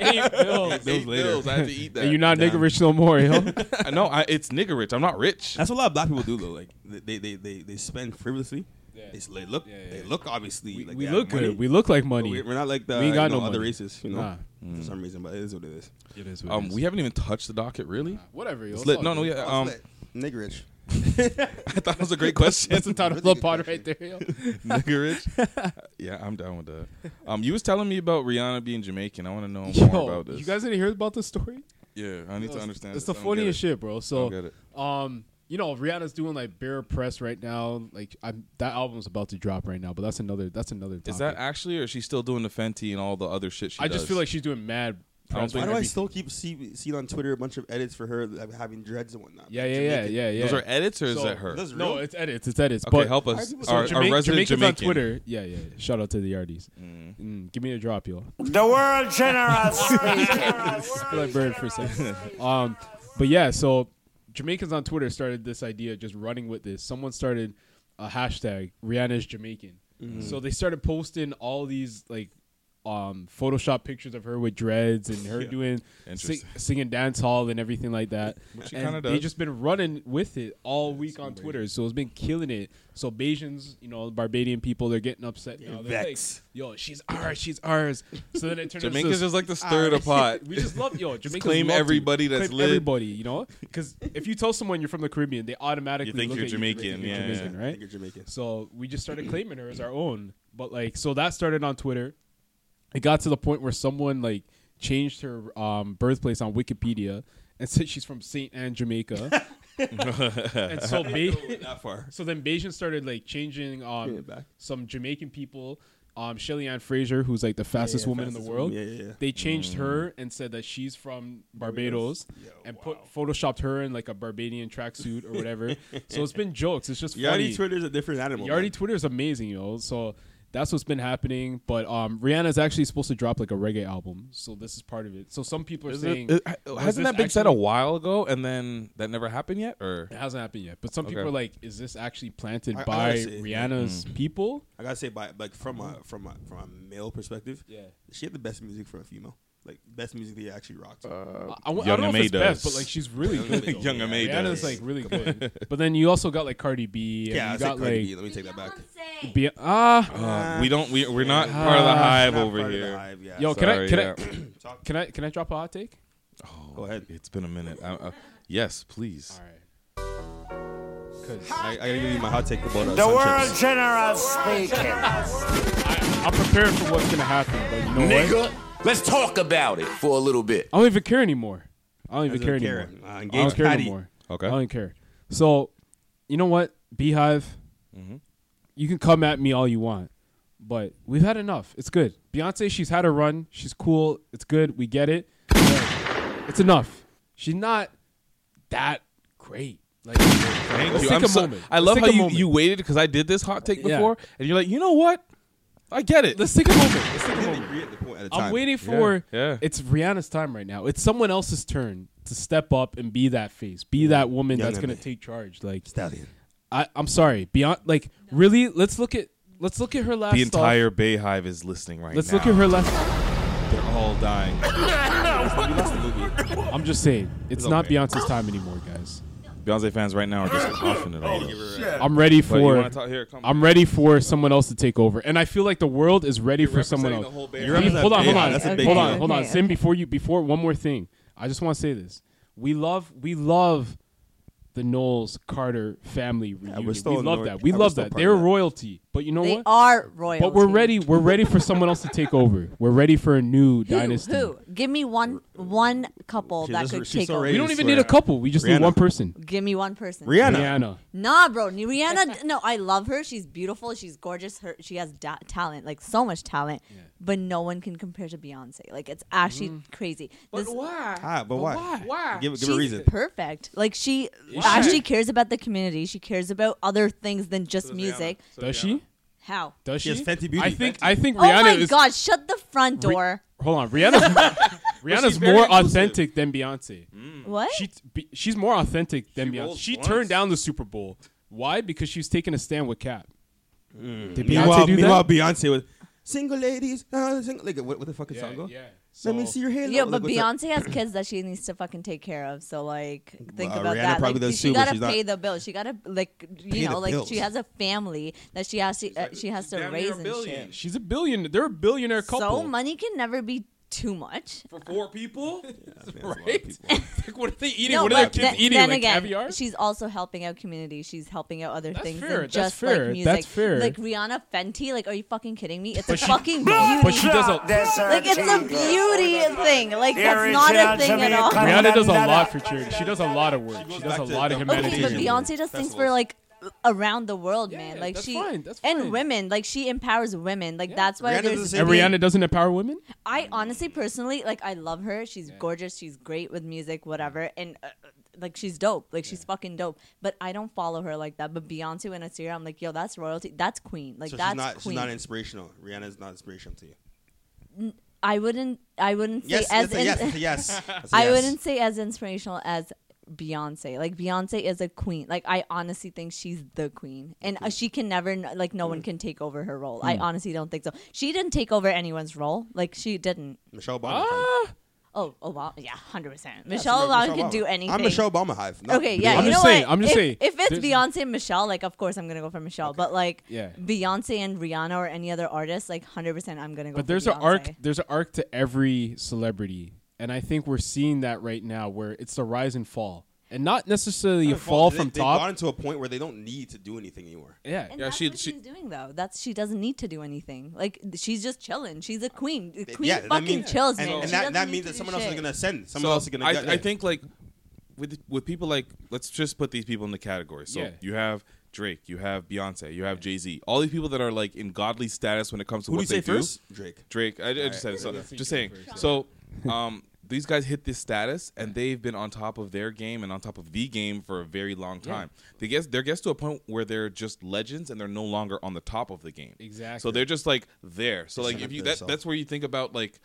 [SPEAKER 2] eight bills.
[SPEAKER 1] Bills
[SPEAKER 3] Eight
[SPEAKER 1] later.
[SPEAKER 3] bills. I
[SPEAKER 1] [laughs]
[SPEAKER 3] had to eat that.
[SPEAKER 2] And you're not nigga
[SPEAKER 1] Damn.
[SPEAKER 2] rich no more,
[SPEAKER 3] [laughs]
[SPEAKER 2] yo.
[SPEAKER 3] I- no, I, it's nigger rich. I'm not rich.
[SPEAKER 1] That's what a lot of black people do though. Like they they they, they spend frivolously.
[SPEAKER 2] Yeah.
[SPEAKER 1] They, s- they look
[SPEAKER 2] Yeah, yeah,
[SPEAKER 1] they
[SPEAKER 2] yeah.
[SPEAKER 1] look obviously
[SPEAKER 2] we
[SPEAKER 1] like
[SPEAKER 2] we
[SPEAKER 1] they
[SPEAKER 2] look
[SPEAKER 1] have money,
[SPEAKER 2] good. We look like
[SPEAKER 1] but
[SPEAKER 2] money.
[SPEAKER 1] we, we're not like the
[SPEAKER 2] We ain't got
[SPEAKER 1] you know,
[SPEAKER 2] no
[SPEAKER 1] other
[SPEAKER 2] money.
[SPEAKER 1] races, you know,
[SPEAKER 2] Nah.
[SPEAKER 1] for some reason. But it is what it is.
[SPEAKER 2] It is what it
[SPEAKER 3] Um,
[SPEAKER 2] is.
[SPEAKER 3] we haven't even touched the docket, really.
[SPEAKER 2] whatever. Yo,
[SPEAKER 3] It's
[SPEAKER 2] it's
[SPEAKER 3] lit.
[SPEAKER 2] all
[SPEAKER 3] No, no,
[SPEAKER 2] good.
[SPEAKER 3] yeah. [laughs] Um,
[SPEAKER 1] Niggerish.
[SPEAKER 3] I thought that was
[SPEAKER 2] [laughs]
[SPEAKER 3] a great question. [laughs]
[SPEAKER 2] That's the title of the
[SPEAKER 1] Really good
[SPEAKER 2] pod right
[SPEAKER 1] question.
[SPEAKER 2] there. Yo.
[SPEAKER 3] nigger rich.
[SPEAKER 2] [laughs]
[SPEAKER 3] Yeah, I'm down with that. Um, you was telling me about Rihanna being Jamaican. I want to know
[SPEAKER 2] Yo,
[SPEAKER 3] more about this.
[SPEAKER 2] you guys didn't hear about this story?
[SPEAKER 3] yeah, I need to understand.
[SPEAKER 2] It's
[SPEAKER 3] this.
[SPEAKER 2] the funniest shit, bro.
[SPEAKER 3] I
[SPEAKER 2] So,
[SPEAKER 3] don't get it.
[SPEAKER 2] um, you know, Rihanna's doing like bare press right now. Like, I'm that album's about to drop right now, but that's another. That's another. Topic.
[SPEAKER 3] Is that actually, or is she still doing the Fenty and all the other shit she
[SPEAKER 2] I
[SPEAKER 3] does?
[SPEAKER 2] just feel like she's doing mad
[SPEAKER 3] I don't
[SPEAKER 2] Prospect.
[SPEAKER 1] Why
[SPEAKER 3] think
[SPEAKER 1] do I
[SPEAKER 3] I'd be-
[SPEAKER 1] still keep see, seeing on Twitter a bunch of edits for her like, having dreads and whatnot?
[SPEAKER 2] Yeah, yeah, yeah,
[SPEAKER 1] Jamaican.
[SPEAKER 2] yeah, yeah.
[SPEAKER 3] those are edits or is
[SPEAKER 2] So,
[SPEAKER 3] that her?
[SPEAKER 1] That's real.
[SPEAKER 2] no, it's edits. It's edits.
[SPEAKER 3] Okay,
[SPEAKER 2] but
[SPEAKER 3] help
[SPEAKER 1] Why do
[SPEAKER 3] us.
[SPEAKER 1] people
[SPEAKER 3] Our,
[SPEAKER 1] say
[SPEAKER 3] our
[SPEAKER 2] Jamaic- Jamaicans
[SPEAKER 3] resident Jamaican.
[SPEAKER 2] on Twitter. Yeah, yeah, yeah. Shout out to the Yardies. Mm, give me a drop, yo.
[SPEAKER 7] The world
[SPEAKER 2] [laughs]
[SPEAKER 7] generous
[SPEAKER 2] feel like Bird for a second. um, but yeah, so Jamaicans on Twitter started this idea, just running with this. Someone started a hashtag Rihanna's Jamaican.
[SPEAKER 3] Mm-hmm.
[SPEAKER 2] So they started posting all these like um, Photoshop pictures of her with dreads and her doing sing,
[SPEAKER 3] Interesting.
[SPEAKER 2] singing dance hall and everything like that.
[SPEAKER 3] Which she
[SPEAKER 2] And
[SPEAKER 3] kinda
[SPEAKER 2] They
[SPEAKER 3] does.
[SPEAKER 2] just been running with it all week on Twitter, so it's been killing it. So Bajans, you know, Barbadian people, they're getting upset now. They're like,
[SPEAKER 1] Vex.
[SPEAKER 2] "Yo, she's ours, she's ours." So then it turns
[SPEAKER 3] Jamaicans just like
[SPEAKER 2] [laughs]
[SPEAKER 3] to stir the pot.
[SPEAKER 2] Ah, we just love yo. Jamaicans
[SPEAKER 3] claim
[SPEAKER 2] love to.
[SPEAKER 3] everybody that's
[SPEAKER 2] claim
[SPEAKER 3] lit.
[SPEAKER 2] everybody. You know, because if you tell someone you're from the Caribbean, they automatically
[SPEAKER 3] You think
[SPEAKER 2] look
[SPEAKER 3] you're
[SPEAKER 2] at
[SPEAKER 3] Jamaican,
[SPEAKER 2] You,
[SPEAKER 3] yeah,
[SPEAKER 2] think you're Jamaican,
[SPEAKER 3] yeah.
[SPEAKER 1] I
[SPEAKER 2] right?
[SPEAKER 1] think you're [laughs] Jamaican.
[SPEAKER 2] So we just started claiming her as our own. But like, so that started on Twitter. It got to the point where someone like changed her um, birthplace on Wikipedia and said she's from Saint Anne, Jamaica. and so, ba-
[SPEAKER 1] [laughs]
[SPEAKER 3] Not far.
[SPEAKER 2] so then Bajan started like changing
[SPEAKER 1] Yeah,
[SPEAKER 2] um,
[SPEAKER 1] back.
[SPEAKER 2] some Jamaican people. Um, Shelly Ann Fraser, who's like the fastest woman in
[SPEAKER 1] fastest
[SPEAKER 2] the world,
[SPEAKER 1] woman. Yeah, yeah, yeah.
[SPEAKER 2] they changed her and said that she's from Barbados and put photoshopped her in like a Barbadian tracksuit or
[SPEAKER 1] [laughs]
[SPEAKER 2] whatever. so it's been jokes. It's just funny.
[SPEAKER 1] Yardi Twitter's a different animal.
[SPEAKER 2] Yardi
[SPEAKER 1] man.
[SPEAKER 2] Twitter is amazing, yo. So that's what's been happening. But um, Rihanna is actually supposed to drop like a reggae album, so this is part of it. So some people are saying was this
[SPEAKER 3] hasn't that been said a
[SPEAKER 2] actually-
[SPEAKER 3] while ago and then that never happened yet? Or
[SPEAKER 2] It hasn't happened yet, but some people
[SPEAKER 3] Okay.
[SPEAKER 2] are like, "Is this actually planted
[SPEAKER 1] I- I
[SPEAKER 2] by
[SPEAKER 1] gotta say, yeah.
[SPEAKER 2] Rihanna's people?"
[SPEAKER 1] I gotta say, by like from a from a from a male perspective,
[SPEAKER 2] Yeah.
[SPEAKER 1] she had the best music for a female. Like best music they actually rocked.
[SPEAKER 2] I, I don't
[SPEAKER 3] Young
[SPEAKER 2] know if
[SPEAKER 3] Amay
[SPEAKER 2] it's best,
[SPEAKER 3] does.
[SPEAKER 2] but like she's
[SPEAKER 1] [laughs]
[SPEAKER 2] really
[SPEAKER 1] Young
[SPEAKER 2] good.
[SPEAKER 1] Amay
[SPEAKER 2] though.
[SPEAKER 1] Uh, Young
[SPEAKER 3] Amay
[SPEAKER 2] Rihanna's
[SPEAKER 3] does.
[SPEAKER 2] like really good. But then you also got like Cardi B. And
[SPEAKER 1] yeah, I
[SPEAKER 2] you
[SPEAKER 1] said
[SPEAKER 2] got
[SPEAKER 1] Cardi B.
[SPEAKER 2] like
[SPEAKER 1] Let me take that back.
[SPEAKER 8] Beyonce.
[SPEAKER 2] Be- ah,
[SPEAKER 1] Uh,
[SPEAKER 3] we don't. We, we're not part of the
[SPEAKER 2] Ah.
[SPEAKER 3] hive
[SPEAKER 1] Not
[SPEAKER 3] over
[SPEAKER 1] part of the
[SPEAKER 3] here.
[SPEAKER 1] hive, yeah.
[SPEAKER 2] yo,
[SPEAKER 1] So-
[SPEAKER 2] can I
[SPEAKER 3] Sorry,
[SPEAKER 2] can
[SPEAKER 3] yeah.
[SPEAKER 2] I can I can I drop a hot take?
[SPEAKER 1] go ahead.
[SPEAKER 3] It's been a minute. I, uh, yes, please.
[SPEAKER 2] All right. 'Cause
[SPEAKER 1] I, I gotta give you my hot take about uh,
[SPEAKER 7] The
[SPEAKER 1] sun
[SPEAKER 7] world
[SPEAKER 1] chips.
[SPEAKER 7] generous speaking.
[SPEAKER 2] I'm prepared for what's gonna happen, but you know what?
[SPEAKER 9] Nigga, let's talk about it for a little bit.
[SPEAKER 2] I don't even care anymore. I don't even
[SPEAKER 1] Doesn't
[SPEAKER 2] care
[SPEAKER 1] care.
[SPEAKER 2] anymore.
[SPEAKER 1] Uh,
[SPEAKER 2] I
[SPEAKER 1] engage
[SPEAKER 2] don't care
[SPEAKER 1] Patty.
[SPEAKER 2] anymore.
[SPEAKER 3] Okay.
[SPEAKER 2] I don't care. So, you know what, Beehive? You can come at me all you want, but we've had enough. It's good. Beyonce, she's had a run. She's cool. It's good. We get it. But it's enough. She's not that great. Like,
[SPEAKER 3] Thank
[SPEAKER 2] Let's
[SPEAKER 3] you.
[SPEAKER 2] take
[SPEAKER 3] I'm
[SPEAKER 2] a
[SPEAKER 3] so-
[SPEAKER 2] moment.
[SPEAKER 3] I
[SPEAKER 2] Let's
[SPEAKER 3] love
[SPEAKER 2] take
[SPEAKER 3] how
[SPEAKER 2] a
[SPEAKER 3] you,
[SPEAKER 2] moment.
[SPEAKER 3] you waited because I did this hot take
[SPEAKER 2] Yeah.
[SPEAKER 3] before, and you're like, you know what? I get it.
[SPEAKER 2] let's take a moment. Let's take a
[SPEAKER 1] Didn't
[SPEAKER 2] moment.
[SPEAKER 1] agree at the point at the
[SPEAKER 2] I'm
[SPEAKER 1] time.
[SPEAKER 2] waiting for
[SPEAKER 3] yeah.
[SPEAKER 2] it's Rihanna's time right now. It's someone else's turn to step up and be that face, be that woman
[SPEAKER 1] Young
[SPEAKER 2] that's
[SPEAKER 1] and
[SPEAKER 2] gonna
[SPEAKER 1] me.
[SPEAKER 2] take charge. Like
[SPEAKER 1] Stallion.
[SPEAKER 2] I, I'm sorry, beyond like really. Let's look at let's look at her last.
[SPEAKER 3] the
[SPEAKER 2] stuff.
[SPEAKER 3] entire Bay Hive is listening right
[SPEAKER 2] Let's
[SPEAKER 3] now.
[SPEAKER 2] look at her last.
[SPEAKER 3] They're all dying.
[SPEAKER 2] I'm just saying, it's
[SPEAKER 3] It's
[SPEAKER 2] not
[SPEAKER 3] okay.
[SPEAKER 2] Beyonce's time anymore, guys.
[SPEAKER 3] Beyonce fans right now are just coughing it all. Up.
[SPEAKER 2] I'm ready
[SPEAKER 3] But you
[SPEAKER 2] for.
[SPEAKER 3] wanna talk- here, come.
[SPEAKER 2] I'm ready for someone else to take over, and I feel like the world is ready for someone
[SPEAKER 3] representing the
[SPEAKER 2] else.
[SPEAKER 3] whole Bay
[SPEAKER 2] Be-
[SPEAKER 3] Hive.
[SPEAKER 2] hold on, hold
[SPEAKER 1] Yeah,
[SPEAKER 2] on,
[SPEAKER 1] that's a
[SPEAKER 2] hold
[SPEAKER 1] big
[SPEAKER 2] on,
[SPEAKER 1] deal.
[SPEAKER 2] hold on.
[SPEAKER 8] Okay,
[SPEAKER 2] Sim, before you, before one more thing, I just want to say this: we love, we love the Knowles Carter family reunion.
[SPEAKER 1] still
[SPEAKER 2] we love
[SPEAKER 1] annoyed.
[SPEAKER 2] that. We
[SPEAKER 1] Yeah, we're
[SPEAKER 2] love
[SPEAKER 1] still
[SPEAKER 2] that.
[SPEAKER 1] part
[SPEAKER 2] They're
[SPEAKER 1] of that.
[SPEAKER 2] royalty, but you know
[SPEAKER 8] They
[SPEAKER 2] what?
[SPEAKER 8] are royal.
[SPEAKER 2] But we're ready. We're ready for someone else to take
[SPEAKER 1] [laughs]
[SPEAKER 2] over. We're ready for a new
[SPEAKER 8] Who?
[SPEAKER 2] dynasty.
[SPEAKER 8] Who? Give me one one couple
[SPEAKER 1] She
[SPEAKER 8] that
[SPEAKER 1] just-
[SPEAKER 8] could
[SPEAKER 1] she's
[SPEAKER 8] take
[SPEAKER 1] so
[SPEAKER 8] over.
[SPEAKER 1] ready.
[SPEAKER 2] We don't even
[SPEAKER 1] Swear.
[SPEAKER 2] need a couple. We just need
[SPEAKER 1] Rihanna.
[SPEAKER 2] one person.
[SPEAKER 8] Give me one person.
[SPEAKER 1] Rihanna.
[SPEAKER 2] Rihanna.
[SPEAKER 8] Nah, bro. Rihanna. no, I love her. She's beautiful. She's gorgeous. Her she has da- talent, like so much talent. But no one can compare to Beyonce. Like it's actually crazy. This-
[SPEAKER 1] Ah, but why? Why? Give, give
[SPEAKER 8] she's
[SPEAKER 1] a reason.
[SPEAKER 8] perfect. Like she actually cares about the community. She cares about other things than just music.
[SPEAKER 2] Does she?
[SPEAKER 8] How?
[SPEAKER 2] Does
[SPEAKER 1] She
[SPEAKER 2] she?
[SPEAKER 1] has Fenty Beauty.
[SPEAKER 2] I think.
[SPEAKER 1] Fenty.
[SPEAKER 2] I think
[SPEAKER 8] oh
[SPEAKER 2] Rihanna
[SPEAKER 8] my
[SPEAKER 2] is.
[SPEAKER 8] God! Shut the front door.
[SPEAKER 2] Hold on, [laughs] Rihanna's Rihanna's
[SPEAKER 1] very
[SPEAKER 2] more
[SPEAKER 1] inclusive.
[SPEAKER 2] authentic than Beyonce.
[SPEAKER 8] what?
[SPEAKER 2] She be- she's more authentic than Beyonce.
[SPEAKER 3] rolls
[SPEAKER 2] Hmm? She
[SPEAKER 3] blunts.
[SPEAKER 2] turned down the Super Bowl. Why? Because she's taking a stand with Cap. Did
[SPEAKER 1] Mm. Meanwhile,
[SPEAKER 2] Beyonce do
[SPEAKER 1] meanwhile,
[SPEAKER 2] that?
[SPEAKER 1] Beyonce was single ladies. Uh, single, like what, what the fucking song go?
[SPEAKER 2] yeah.
[SPEAKER 1] Let me see your halo.
[SPEAKER 8] yeah,
[SPEAKER 1] Like,
[SPEAKER 8] but
[SPEAKER 1] what's that?
[SPEAKER 8] Beyonce has kids that she needs to fucking take care of. So like, think
[SPEAKER 1] Well,
[SPEAKER 8] about
[SPEAKER 1] Rihanna
[SPEAKER 8] that.
[SPEAKER 1] probably
[SPEAKER 8] Like,
[SPEAKER 1] does
[SPEAKER 8] she
[SPEAKER 1] too, but
[SPEAKER 8] gotta
[SPEAKER 1] she's not-
[SPEAKER 8] pay the bills. She gotta like,
[SPEAKER 1] Pay
[SPEAKER 8] you know,
[SPEAKER 1] the
[SPEAKER 8] like
[SPEAKER 1] bills.
[SPEAKER 8] she has a family that she has to uh, she has to
[SPEAKER 3] Damn near
[SPEAKER 8] raise
[SPEAKER 3] a
[SPEAKER 8] and
[SPEAKER 3] billion.
[SPEAKER 8] shit.
[SPEAKER 2] She's a billion. They're a billionaire couple.
[SPEAKER 8] So money can never be too much.
[SPEAKER 3] For four
[SPEAKER 2] [laughs]
[SPEAKER 3] people?
[SPEAKER 1] That's a lot of
[SPEAKER 2] Right?
[SPEAKER 8] [laughs]
[SPEAKER 1] people.
[SPEAKER 2] like, what are they eating?
[SPEAKER 8] no,
[SPEAKER 2] what are their
[SPEAKER 8] but
[SPEAKER 2] kids
[SPEAKER 8] then,
[SPEAKER 2] eating?
[SPEAKER 8] then
[SPEAKER 2] like
[SPEAKER 8] again,
[SPEAKER 2] caviar?
[SPEAKER 8] she's also helping out community. She's helping out other
[SPEAKER 2] That's
[SPEAKER 8] things
[SPEAKER 2] fair,
[SPEAKER 8] than
[SPEAKER 2] that's
[SPEAKER 8] just
[SPEAKER 2] fair,
[SPEAKER 8] like music.
[SPEAKER 2] that's fair.
[SPEAKER 8] Like Rihanna Fenty. Like, are you fucking kidding me? It's a
[SPEAKER 2] she-
[SPEAKER 8] fucking beauty.
[SPEAKER 2] [laughs] But she does a-
[SPEAKER 8] like it's a beauty thing. Like that's not a thing at all.
[SPEAKER 2] Rihanna does a lot for charity. She does a lot of work. She does a
[SPEAKER 1] back to
[SPEAKER 2] lot of
[SPEAKER 1] the-
[SPEAKER 8] Okay, but
[SPEAKER 2] humanitarian. work.
[SPEAKER 8] Beyonce does things for
[SPEAKER 1] Festivals.
[SPEAKER 8] like around the world, man.
[SPEAKER 2] Yeah,
[SPEAKER 8] Like
[SPEAKER 2] that's
[SPEAKER 8] she
[SPEAKER 2] fine, that's fine.
[SPEAKER 8] and women, like she empowers women. Like that's why
[SPEAKER 1] Rihanna does
[SPEAKER 8] there's
[SPEAKER 1] the same
[SPEAKER 2] And Rihanna doesn't empower women?
[SPEAKER 8] I honestly, personally, like I love her. She's gorgeous. She's great with music, whatever, and uh, uh, like she's dope. Like she's fucking dope. But I don't follow her like that. But Beyonce and Asira, I'm like, yo, that's royalty. That's queen. Like
[SPEAKER 1] So
[SPEAKER 8] that's
[SPEAKER 1] she's not
[SPEAKER 8] queen.
[SPEAKER 1] she's not inspirational. Rihanna's not inspirational to you.
[SPEAKER 8] I wouldn't. I wouldn't say
[SPEAKER 1] Yes,
[SPEAKER 8] as
[SPEAKER 1] that's a
[SPEAKER 8] in-
[SPEAKER 1] yes, that's
[SPEAKER 8] [laughs]
[SPEAKER 1] a yes. That's a
[SPEAKER 8] I
[SPEAKER 1] yes.
[SPEAKER 8] wouldn't say as inspirational as Beyonce. Like Beyonce is a queen. Like I honestly think she's the queen, and uh, she can never like no
[SPEAKER 1] Mm.
[SPEAKER 8] one can take over her role. I honestly don't think so. She didn't take over anyone's role. Like she didn't.
[SPEAKER 1] Michelle Obama.
[SPEAKER 8] Oh, Obama. Yeah, hundred percent. Michelle Obama can do anything.
[SPEAKER 1] I'm Michelle Obama hive. not
[SPEAKER 8] Okay, yeah.
[SPEAKER 1] Beyonce.
[SPEAKER 2] I'm
[SPEAKER 8] you
[SPEAKER 2] just
[SPEAKER 8] know
[SPEAKER 2] saying,
[SPEAKER 8] What?
[SPEAKER 2] I'm just
[SPEAKER 8] if,
[SPEAKER 2] saying,
[SPEAKER 8] If it's
[SPEAKER 2] there's-
[SPEAKER 8] Beyonce and Michelle, like of course I'm gonna go for Michelle. But like
[SPEAKER 2] Yeah.
[SPEAKER 8] Beyonce and Rihanna or any other artist, like hundred percent I'm gonna go.
[SPEAKER 2] But
[SPEAKER 8] for
[SPEAKER 2] there's
[SPEAKER 8] Beyonce.
[SPEAKER 2] an arc. There's an arc to every celebrity, and I think we're seeing that right now, where it's the rise and fall, and not necessarily a fall
[SPEAKER 1] They-
[SPEAKER 2] from
[SPEAKER 1] they've
[SPEAKER 2] top.
[SPEAKER 1] gotten to a point where they don't need to do anything anymore.
[SPEAKER 2] yeah,
[SPEAKER 8] And
[SPEAKER 3] Yeah,
[SPEAKER 8] that's
[SPEAKER 3] she-
[SPEAKER 8] what
[SPEAKER 3] she-
[SPEAKER 8] she's doing though. That's she doesn't need to do anything. Like th- she's just chilling. She's a queen. The queen
[SPEAKER 1] yeah,
[SPEAKER 8] fucking chills,
[SPEAKER 1] and,
[SPEAKER 8] man.
[SPEAKER 1] and
[SPEAKER 8] She
[SPEAKER 1] that,
[SPEAKER 8] doesn't
[SPEAKER 1] that
[SPEAKER 8] need
[SPEAKER 1] means that
[SPEAKER 8] to do
[SPEAKER 1] someone else is
[SPEAKER 8] shit.
[SPEAKER 1] gonna ascend. Someone else is gonna.
[SPEAKER 3] I,
[SPEAKER 1] get
[SPEAKER 3] I
[SPEAKER 1] it.
[SPEAKER 3] think like with with people like let's just put these people in the category. So
[SPEAKER 2] Yeah.
[SPEAKER 3] you have Drake, you have Beyonce, you have Jay Z, all these people that are like in godly status when it comes to
[SPEAKER 1] Who do
[SPEAKER 3] what
[SPEAKER 1] you
[SPEAKER 3] they
[SPEAKER 1] say
[SPEAKER 3] do.
[SPEAKER 1] first? Drake.
[SPEAKER 3] Drake, I, I just said it. So just saying. So um, these guys hit this status and they've been on top of their game and on top of the game for a very long time. They gets there gets to a point where they're just legends and they're no longer on the top of the game. So
[SPEAKER 2] Exactly.
[SPEAKER 3] they're just like there. So like
[SPEAKER 1] Just
[SPEAKER 3] if you
[SPEAKER 1] like
[SPEAKER 3] that,
[SPEAKER 1] themselves.
[SPEAKER 3] that's where you think about like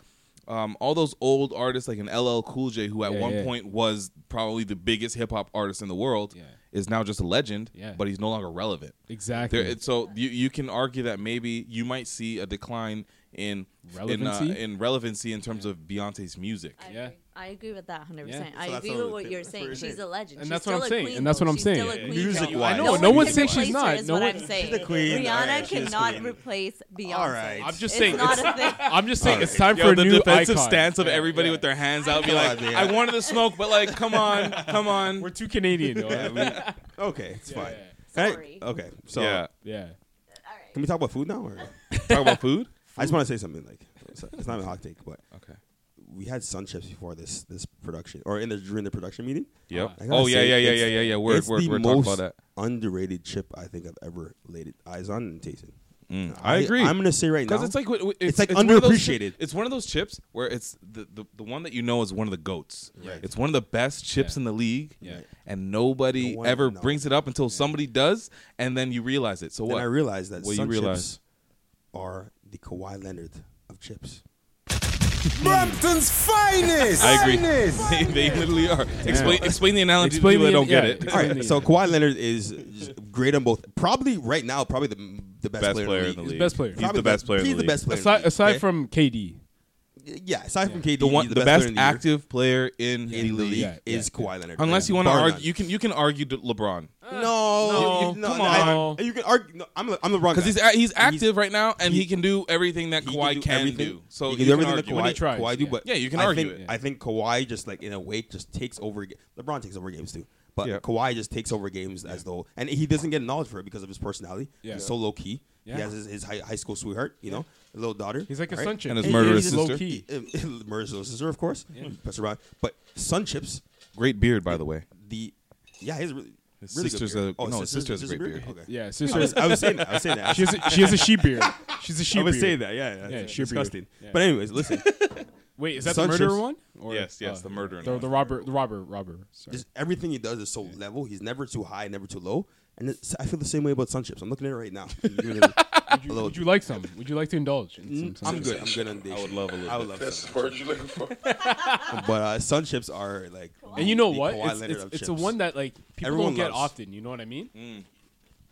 [SPEAKER 3] um, all those old artists like an LL Cool J who at
[SPEAKER 2] Yeah,
[SPEAKER 3] one
[SPEAKER 2] yeah.
[SPEAKER 3] point was probably the biggest hip hop artist in the world
[SPEAKER 2] Yeah.
[SPEAKER 3] is now just a legend,
[SPEAKER 2] Yeah.
[SPEAKER 3] but he's no longer relevant.
[SPEAKER 2] exactly.
[SPEAKER 3] There, it- so you, you can argue that maybe you might see a decline in in, uh,
[SPEAKER 2] Relevancy?
[SPEAKER 3] in relevancy in terms of Beyonce's music.
[SPEAKER 8] I
[SPEAKER 2] Yeah.
[SPEAKER 8] agree. I agree with that 100%.
[SPEAKER 2] Yeah.
[SPEAKER 8] I
[SPEAKER 1] So that's
[SPEAKER 8] agree
[SPEAKER 1] all
[SPEAKER 8] with
[SPEAKER 1] the
[SPEAKER 8] what
[SPEAKER 1] thing-
[SPEAKER 8] you're
[SPEAKER 1] that's what
[SPEAKER 8] saying.
[SPEAKER 1] you're
[SPEAKER 8] She's
[SPEAKER 1] saying.
[SPEAKER 8] a legend.
[SPEAKER 2] And
[SPEAKER 8] she's
[SPEAKER 2] that's what
[SPEAKER 8] still
[SPEAKER 2] I'm
[SPEAKER 8] a
[SPEAKER 2] saying,
[SPEAKER 8] Queen,
[SPEAKER 2] and that's what
[SPEAKER 8] though.
[SPEAKER 2] I'm
[SPEAKER 8] she's
[SPEAKER 2] saying.
[SPEAKER 8] Still a
[SPEAKER 2] Yeah.
[SPEAKER 8] queen,
[SPEAKER 1] Music
[SPEAKER 8] though.
[SPEAKER 1] wise.
[SPEAKER 2] No, no
[SPEAKER 8] can
[SPEAKER 2] one's saying she's
[SPEAKER 8] replace her
[SPEAKER 2] not.
[SPEAKER 8] is
[SPEAKER 2] No
[SPEAKER 8] what
[SPEAKER 2] one-
[SPEAKER 8] I'm
[SPEAKER 2] she's
[SPEAKER 8] saying.
[SPEAKER 1] the queen. All
[SPEAKER 8] Rihanna
[SPEAKER 1] right, she's
[SPEAKER 8] cannot
[SPEAKER 1] queen.
[SPEAKER 8] replace Beyonce.
[SPEAKER 1] All right.
[SPEAKER 2] I'm just
[SPEAKER 8] It's
[SPEAKER 2] saying.
[SPEAKER 8] not
[SPEAKER 2] it's-
[SPEAKER 8] a thing.
[SPEAKER 1] [laughs]
[SPEAKER 2] I'm just saying. It's time
[SPEAKER 3] Yo,
[SPEAKER 2] for a
[SPEAKER 3] the
[SPEAKER 2] new
[SPEAKER 3] defensive
[SPEAKER 2] icon.
[SPEAKER 3] stance of everybody with their hands out, be
[SPEAKER 1] Come
[SPEAKER 3] like,
[SPEAKER 1] on, man.
[SPEAKER 3] "I wanted to smoke, but like, come on, come
[SPEAKER 2] [laughs]
[SPEAKER 3] on."
[SPEAKER 2] We're too Canadian. Though. yeah.
[SPEAKER 1] Okay, it's fine.
[SPEAKER 8] yeah.
[SPEAKER 1] Hey,
[SPEAKER 8] Sorry.
[SPEAKER 1] Okay, so
[SPEAKER 3] yeah,
[SPEAKER 1] can we talk about food now? Or?
[SPEAKER 3] talk
[SPEAKER 2] [laughs]
[SPEAKER 3] about food.
[SPEAKER 1] I just want to say something. Like it's it's not a hot take, but
[SPEAKER 3] Okay.
[SPEAKER 1] we had sun chips before this this production or in the during the production meeting.
[SPEAKER 3] Yep.
[SPEAKER 1] I gotta
[SPEAKER 3] Oh yeah,
[SPEAKER 1] say,
[SPEAKER 3] yeah, yeah,
[SPEAKER 1] it's-
[SPEAKER 3] yeah, yeah, yeah. Word,
[SPEAKER 1] it's
[SPEAKER 3] word,
[SPEAKER 1] the
[SPEAKER 3] word. Talk
[SPEAKER 1] most
[SPEAKER 3] about that.
[SPEAKER 1] underrated chip I think I've ever laid eyes on and tasted.
[SPEAKER 3] Mm, I agree.
[SPEAKER 1] I'm gonna say right now
[SPEAKER 3] Because it's like it's,
[SPEAKER 1] it's like
[SPEAKER 3] one of those
[SPEAKER 1] underappreciated.
[SPEAKER 3] chi- it's one of those chips where it's the, the, the one that you know is one of the goats. Right. It's one of the best chips
[SPEAKER 2] Yeah.
[SPEAKER 3] in the league,
[SPEAKER 2] Yeah.
[SPEAKER 3] and nobody
[SPEAKER 1] No one-
[SPEAKER 3] ever
[SPEAKER 1] no.
[SPEAKER 3] brings it up until somebody does, and then you realize it. So
[SPEAKER 1] then
[SPEAKER 3] what?
[SPEAKER 1] I realized that
[SPEAKER 3] What you
[SPEAKER 1] sun
[SPEAKER 3] realize?
[SPEAKER 1] chips are the Kawhi Leonard of chips.
[SPEAKER 3] [laughs]
[SPEAKER 4] Brampton's finest.
[SPEAKER 3] I agree. [laughs]
[SPEAKER 4] Finest.
[SPEAKER 3] they, they literally are. Explain explain the analogy
[SPEAKER 2] Explain
[SPEAKER 3] to people
[SPEAKER 2] the-
[SPEAKER 3] that don't get
[SPEAKER 2] yeah,
[SPEAKER 3] it.
[SPEAKER 2] explain-
[SPEAKER 1] All right, so Kawhi Leonard is just great on both. Probably right now, probably the the best,
[SPEAKER 3] Best
[SPEAKER 1] player, in the league.
[SPEAKER 2] the best player. He's
[SPEAKER 1] Probably
[SPEAKER 3] the best player in
[SPEAKER 1] He's
[SPEAKER 3] the
[SPEAKER 1] the
[SPEAKER 3] league.
[SPEAKER 1] best player. in the
[SPEAKER 2] Aside,
[SPEAKER 1] league,
[SPEAKER 2] aside
[SPEAKER 1] okay?
[SPEAKER 2] from KD,
[SPEAKER 1] yeah, aside from KD,
[SPEAKER 3] The one,
[SPEAKER 1] he's
[SPEAKER 3] the,
[SPEAKER 1] the,
[SPEAKER 3] best,
[SPEAKER 1] player in the league.
[SPEAKER 3] active player in, the
[SPEAKER 1] in the
[SPEAKER 3] league.
[SPEAKER 1] league
[SPEAKER 2] Yeah,
[SPEAKER 1] is Kawhi Leonard.
[SPEAKER 3] Unless you want to
[SPEAKER 1] Bar
[SPEAKER 3] argue,
[SPEAKER 1] none.
[SPEAKER 3] you can you can argue to LeBron
[SPEAKER 1] no,
[SPEAKER 3] No,
[SPEAKER 1] you- no,
[SPEAKER 3] come
[SPEAKER 1] no, I-
[SPEAKER 2] on.
[SPEAKER 1] you can argue. No, I'm, the- I'm the wrong
[SPEAKER 3] because he's
[SPEAKER 1] guy.
[SPEAKER 3] a- he's active right now and he,
[SPEAKER 1] he-
[SPEAKER 3] can do everything that
[SPEAKER 1] He
[SPEAKER 3] Kawhi
[SPEAKER 1] do
[SPEAKER 3] can,
[SPEAKER 1] everything.
[SPEAKER 3] do. So
[SPEAKER 1] he
[SPEAKER 3] you
[SPEAKER 1] can do everything that
[SPEAKER 3] argue.
[SPEAKER 2] When he
[SPEAKER 1] Kawhi,
[SPEAKER 2] tries,
[SPEAKER 1] Kawhi do,
[SPEAKER 2] yeah.
[SPEAKER 1] but
[SPEAKER 3] Yeah, you can
[SPEAKER 1] I
[SPEAKER 3] argue
[SPEAKER 1] think,
[SPEAKER 3] it.
[SPEAKER 1] I think Kawhi just like in a wake just takes over. ga- LeBron takes over games too, but
[SPEAKER 3] Yeah.
[SPEAKER 1] Kawhi just takes over games as though, and he doesn't get acknowledged for it because of his personality.
[SPEAKER 2] Yeah.
[SPEAKER 1] He's so low key.
[SPEAKER 2] Yeah.
[SPEAKER 1] He has his, his high, high school sweetheart, you know, a little daughter.
[SPEAKER 2] he's like a
[SPEAKER 1] right?
[SPEAKER 2] sun chip.
[SPEAKER 3] And his
[SPEAKER 2] He's
[SPEAKER 3] murderous
[SPEAKER 2] just low
[SPEAKER 1] [laughs]
[SPEAKER 3] sister.
[SPEAKER 2] key.
[SPEAKER 1] Murder's little sister, of course. Pass around. But Sun Chips,
[SPEAKER 3] Great beard, by the way.
[SPEAKER 1] the yeah, he's really
[SPEAKER 3] His
[SPEAKER 1] really
[SPEAKER 3] sister's
[SPEAKER 1] good Oh,
[SPEAKER 3] a- no, his sister has a great beard.
[SPEAKER 1] Okay.
[SPEAKER 2] Yeah,
[SPEAKER 1] I was,
[SPEAKER 2] sister.
[SPEAKER 1] I was saying that. I
[SPEAKER 2] [laughs]
[SPEAKER 1] was saying that.
[SPEAKER 2] She has a, she has a sheep beard. She's a sheep.
[SPEAKER 1] I was
[SPEAKER 2] beard.
[SPEAKER 1] saying that. Yeah, yeah.
[SPEAKER 2] Yeah,
[SPEAKER 1] it's
[SPEAKER 2] sheep beard.
[SPEAKER 1] disgusting.
[SPEAKER 2] Yeah.
[SPEAKER 1] But anyways, listen.
[SPEAKER 2] Wait, is that
[SPEAKER 1] Sun
[SPEAKER 2] the murderer
[SPEAKER 1] chips.
[SPEAKER 2] one? Or, uh,
[SPEAKER 3] Yes, yes, the murderer
[SPEAKER 2] The,
[SPEAKER 3] one.
[SPEAKER 2] the robber, the robber, robber. Sorry.
[SPEAKER 1] just everything he does is so level. He's never too high, never too low. And it's, I feel the same way about Sun Chips. I'm looking at it right now. I'm giving it a little-
[SPEAKER 2] Would you like some? Would you like to indulge? In some, some-
[SPEAKER 1] I'm good. I'm good on this. I would love a little. I would love That's the word you're looking for. but uh, Sun Chips are like.
[SPEAKER 2] And you know
[SPEAKER 1] the
[SPEAKER 2] what?
[SPEAKER 1] Kawhi
[SPEAKER 2] It's,
[SPEAKER 1] Leonard
[SPEAKER 2] it's,
[SPEAKER 1] of
[SPEAKER 2] it's
[SPEAKER 1] chips.
[SPEAKER 2] a one that like people
[SPEAKER 1] Everyone
[SPEAKER 2] don't get
[SPEAKER 1] loves. Mm.
[SPEAKER 2] often. You know what I mean?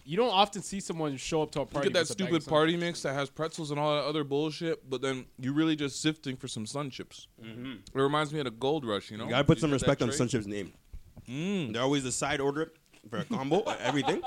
[SPEAKER 2] You don't often see someone show up to a
[SPEAKER 3] You
[SPEAKER 2] party.
[SPEAKER 3] get that
[SPEAKER 2] with a bag of
[SPEAKER 3] stupid
[SPEAKER 2] Sun
[SPEAKER 3] party mix that has pretzels and all that other bullshit, but then you really just sifting for some sun chips. It reminds me of the Gold Rush, you know.
[SPEAKER 1] Mm-hmm. You gotta put some
[SPEAKER 3] get
[SPEAKER 1] respect
[SPEAKER 3] that
[SPEAKER 1] on
[SPEAKER 3] tray.
[SPEAKER 1] Sun Chips' name.
[SPEAKER 2] Mm.
[SPEAKER 1] They're always the side order for
[SPEAKER 2] [laughs]
[SPEAKER 1] a combo or everything,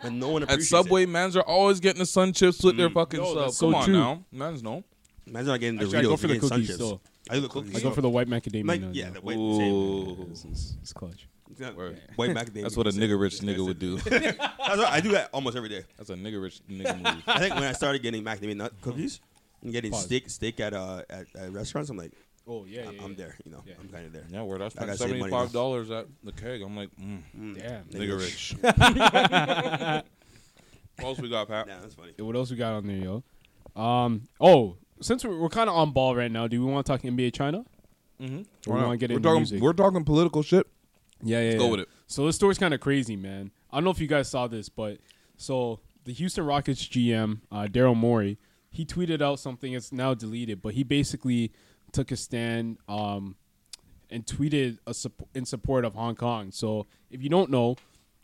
[SPEAKER 1] and no one
[SPEAKER 3] At
[SPEAKER 1] appreciates
[SPEAKER 3] Subway,
[SPEAKER 1] It. Mm.
[SPEAKER 3] mans are always getting the sun chips with their fucking
[SPEAKER 2] Yo,
[SPEAKER 3] sub.
[SPEAKER 2] that's so
[SPEAKER 3] Come on
[SPEAKER 2] true.
[SPEAKER 3] now, mans no.
[SPEAKER 1] Imagine not getting Doritos.
[SPEAKER 2] Actually, I go
[SPEAKER 1] you're
[SPEAKER 2] for the
[SPEAKER 1] getting Sun
[SPEAKER 2] cookies
[SPEAKER 1] Chips.
[SPEAKER 2] still.
[SPEAKER 1] I do the cookies.
[SPEAKER 2] I go for the white macadamia.
[SPEAKER 1] Like,
[SPEAKER 2] nut,
[SPEAKER 1] yeah, the white, same.
[SPEAKER 3] Ooh,
[SPEAKER 2] It's- it's- it's clutch.
[SPEAKER 1] Exactly. white
[SPEAKER 3] [laughs]
[SPEAKER 1] macadamia.
[SPEAKER 3] that's what a nigga rich nigga
[SPEAKER 1] [laughs]
[SPEAKER 3] would do. that's
[SPEAKER 1] That's what- I do that almost every day.
[SPEAKER 3] a nigga rich
[SPEAKER 1] [laughs]
[SPEAKER 3] nigga move.
[SPEAKER 1] I think when I started getting macadamia nut cookies and getting
[SPEAKER 2] Pause.
[SPEAKER 1] steak steak at uh at, at restaurants, I'm like,
[SPEAKER 2] Oh yeah,
[SPEAKER 1] I'm,
[SPEAKER 2] yeah,
[SPEAKER 1] I'm
[SPEAKER 2] yeah.
[SPEAKER 1] there. You know,
[SPEAKER 2] Yeah.
[SPEAKER 1] I'm kind of there.
[SPEAKER 3] Yeah, where I spent
[SPEAKER 1] gotta save money
[SPEAKER 3] seventy
[SPEAKER 1] now.
[SPEAKER 3] five dollars at the keg. I'm like, mm,
[SPEAKER 2] Damn.
[SPEAKER 3] nigga rich.
[SPEAKER 2] [laughs]
[SPEAKER 3] what else we got, Pat?
[SPEAKER 1] Nah, that's funny.
[SPEAKER 2] What else we got on there, yo? Um. Oh, since we're, we're kind of on ball right now, do we want to talk NBA China? Mm-hmm. Or we
[SPEAKER 3] Why not?
[SPEAKER 2] want to get
[SPEAKER 3] we're
[SPEAKER 2] into
[SPEAKER 3] talking,
[SPEAKER 2] music.
[SPEAKER 3] We're talking political shit.
[SPEAKER 2] Yeah, yeah.
[SPEAKER 3] go
[SPEAKER 2] yeah.
[SPEAKER 3] with it.
[SPEAKER 2] So this story's kind of crazy, man. I don't know if you guys saw this, but so the Houston Rockets GM uh, Daryl Morey, he tweeted out something. It's now deleted, but he basically took a stand um, and tweeted a sup- in support of Hong Kong. So if you don't know,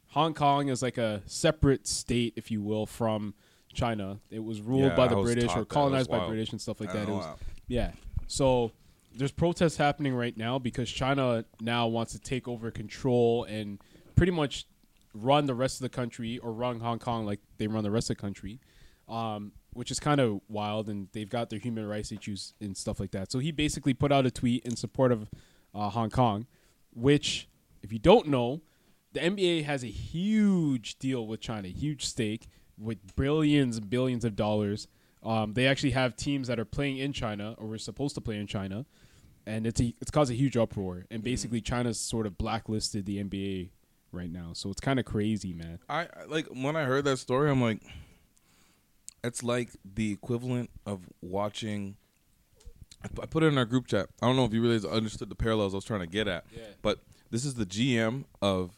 [SPEAKER 2] Hong Kong is like a separate state, if you will, from China. It was ruled
[SPEAKER 3] Yeah,
[SPEAKER 2] by the
[SPEAKER 3] I was
[SPEAKER 2] British
[SPEAKER 3] taught
[SPEAKER 2] or
[SPEAKER 3] that. It was
[SPEAKER 2] colonized by
[SPEAKER 3] wild.
[SPEAKER 2] British and stuff like
[SPEAKER 1] I
[SPEAKER 2] that.
[SPEAKER 1] know,
[SPEAKER 2] It was-
[SPEAKER 1] wow.
[SPEAKER 2] yeah. So there's protests happening right now because China now wants to take over control and pretty much run the rest of the country or run Hong Kong like they run the rest of the country, um, which is kind of wild. And they've got their human rights issues and stuff like that. So he basically put out a tweet in support of uh, Hong Kong, which, if you don't know, the NBA has a huge deal with China, huge stake with billions and billions of dollars. Um, they actually have teams that are playing in China or were supposed to play in China, and it's a, it's caused a huge uproar.
[SPEAKER 1] Mm-hmm.
[SPEAKER 2] And basically, China's sort of blacklisted the NBA right now, so it's kind of crazy, man.
[SPEAKER 3] I I- like when I heard that story. I'm like, it's like the equivalent of watching. I pu- I put it in our group chat. I don't know if you really understood the parallels I was trying to get at.
[SPEAKER 2] Yeah.
[SPEAKER 3] But this is the GM of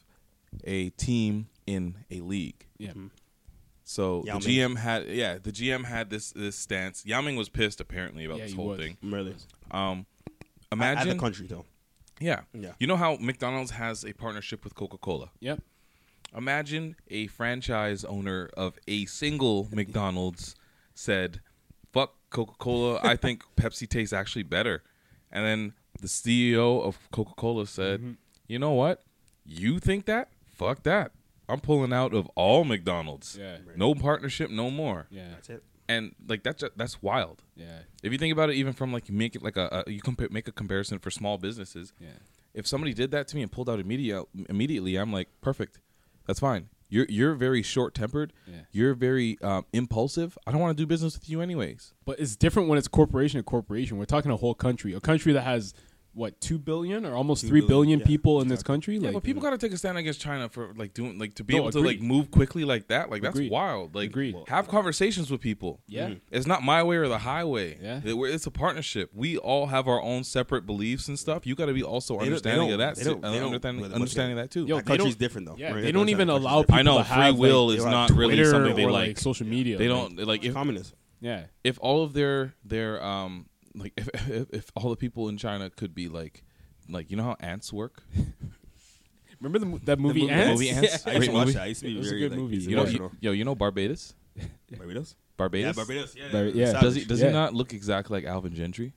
[SPEAKER 3] a team in a league.
[SPEAKER 2] Yeah,
[SPEAKER 1] Mm-hmm.
[SPEAKER 3] So
[SPEAKER 1] Yao
[SPEAKER 3] the
[SPEAKER 1] Ming.
[SPEAKER 3] GM had yeah, the GM had this this stance. Yao Ming was pissed apparently about
[SPEAKER 2] yeah,
[SPEAKER 3] this
[SPEAKER 2] he
[SPEAKER 3] whole
[SPEAKER 2] was.
[SPEAKER 3] thing.
[SPEAKER 1] Really?
[SPEAKER 3] Um
[SPEAKER 1] At the
[SPEAKER 3] imagine
[SPEAKER 1] country though.
[SPEAKER 3] yeah.
[SPEAKER 1] Yeah.
[SPEAKER 3] You know how McDonald's has a partnership with Coca-Cola?
[SPEAKER 2] Yep.
[SPEAKER 3] Imagine a franchise owner of a
[SPEAKER 2] [laughs]
[SPEAKER 3] single McDonald's said, "Fuck Coca-Cola,
[SPEAKER 2] [laughs]
[SPEAKER 3] I think Pepsi tastes actually better." And then the CEO of Coca-Cola said,
[SPEAKER 2] Mm-hmm.
[SPEAKER 3] "You know what? You think that? Fuck that. I'm pulling out of all McDonald's.
[SPEAKER 2] Yeah. Right.
[SPEAKER 3] No partnership no more."
[SPEAKER 2] Yeah,
[SPEAKER 1] That's it.
[SPEAKER 3] And like that's that's wild.
[SPEAKER 2] yeah,
[SPEAKER 3] If you think about it, even from like you make it like a, a you compare make a comparison for small businesses.
[SPEAKER 2] Yeah.
[SPEAKER 3] If somebody did that to me and pulled out immediate, immediately, I'm like, perfect, that's fine. You're you're very short tempered.
[SPEAKER 2] Yeah.
[SPEAKER 3] You're very um, impulsive. I don't want to do business with you anyways.
[SPEAKER 2] but it's different when it's corporation to corporation. We're talking a whole country, a country that has what two billion or almost three billion
[SPEAKER 1] billion, yeah,
[SPEAKER 2] people in this country.
[SPEAKER 3] Yeah,
[SPEAKER 2] like,
[SPEAKER 3] but people got to take a stand against China for like doing like to be
[SPEAKER 2] No,
[SPEAKER 3] able to
[SPEAKER 2] agreed.
[SPEAKER 3] like move quickly like that. Like that's
[SPEAKER 2] Agreed.
[SPEAKER 3] wild. Like
[SPEAKER 2] Agreed.
[SPEAKER 3] have conversations with people.
[SPEAKER 2] Yeah. Mhm.
[SPEAKER 1] Mm-hmm.
[SPEAKER 3] It's not my way or the highway.
[SPEAKER 2] Yeah.
[SPEAKER 3] It- we're- it's a partnership. We all have our own separate beliefs and stuff. You got to be also
[SPEAKER 1] They don't- they
[SPEAKER 3] understanding
[SPEAKER 1] don't-
[SPEAKER 3] of that.
[SPEAKER 1] they don't- they don't-
[SPEAKER 3] understanding
[SPEAKER 1] what- what-
[SPEAKER 3] understanding that
[SPEAKER 2] Yo,
[SPEAKER 3] too.
[SPEAKER 1] That country's
[SPEAKER 2] countries-
[SPEAKER 1] different though.
[SPEAKER 2] yeah,
[SPEAKER 1] Right?
[SPEAKER 2] they don't
[SPEAKER 1] That's-
[SPEAKER 2] even
[SPEAKER 1] that
[SPEAKER 2] allow
[SPEAKER 1] country's
[SPEAKER 2] people
[SPEAKER 3] I know
[SPEAKER 2] to
[SPEAKER 3] free
[SPEAKER 2] have,
[SPEAKER 3] will
[SPEAKER 2] like,
[SPEAKER 3] is
[SPEAKER 1] they
[SPEAKER 3] not
[SPEAKER 1] like
[SPEAKER 3] really
[SPEAKER 2] Twitter
[SPEAKER 3] something they
[SPEAKER 2] or,
[SPEAKER 3] like.
[SPEAKER 2] social media.
[SPEAKER 3] they
[SPEAKER 2] like,
[SPEAKER 3] don't like if,
[SPEAKER 1] different.
[SPEAKER 2] [laughs]
[SPEAKER 1] Communist.
[SPEAKER 2] Yeah.
[SPEAKER 3] if all of their their um like [laughs] if, if if all the people in China could be like like you know how ants work.
[SPEAKER 2] Remember the, mo- that movie,
[SPEAKER 3] movie-
[SPEAKER 2] Ants?
[SPEAKER 3] movie Ants?
[SPEAKER 1] I
[SPEAKER 3] Great
[SPEAKER 1] used to watch
[SPEAKER 3] movie.
[SPEAKER 1] that. I used to be
[SPEAKER 2] It was a
[SPEAKER 1] very
[SPEAKER 2] good
[SPEAKER 1] like,
[SPEAKER 2] movie.
[SPEAKER 3] You know,
[SPEAKER 1] you,
[SPEAKER 3] you, yo, you know Barbados.
[SPEAKER 1] Barbados.
[SPEAKER 3] Barbados.
[SPEAKER 1] Yeah, Barbados. Yeah,
[SPEAKER 2] Bar- [laughs]
[SPEAKER 1] yeah.
[SPEAKER 2] yeah.
[SPEAKER 3] Does he
[SPEAKER 1] Savage.
[SPEAKER 3] does
[SPEAKER 2] Yeah.
[SPEAKER 3] he not look exactly like Alvin Gentry?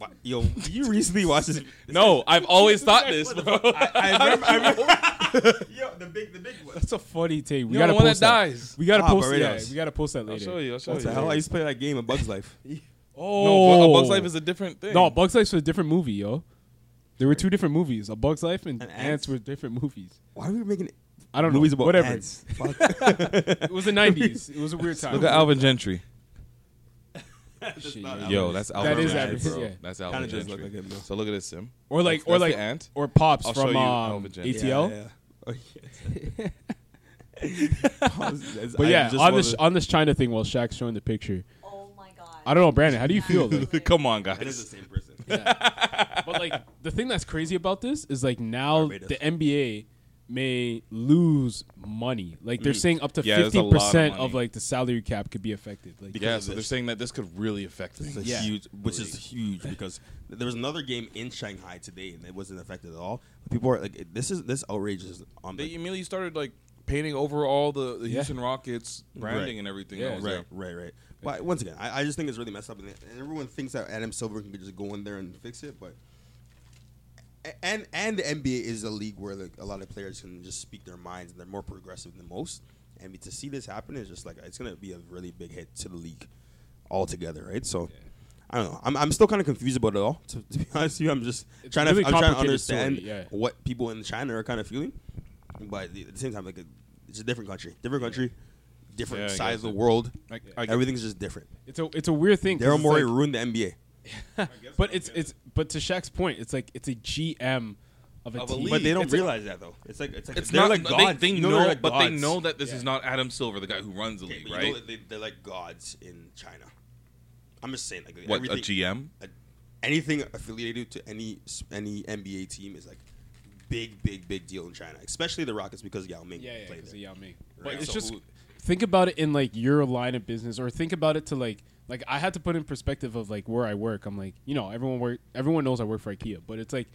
[SPEAKER 1] Wha- Yo, [laughs] did you recently watch this?
[SPEAKER 3] No, [laughs] I've always thought this.
[SPEAKER 1] [laughs] I remember. I remember [laughs] yo, the big, the big one.
[SPEAKER 2] That's a funny tape. We
[SPEAKER 3] You're
[SPEAKER 2] gotta
[SPEAKER 3] the one that
[SPEAKER 2] post that.
[SPEAKER 3] dies.
[SPEAKER 2] We gotta
[SPEAKER 1] Ah,
[SPEAKER 2] post that.
[SPEAKER 1] Barbados.
[SPEAKER 2] We gotta post that
[SPEAKER 3] I'll
[SPEAKER 2] later.
[SPEAKER 3] show you. I'll show
[SPEAKER 1] What
[SPEAKER 3] you.
[SPEAKER 1] the hell? I used to play that game, A Bug's Life.
[SPEAKER 2] Oh,
[SPEAKER 3] No, Bu- A Bug's Life is a different thing.
[SPEAKER 2] no. Bugs Life's a different movie, yo. There were two different movies. A Bug's Life and,
[SPEAKER 1] And
[SPEAKER 2] Ants
[SPEAKER 1] Ants.
[SPEAKER 2] were different movies.
[SPEAKER 1] [laughs] Why are we making
[SPEAKER 2] I don't
[SPEAKER 1] movies
[SPEAKER 2] know.
[SPEAKER 1] about
[SPEAKER 2] Whatever.
[SPEAKER 1] [laughs] ants? Fuck.
[SPEAKER 2] It was the
[SPEAKER 3] [laughs]
[SPEAKER 2] '90s. It was a weird time.
[SPEAKER 3] look at Alvin Gentry.
[SPEAKER 2] Shit,
[SPEAKER 1] not
[SPEAKER 2] yo.
[SPEAKER 3] Yo, that's Alvin
[SPEAKER 2] is
[SPEAKER 3] Gentry,
[SPEAKER 2] Alvin,
[SPEAKER 3] bro.
[SPEAKER 2] yeah.
[SPEAKER 3] That's
[SPEAKER 1] Kinda
[SPEAKER 3] Alvin
[SPEAKER 1] does look
[SPEAKER 3] Gentry.
[SPEAKER 1] like him, though.
[SPEAKER 3] so look at this, Sim.
[SPEAKER 2] Or like,
[SPEAKER 3] That's-
[SPEAKER 2] or
[SPEAKER 3] that's
[SPEAKER 2] like,
[SPEAKER 3] the ant.
[SPEAKER 2] or pops
[SPEAKER 3] I'll show
[SPEAKER 2] from
[SPEAKER 3] you
[SPEAKER 2] um,
[SPEAKER 3] Alvin Gentry.
[SPEAKER 2] ATL.
[SPEAKER 1] Yeah, yeah. Oh, [laughs]
[SPEAKER 2] But yeah, on
[SPEAKER 1] the
[SPEAKER 2] this on this China thing, while Shaq's showing the picture,
[SPEAKER 8] Oh
[SPEAKER 2] [laughs]
[SPEAKER 8] my god.
[SPEAKER 2] I don't know, Brandon. How do you feel?
[SPEAKER 3] [laughs]
[SPEAKER 2] Like,
[SPEAKER 3] Come on,
[SPEAKER 1] It is
[SPEAKER 3] guys.
[SPEAKER 1] the same person.
[SPEAKER 2] But like the thing that's crazy about this is like now
[SPEAKER 1] Barbados.
[SPEAKER 2] the NBA may lose money. Like they're saying up to
[SPEAKER 3] Mm. Yeah, there's a
[SPEAKER 2] fifty
[SPEAKER 3] lot of
[SPEAKER 2] percent of
[SPEAKER 3] money.
[SPEAKER 2] like the salary cap could be affected. Like
[SPEAKER 1] Because
[SPEAKER 3] Yeah,
[SPEAKER 1] of
[SPEAKER 3] so they're
[SPEAKER 1] this.
[SPEAKER 3] saying that this could really affect
[SPEAKER 1] It's a
[SPEAKER 3] things.
[SPEAKER 2] Yeah.
[SPEAKER 1] huge, which is
[SPEAKER 2] [laughs]
[SPEAKER 1] huge because there was another game in Shanghai today and it wasn't affected at all. People are like, this is this outrage is on
[SPEAKER 3] They
[SPEAKER 1] like,
[SPEAKER 3] immediately started like painting over all the, the
[SPEAKER 2] Yeah.
[SPEAKER 3] Houston Rockets branding
[SPEAKER 1] Right.
[SPEAKER 3] and everything.
[SPEAKER 2] Yeah.
[SPEAKER 3] that was
[SPEAKER 1] right,
[SPEAKER 3] there.
[SPEAKER 1] right, right. But once again, I, I just think it's really messed up, and and everyone thinks that Adam Silver can just go in there and fix it, but. a- And and the NBA is a league where like, a lot of players can just speak their minds and they're more progressive than most. And to see this happen is just like it's gonna be a really big hit to the league altogether, right? So I don't know. I'm, I'm still kind of confused about it all. To, to be [laughs] honest with you, I'm just
[SPEAKER 2] It's
[SPEAKER 1] trying
[SPEAKER 2] really
[SPEAKER 1] to I'm trying to
[SPEAKER 2] complicated story,
[SPEAKER 1] understand
[SPEAKER 2] yeah.
[SPEAKER 1] what people in China are kind of feeling. But at the same time, like it's a different country, different country, different
[SPEAKER 3] Yeah, I
[SPEAKER 1] size
[SPEAKER 3] guess
[SPEAKER 1] of the
[SPEAKER 3] it-
[SPEAKER 1] world.
[SPEAKER 3] I- I get-
[SPEAKER 1] Everything's just different.
[SPEAKER 2] it's a it's a weird thing. 'cause
[SPEAKER 1] Daryl
[SPEAKER 2] it's
[SPEAKER 1] Morey
[SPEAKER 2] like-
[SPEAKER 1] ruined the NBA.
[SPEAKER 2] but it's it's but to Shaq's point, it's like it's a GM of a
[SPEAKER 3] Of a
[SPEAKER 2] team.
[SPEAKER 3] league.
[SPEAKER 1] But they don't
[SPEAKER 3] It's a-
[SPEAKER 1] realize that though. It's like it's like
[SPEAKER 3] It's
[SPEAKER 1] they're
[SPEAKER 3] not
[SPEAKER 1] like gods.
[SPEAKER 3] They, they
[SPEAKER 1] No,
[SPEAKER 3] know,
[SPEAKER 1] they're like
[SPEAKER 3] but they
[SPEAKER 1] gods.
[SPEAKER 3] know that this is not Adam Silver, the guy who runs the
[SPEAKER 1] Okay,
[SPEAKER 3] league,
[SPEAKER 1] but you know that
[SPEAKER 3] right?
[SPEAKER 1] they, they're like gods in China. I'm just saying, like
[SPEAKER 3] What a
[SPEAKER 1] everything-
[SPEAKER 3] GM?
[SPEAKER 1] a- anything affiliated to any s- any NBA team is like big, big, big deal in China, especially the Rockets because Yao Ming
[SPEAKER 2] Yeah, yeah,
[SPEAKER 1] played
[SPEAKER 2] 'cause
[SPEAKER 1] there.
[SPEAKER 2] of Yao Ming. But
[SPEAKER 1] Right.
[SPEAKER 2] it's
[SPEAKER 1] So
[SPEAKER 2] just
[SPEAKER 1] who-
[SPEAKER 2] think about it in like your line of business, or think about it to like like I had to put in perspective of like where I work. I'm like, you know, everyone work, everyone knows I work for IKEA, but it's like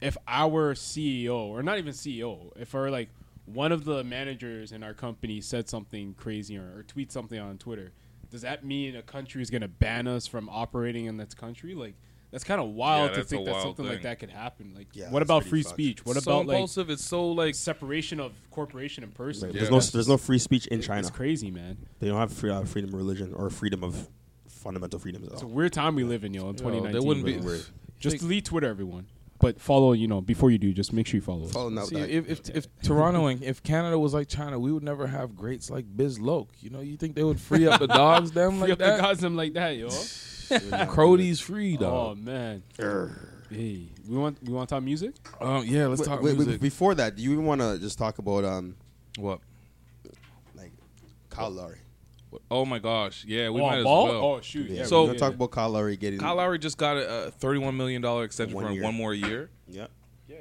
[SPEAKER 2] if our CEO or not even CEO, if our like one of the managers in our company said something crazy or, or tweet something on Twitter, does that mean a country is going to ban us from operating in this country? Like. That's kind of wild to
[SPEAKER 3] that's a
[SPEAKER 2] think that
[SPEAKER 3] wild
[SPEAKER 2] something like
[SPEAKER 3] thing.
[SPEAKER 2] that could happen. Like,
[SPEAKER 1] Yeah,
[SPEAKER 2] what
[SPEAKER 1] that's
[SPEAKER 2] about
[SPEAKER 1] pretty
[SPEAKER 2] free
[SPEAKER 1] fucked.
[SPEAKER 2] speech? What
[SPEAKER 3] It's so
[SPEAKER 2] about like
[SPEAKER 3] impulsive. It's so like
[SPEAKER 2] separation of corporation and person?
[SPEAKER 1] There's
[SPEAKER 3] Yeah.
[SPEAKER 1] no
[SPEAKER 3] That's-
[SPEAKER 1] there's no free speech in China.
[SPEAKER 2] It's crazy, man.
[SPEAKER 1] They don't have free, uh, freedom of religion or freedom of fundamental freedoms at
[SPEAKER 2] It's a
[SPEAKER 1] all.
[SPEAKER 2] weird time we live in, yo. In 2019,
[SPEAKER 3] there wouldn't be.
[SPEAKER 2] bro. Just delete Twitter, everyone. But follow, you know, before you do, just make sure you follow. us.
[SPEAKER 1] Oh no,
[SPEAKER 3] See, if, if, if Toronto and if Canada was like China, we would never have greats like Biz Loke. You know, you think they would free [laughs] up the dogs, Um, them
[SPEAKER 2] Free
[SPEAKER 3] like
[SPEAKER 2] up the
[SPEAKER 3] that?
[SPEAKER 2] gods, I'm like that, yo.
[SPEAKER 3] Crody's free,
[SPEAKER 2] oh
[SPEAKER 3] dog.
[SPEAKER 2] man. Hey, we want we want to talk music.
[SPEAKER 1] Oh,
[SPEAKER 3] um, yeah, let's talk music.
[SPEAKER 1] before that, do you even want to just talk about um
[SPEAKER 3] what?
[SPEAKER 1] like Kyle Lowry?
[SPEAKER 3] What- Oh my gosh, yeah, we
[SPEAKER 2] oh,
[SPEAKER 3] might as
[SPEAKER 2] ball?
[SPEAKER 3] well.
[SPEAKER 2] Oh shoot. Yeah,
[SPEAKER 1] Yeah,
[SPEAKER 3] So-
[SPEAKER 1] so talk about Kyle Lowry getting
[SPEAKER 3] Kyle Lowry just got a, a thirty-one million dollar extension
[SPEAKER 1] One
[SPEAKER 3] for
[SPEAKER 1] year.
[SPEAKER 3] one more year.
[SPEAKER 1] Yeah,
[SPEAKER 3] Yeah,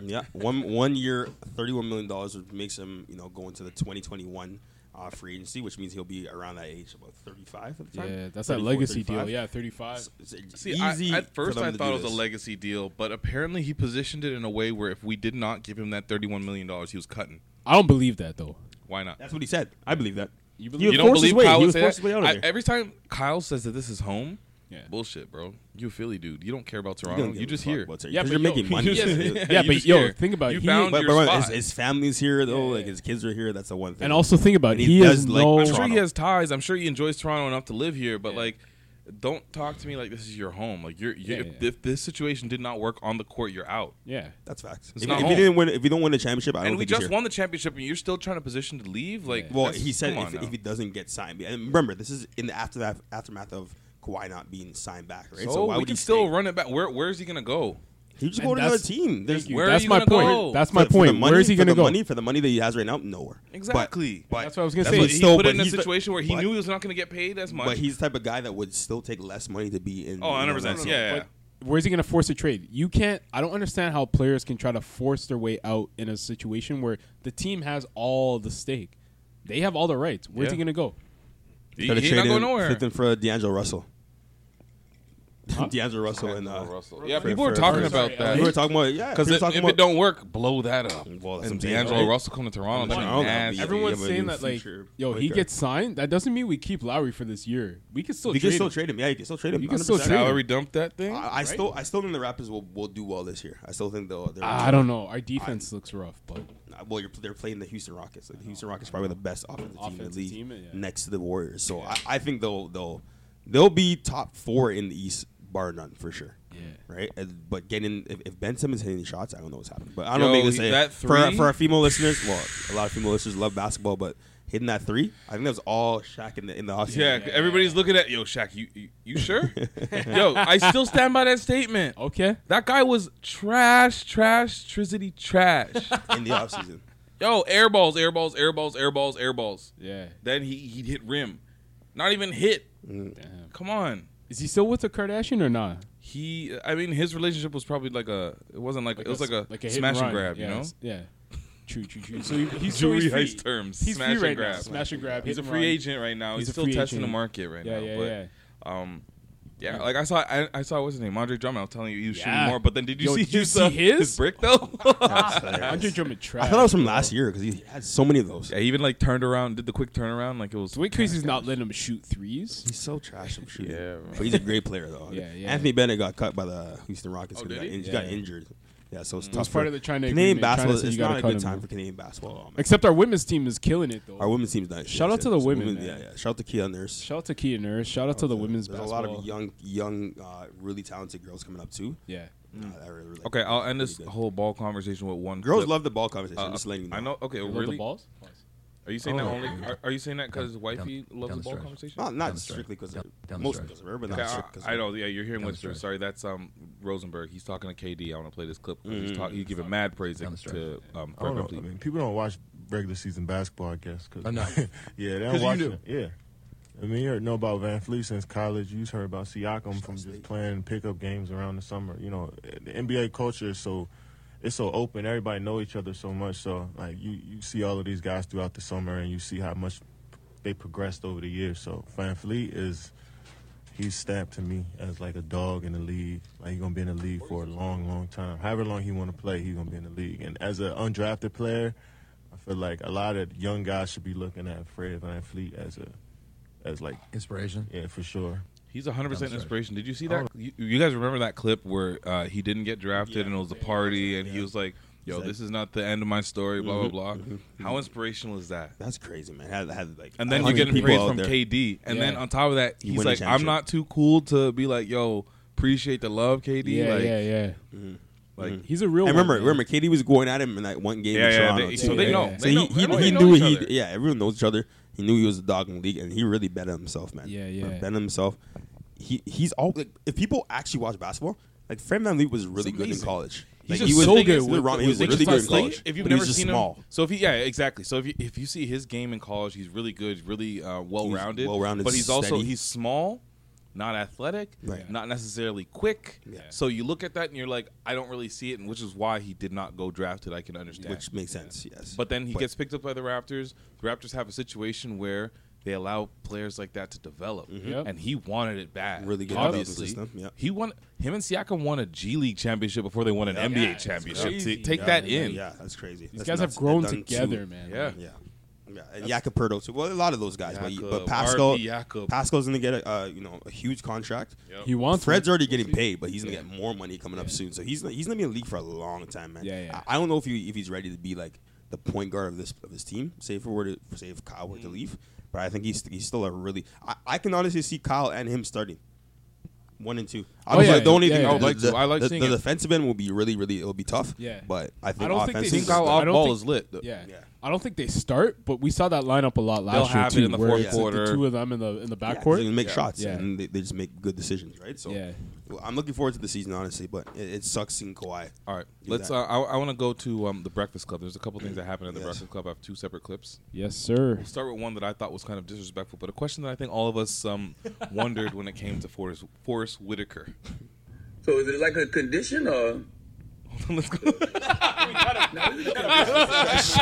[SPEAKER 2] yeah.
[SPEAKER 1] yeah. One one year, thirty one million dollars, which makes him you know go into the twenty twenty one uh, free agency, which means he'll be around that age, about thirty five at the time.
[SPEAKER 2] Yeah, that's that
[SPEAKER 1] 34,
[SPEAKER 2] legacy
[SPEAKER 1] 35.
[SPEAKER 2] deal. Yeah, 35.
[SPEAKER 1] It's- it's
[SPEAKER 3] See, I-
[SPEAKER 1] easy
[SPEAKER 3] at first
[SPEAKER 1] for them
[SPEAKER 3] I
[SPEAKER 1] to
[SPEAKER 3] thought
[SPEAKER 1] do
[SPEAKER 3] it was
[SPEAKER 1] this.
[SPEAKER 3] a legacy deal, but apparently he positioned it in a way where if we did not give him that thirty-one million dollars, he was cutting.
[SPEAKER 2] I don't believe that though.
[SPEAKER 3] Why not?
[SPEAKER 1] That's what he said. I believe that.
[SPEAKER 2] You
[SPEAKER 1] He
[SPEAKER 2] believe?
[SPEAKER 1] was
[SPEAKER 3] you don't
[SPEAKER 1] forced his
[SPEAKER 3] believe
[SPEAKER 1] way- he
[SPEAKER 3] Kyle would
[SPEAKER 1] was
[SPEAKER 3] say
[SPEAKER 1] forced
[SPEAKER 3] that?
[SPEAKER 1] his way out of
[SPEAKER 3] I-
[SPEAKER 1] there.
[SPEAKER 3] every time Kyle says that this is home,
[SPEAKER 2] Yeah.
[SPEAKER 3] bullshit, bro. You a Philly dude. You don't care about
[SPEAKER 1] You
[SPEAKER 3] Toronto.
[SPEAKER 1] don't
[SPEAKER 3] You,
[SPEAKER 1] give a
[SPEAKER 3] just
[SPEAKER 1] fuck
[SPEAKER 3] here.
[SPEAKER 1] about Terry,
[SPEAKER 2] Yeah,
[SPEAKER 1] 'cause
[SPEAKER 2] but
[SPEAKER 1] you're
[SPEAKER 2] yo, [laughs]
[SPEAKER 1] making
[SPEAKER 2] he
[SPEAKER 1] money.
[SPEAKER 2] just-
[SPEAKER 1] But-
[SPEAKER 2] Yeah,
[SPEAKER 3] You
[SPEAKER 2] but
[SPEAKER 3] just
[SPEAKER 2] yo,
[SPEAKER 3] here.
[SPEAKER 2] think about it.
[SPEAKER 3] You
[SPEAKER 2] He-
[SPEAKER 3] found
[SPEAKER 2] but-
[SPEAKER 1] but
[SPEAKER 3] your
[SPEAKER 1] bro, his,
[SPEAKER 3] spot.
[SPEAKER 1] his family's here though.
[SPEAKER 2] Yeah,
[SPEAKER 1] Like
[SPEAKER 2] yeah.
[SPEAKER 1] his kids are here. That's the one thing.
[SPEAKER 2] And also think about
[SPEAKER 1] And
[SPEAKER 2] it.
[SPEAKER 1] he
[SPEAKER 2] He, is
[SPEAKER 1] does like
[SPEAKER 2] no.
[SPEAKER 3] I'm sure he
[SPEAKER 1] Toronto.
[SPEAKER 3] has ties. I'm sure he enjoys Toronto enough to live here, but like, don't talk to me like this is your home. Like, you're, you're
[SPEAKER 2] Yeah,
[SPEAKER 3] if,
[SPEAKER 2] yeah.
[SPEAKER 3] if this situation did not work on the court, you're out.
[SPEAKER 2] Yeah.
[SPEAKER 1] that's facts.
[SPEAKER 3] It's
[SPEAKER 1] If,
[SPEAKER 3] not
[SPEAKER 1] if you
[SPEAKER 3] home.
[SPEAKER 1] didn't win, if you don't win the championship, I don't
[SPEAKER 3] And we
[SPEAKER 1] think he's
[SPEAKER 3] just
[SPEAKER 1] here.
[SPEAKER 3] won the championship, and you're still trying to position to leave. Like,
[SPEAKER 2] Yeah.
[SPEAKER 1] Well,
[SPEAKER 3] that's-
[SPEAKER 1] he said
[SPEAKER 3] come on
[SPEAKER 1] if,
[SPEAKER 3] now.
[SPEAKER 1] if he doesn't get signed, and remember, this is in the aftermath aftermath of Kawhi not being signed back, right?
[SPEAKER 3] so,
[SPEAKER 1] why
[SPEAKER 3] we
[SPEAKER 1] would
[SPEAKER 3] can
[SPEAKER 1] he
[SPEAKER 3] still
[SPEAKER 1] stay?
[SPEAKER 3] run it back. Where where is he gonna go?
[SPEAKER 1] He just
[SPEAKER 2] And
[SPEAKER 1] go to another
[SPEAKER 2] that's-
[SPEAKER 1] team. There's
[SPEAKER 2] Thank you.
[SPEAKER 3] Where are
[SPEAKER 2] that's
[SPEAKER 3] you
[SPEAKER 2] my
[SPEAKER 3] gonna
[SPEAKER 2] point.
[SPEAKER 3] go?
[SPEAKER 2] That's
[SPEAKER 1] for-
[SPEAKER 2] my
[SPEAKER 1] for the
[SPEAKER 2] point.
[SPEAKER 1] money-
[SPEAKER 2] Where is he
[SPEAKER 1] for
[SPEAKER 2] going to
[SPEAKER 1] the
[SPEAKER 2] go?
[SPEAKER 1] money for the money that he has right now? Nowhere. But-
[SPEAKER 3] Exactly.
[SPEAKER 1] But,
[SPEAKER 2] That's what I was gonna
[SPEAKER 1] that's
[SPEAKER 2] say.
[SPEAKER 1] what
[SPEAKER 3] he
[SPEAKER 1] still-
[SPEAKER 3] put
[SPEAKER 1] but
[SPEAKER 3] in a
[SPEAKER 1] he's the-
[SPEAKER 3] situation where he
[SPEAKER 1] but-
[SPEAKER 3] knew he was not gonna get paid as much.
[SPEAKER 1] But he's the type of guy that would still take less money to be in.
[SPEAKER 3] oh, 100
[SPEAKER 1] in
[SPEAKER 3] percent.
[SPEAKER 1] the-
[SPEAKER 3] Yeah.
[SPEAKER 2] Where's he going to force a trade? You can't. I don't understand how players can try to force their way out in a situation where the team has all the stake. They have all the rights. Where's he
[SPEAKER 3] Yeah.
[SPEAKER 2] going to go?
[SPEAKER 3] He,
[SPEAKER 1] Coulda
[SPEAKER 3] he ain't not
[SPEAKER 1] traded
[SPEAKER 3] going nowhere.
[SPEAKER 1] Clifton for D'Angelo Russell. [laughs] D'Angelo Russell and uh,
[SPEAKER 3] Yeah,
[SPEAKER 1] for-
[SPEAKER 3] people are
[SPEAKER 1] for-
[SPEAKER 3] talking
[SPEAKER 1] for-
[SPEAKER 3] about that.
[SPEAKER 1] We were talking about yeah.
[SPEAKER 3] Because
[SPEAKER 1] we were
[SPEAKER 3] if,
[SPEAKER 1] talking
[SPEAKER 3] if
[SPEAKER 1] about,
[SPEAKER 3] it don't work, blow that
[SPEAKER 1] Well, that's
[SPEAKER 3] up. and
[SPEAKER 1] what I'm saying,
[SPEAKER 3] D'Angelo
[SPEAKER 1] right?
[SPEAKER 3] Russell come to Toronto. That'd
[SPEAKER 1] Toronto,
[SPEAKER 3] be
[SPEAKER 1] that'd
[SPEAKER 3] nasty.
[SPEAKER 1] be-
[SPEAKER 2] Everyone's
[SPEAKER 1] but
[SPEAKER 2] saying
[SPEAKER 1] new
[SPEAKER 2] that like,
[SPEAKER 1] future
[SPEAKER 2] yo,
[SPEAKER 1] point
[SPEAKER 2] he
[SPEAKER 1] guard.
[SPEAKER 2] gets signed. That doesn't mean we keep Lowry for this year. We can still
[SPEAKER 1] you
[SPEAKER 2] trade
[SPEAKER 1] can still
[SPEAKER 2] him.
[SPEAKER 1] trade him. Yeah, you can still trade him.
[SPEAKER 2] You can still
[SPEAKER 1] 100%.
[SPEAKER 2] trade him.
[SPEAKER 3] Salary dump that thing.
[SPEAKER 1] I, I still, I still think the Raptors will, will do well this year. I still think they'll. they're-
[SPEAKER 2] I don't know. Our defense looks rough, but
[SPEAKER 1] Well, you're, they're playing the Houston Rockets. Like, the Houston Rockets probably the best offensive, team in
[SPEAKER 2] Offensive
[SPEAKER 1] the league,
[SPEAKER 2] team, yeah.
[SPEAKER 1] next to the Warriors. So I, I think they'll they'll they'll be top four in the East, bar none for sure.
[SPEAKER 2] Yeah.
[SPEAKER 1] Right. And- but getting if, if Ben Simmons hitting shots, I don't know what's happening. But I don't
[SPEAKER 3] Yo,
[SPEAKER 1] think
[SPEAKER 3] he-
[SPEAKER 1] this a-
[SPEAKER 3] that
[SPEAKER 1] for
[SPEAKER 3] three-
[SPEAKER 1] for our female listeners. Well, a lot of female listeners love basketball, but hitting that three, I think that was all Shaq in the in the offseason.
[SPEAKER 3] Yeah, everybody's looking at yo, Shaq. You you, you sure? yo, I still stand by that statement.
[SPEAKER 2] okay.
[SPEAKER 3] That guy was trash, trash, trizity, trash.
[SPEAKER 1] in the
[SPEAKER 3] [laughs]
[SPEAKER 1] offseason.
[SPEAKER 3] yo, airballs, airballs, airballs, airballs, airballs.
[SPEAKER 2] Yeah.
[SPEAKER 3] Then he he hit rim, not even hit.
[SPEAKER 2] Damn.
[SPEAKER 3] Come on.
[SPEAKER 2] Is he still with the Kardashian or not?
[SPEAKER 3] He, I mean, his relationship was probably like a. It wasn't like, it was like a,
[SPEAKER 2] hit and
[SPEAKER 3] smash and
[SPEAKER 2] run.
[SPEAKER 3] grab,
[SPEAKER 2] Yeah,
[SPEAKER 3] you know.
[SPEAKER 2] it's- Yeah. True, true, true. So he, he's so
[SPEAKER 3] Julie
[SPEAKER 2] he's free.
[SPEAKER 3] Heist terms.
[SPEAKER 2] He's
[SPEAKER 3] smash
[SPEAKER 2] free right
[SPEAKER 3] and grab.
[SPEAKER 2] now. Smash and grab.
[SPEAKER 3] He's a
[SPEAKER 2] hit and
[SPEAKER 3] free
[SPEAKER 2] run.
[SPEAKER 3] agent right now. He's,
[SPEAKER 2] He's a
[SPEAKER 3] still
[SPEAKER 2] free
[SPEAKER 3] testing the
[SPEAKER 2] agent.
[SPEAKER 3] market right
[SPEAKER 2] Yeah,
[SPEAKER 3] now.
[SPEAKER 2] yeah,
[SPEAKER 3] but,
[SPEAKER 2] yeah. Mm.
[SPEAKER 3] Um, yeah, like I saw, I, I saw what's his name, Andre Drummond. I was telling you, he was shooting
[SPEAKER 2] Yeah.
[SPEAKER 3] more. But then, did you
[SPEAKER 2] Yo,
[SPEAKER 3] see,
[SPEAKER 2] did you
[SPEAKER 3] his,
[SPEAKER 2] see
[SPEAKER 3] uh,
[SPEAKER 2] his?
[SPEAKER 3] brick
[SPEAKER 2] [laughs]
[SPEAKER 3] though?
[SPEAKER 2] Andre Drummond
[SPEAKER 1] I
[SPEAKER 2] trash.
[SPEAKER 1] thought it was from last year because he had so many of those.
[SPEAKER 3] yeah, he even like turned around, did the quick turnaround, like it was.
[SPEAKER 2] Dwayne Casey's not letting him shoot threes.
[SPEAKER 1] He's so trash. I'm shooting.
[SPEAKER 3] Yeah, man.
[SPEAKER 1] but he's a great player though.
[SPEAKER 2] [laughs] Yeah, yeah.
[SPEAKER 1] Anthony Bennett got cut by the Houston Rockets.
[SPEAKER 3] Oh,
[SPEAKER 1] 'cause
[SPEAKER 3] did
[SPEAKER 1] he?
[SPEAKER 3] he?
[SPEAKER 1] Got, in-
[SPEAKER 2] Yeah.
[SPEAKER 1] he got injured. Yeah, so it's
[SPEAKER 2] It was
[SPEAKER 1] tough
[SPEAKER 2] part
[SPEAKER 1] for
[SPEAKER 2] of the China
[SPEAKER 1] Canadian
[SPEAKER 2] agreement. China
[SPEAKER 1] basketball.
[SPEAKER 2] said
[SPEAKER 1] It's
[SPEAKER 2] you gotta
[SPEAKER 1] not a
[SPEAKER 2] cut
[SPEAKER 1] good
[SPEAKER 2] him.
[SPEAKER 1] time for Canadian basketball. man.
[SPEAKER 2] Except our women's team is killing it though.
[SPEAKER 1] Our women's team's nice.
[SPEAKER 2] Shout out to the women, man.
[SPEAKER 1] Yeah, yeah. Shout out to Kia Nurse.
[SPEAKER 2] Shout out to Kia Nurse. Shout out to the women's
[SPEAKER 1] There's
[SPEAKER 2] basketball.
[SPEAKER 1] a lot of young, young, uh, really talented girls coming up too.
[SPEAKER 2] Yeah.
[SPEAKER 1] Uh, that are really-
[SPEAKER 3] Okay, I'll end this
[SPEAKER 1] really good.
[SPEAKER 3] whole ball conversation with one.
[SPEAKER 1] Girls
[SPEAKER 3] clip.
[SPEAKER 1] love the ball conversation.
[SPEAKER 3] Uh,
[SPEAKER 1] I'm just letting you know.
[SPEAKER 3] I know. Okay,
[SPEAKER 2] They love
[SPEAKER 3] really.
[SPEAKER 2] the balls? Pause.
[SPEAKER 3] Are you saying that
[SPEAKER 4] Oh.
[SPEAKER 3] only? Are, are you saying that because wifey loves
[SPEAKER 4] down
[SPEAKER 3] the
[SPEAKER 4] the
[SPEAKER 3] ball
[SPEAKER 4] stretch.
[SPEAKER 3] conversation?
[SPEAKER 1] Not, not
[SPEAKER 4] the stretch.
[SPEAKER 1] strictly because
[SPEAKER 4] Down- down the
[SPEAKER 1] most
[SPEAKER 4] stretch.
[SPEAKER 1] because of her, but
[SPEAKER 3] Okay,
[SPEAKER 1] not
[SPEAKER 3] I,
[SPEAKER 1] strictly because
[SPEAKER 3] I know. Yeah, you're hearing
[SPEAKER 4] Down the
[SPEAKER 3] what you're
[SPEAKER 4] stretch.
[SPEAKER 3] Sorry, that's um Rosenberg. He's talking to KD. I want to play this clip. He's talking. He's giving mad praise
[SPEAKER 4] Down the stretch.
[SPEAKER 3] to um.
[SPEAKER 10] I
[SPEAKER 3] Fred
[SPEAKER 10] don't know. I
[SPEAKER 3] VanVleet.
[SPEAKER 10] mean, people don't watch regular season basketball, I guess. Cause,
[SPEAKER 4] I know.
[SPEAKER 10] [laughs] yeah, they
[SPEAKER 4] 'Cause
[SPEAKER 10] don't
[SPEAKER 4] you
[SPEAKER 10] watch
[SPEAKER 4] do.
[SPEAKER 10] it. Yeah. I mean, you heard- know about Van Fleet since college. You heard about Siakam from just playing pickup games around the summer. You know, the NBA culture is so it's so open. Everybody know each other so much. So like you, you see all of these guys throughout the summer, and you see how much they progressed over the years. So Van Fleet is he's stamped to me as like a dog in the league. Like he's gonna be in the league for a long, long time. However long he wanna play, he's gonna be in the league. And as an undrafted player, I feel like a lot of young guys should be looking at Fred Van Fleet as a as like
[SPEAKER 4] Inspiration.
[SPEAKER 10] yeah, for sure.
[SPEAKER 3] He's 100%
[SPEAKER 4] I'm sorry.
[SPEAKER 3] inspiration. Did you see that? You, you guys remember that clip where uh, he didn't get drafted and it was a party and he was like, yo,
[SPEAKER 1] like-
[SPEAKER 3] this is not the end of my story, blah, blah, blah. How inspirational is that?
[SPEAKER 1] that's crazy, man. Had, had like
[SPEAKER 3] And then you
[SPEAKER 1] 100
[SPEAKER 3] get
[SPEAKER 1] people
[SPEAKER 3] praise
[SPEAKER 1] out
[SPEAKER 3] from
[SPEAKER 1] there.
[SPEAKER 3] KD. And then
[SPEAKER 2] Yeah.
[SPEAKER 3] on top of that,
[SPEAKER 1] You
[SPEAKER 3] he's
[SPEAKER 1] win the
[SPEAKER 3] like, I'm
[SPEAKER 1] championship."
[SPEAKER 3] not too cool to be like, yo, appreciate the love, KD.
[SPEAKER 2] Yeah,
[SPEAKER 3] like,
[SPEAKER 2] yeah, yeah.
[SPEAKER 3] Like,
[SPEAKER 2] He's a real.
[SPEAKER 1] I remember,
[SPEAKER 2] one, man.
[SPEAKER 1] remember, KD was going at him in that one game.
[SPEAKER 3] Yeah,
[SPEAKER 1] in
[SPEAKER 3] yeah,
[SPEAKER 1] Toronto,
[SPEAKER 3] they-
[SPEAKER 1] too.
[SPEAKER 3] so
[SPEAKER 2] they know.
[SPEAKER 1] So
[SPEAKER 3] They
[SPEAKER 1] he, he,
[SPEAKER 3] know. Everybody
[SPEAKER 1] he
[SPEAKER 3] knows
[SPEAKER 1] knew
[SPEAKER 3] each
[SPEAKER 1] he,
[SPEAKER 3] other.
[SPEAKER 1] yeah, everyone knows each other. He knew he was a dog in the league, and he really bet on himself, man.
[SPEAKER 2] Yeah, yeah.
[SPEAKER 1] Bet on himself. He he's all like if people actually watch basketball, like Fred VanVleet was really good in
[SPEAKER 3] amazing.
[SPEAKER 1] college.
[SPEAKER 3] He's
[SPEAKER 1] Like,
[SPEAKER 2] just
[SPEAKER 1] he was
[SPEAKER 2] so
[SPEAKER 1] the thing
[SPEAKER 2] good
[SPEAKER 1] is,
[SPEAKER 2] with-
[SPEAKER 1] Ron- he was
[SPEAKER 3] Which
[SPEAKER 1] really
[SPEAKER 3] is
[SPEAKER 1] good in
[SPEAKER 3] like-
[SPEAKER 1] college.
[SPEAKER 3] If you've
[SPEAKER 1] but he was
[SPEAKER 3] never
[SPEAKER 1] just
[SPEAKER 3] seen
[SPEAKER 1] small.
[SPEAKER 3] him, so if he, yeah, exactly. So if you, if you see his game in college, he's really good, really uh, well rounded.
[SPEAKER 1] well-rounded,
[SPEAKER 3] but he's also
[SPEAKER 1] steady.
[SPEAKER 3] he's small, not athletic,
[SPEAKER 1] Right.
[SPEAKER 3] not necessarily quick.
[SPEAKER 1] Yeah.
[SPEAKER 3] So you look at that and you're like, I don't really see it, and which is why he did not go drafted. I can understand.
[SPEAKER 1] which makes sense. Yes,
[SPEAKER 3] but then he gets picked up by the Raptors. The Raptors have a situation where they allow players like that to develop,
[SPEAKER 2] Yep.
[SPEAKER 3] and he wanted it bad.
[SPEAKER 1] Really good development
[SPEAKER 3] obviously.
[SPEAKER 1] system, yeah.
[SPEAKER 3] He won. Him and Siakam won a G League championship before they won an NBA
[SPEAKER 2] Yeah, it's
[SPEAKER 3] championship.
[SPEAKER 2] crazy.
[SPEAKER 3] Ta- Take
[SPEAKER 2] Yeah,
[SPEAKER 3] that
[SPEAKER 2] yeah,
[SPEAKER 3] in.
[SPEAKER 1] yeah, that's crazy.
[SPEAKER 2] These guys have grown together, man.
[SPEAKER 3] Yeah.
[SPEAKER 1] Yeah. Yeah, and Yakapurdo too. Well, a lot of those guys, but,
[SPEAKER 3] Jakob,
[SPEAKER 1] but Pascal,
[SPEAKER 3] RB Jakob.
[SPEAKER 1] Pascal's gonna get a uh, you know a huge contract.
[SPEAKER 2] He wants.
[SPEAKER 1] Fred's
[SPEAKER 2] it.
[SPEAKER 1] already getting paid, but he's gonna get more money coming up soon. So he's gonna- he's gonna be in the league for a long time, man.
[SPEAKER 2] Yeah, yeah.
[SPEAKER 1] I, I don't know if he if he's ready to be like the point guard of this of his team. Say if we were to say if Kyle were to
[SPEAKER 3] Mm.
[SPEAKER 1] leave, but I think he's he's still a really. I, I can honestly see Kyle and him starting. One and two. I
[SPEAKER 2] Oh,
[SPEAKER 1] was
[SPEAKER 2] yeah,
[SPEAKER 1] like, the only
[SPEAKER 2] yeah,
[SPEAKER 1] thing
[SPEAKER 2] yeah. I would
[SPEAKER 1] the-
[SPEAKER 3] like
[SPEAKER 1] the,
[SPEAKER 3] to. I like
[SPEAKER 1] the,
[SPEAKER 3] seeing
[SPEAKER 1] the
[SPEAKER 3] it.
[SPEAKER 1] defensive end will be really, really. It'll be tough.
[SPEAKER 2] Yeah.
[SPEAKER 1] But I think
[SPEAKER 2] I don't think they
[SPEAKER 1] offensive.
[SPEAKER 2] think
[SPEAKER 3] Kyle
[SPEAKER 2] I don't
[SPEAKER 3] off-ball
[SPEAKER 2] think-
[SPEAKER 3] is lit, though.
[SPEAKER 2] Yeah.
[SPEAKER 1] Yeah.
[SPEAKER 2] I don't think they start, but we saw that lineup a lot last year
[SPEAKER 3] have it
[SPEAKER 2] too.
[SPEAKER 3] in the
[SPEAKER 2] where
[SPEAKER 3] fourth
[SPEAKER 2] it's like
[SPEAKER 3] quarter.
[SPEAKER 2] The two of them in the in the
[SPEAKER 1] Yeah, 'cause
[SPEAKER 2] backcourt.
[SPEAKER 1] they make shots
[SPEAKER 2] Yeah.
[SPEAKER 1] and they, they just make good decisions, right? So
[SPEAKER 2] Yeah.
[SPEAKER 1] well, I'm looking forward to the season, honestly. But it, it sucks seeing Kawhi.
[SPEAKER 3] All right,
[SPEAKER 1] do
[SPEAKER 3] let's.
[SPEAKER 1] that.
[SPEAKER 3] Uh, I, I want to go to um, the Breakfast Club. There's a couple things that happened at the
[SPEAKER 1] Yes.
[SPEAKER 3] Breakfast Club. I have two separate clips.
[SPEAKER 2] Yes, sir.
[SPEAKER 3] We'll start with one that I thought was kind of disrespectful, but a question that I think all of us um, wondered when it came to Forrest, Forrest Whitaker.
[SPEAKER 5] So is it like a condition or?
[SPEAKER 3] Let's go. I- that's-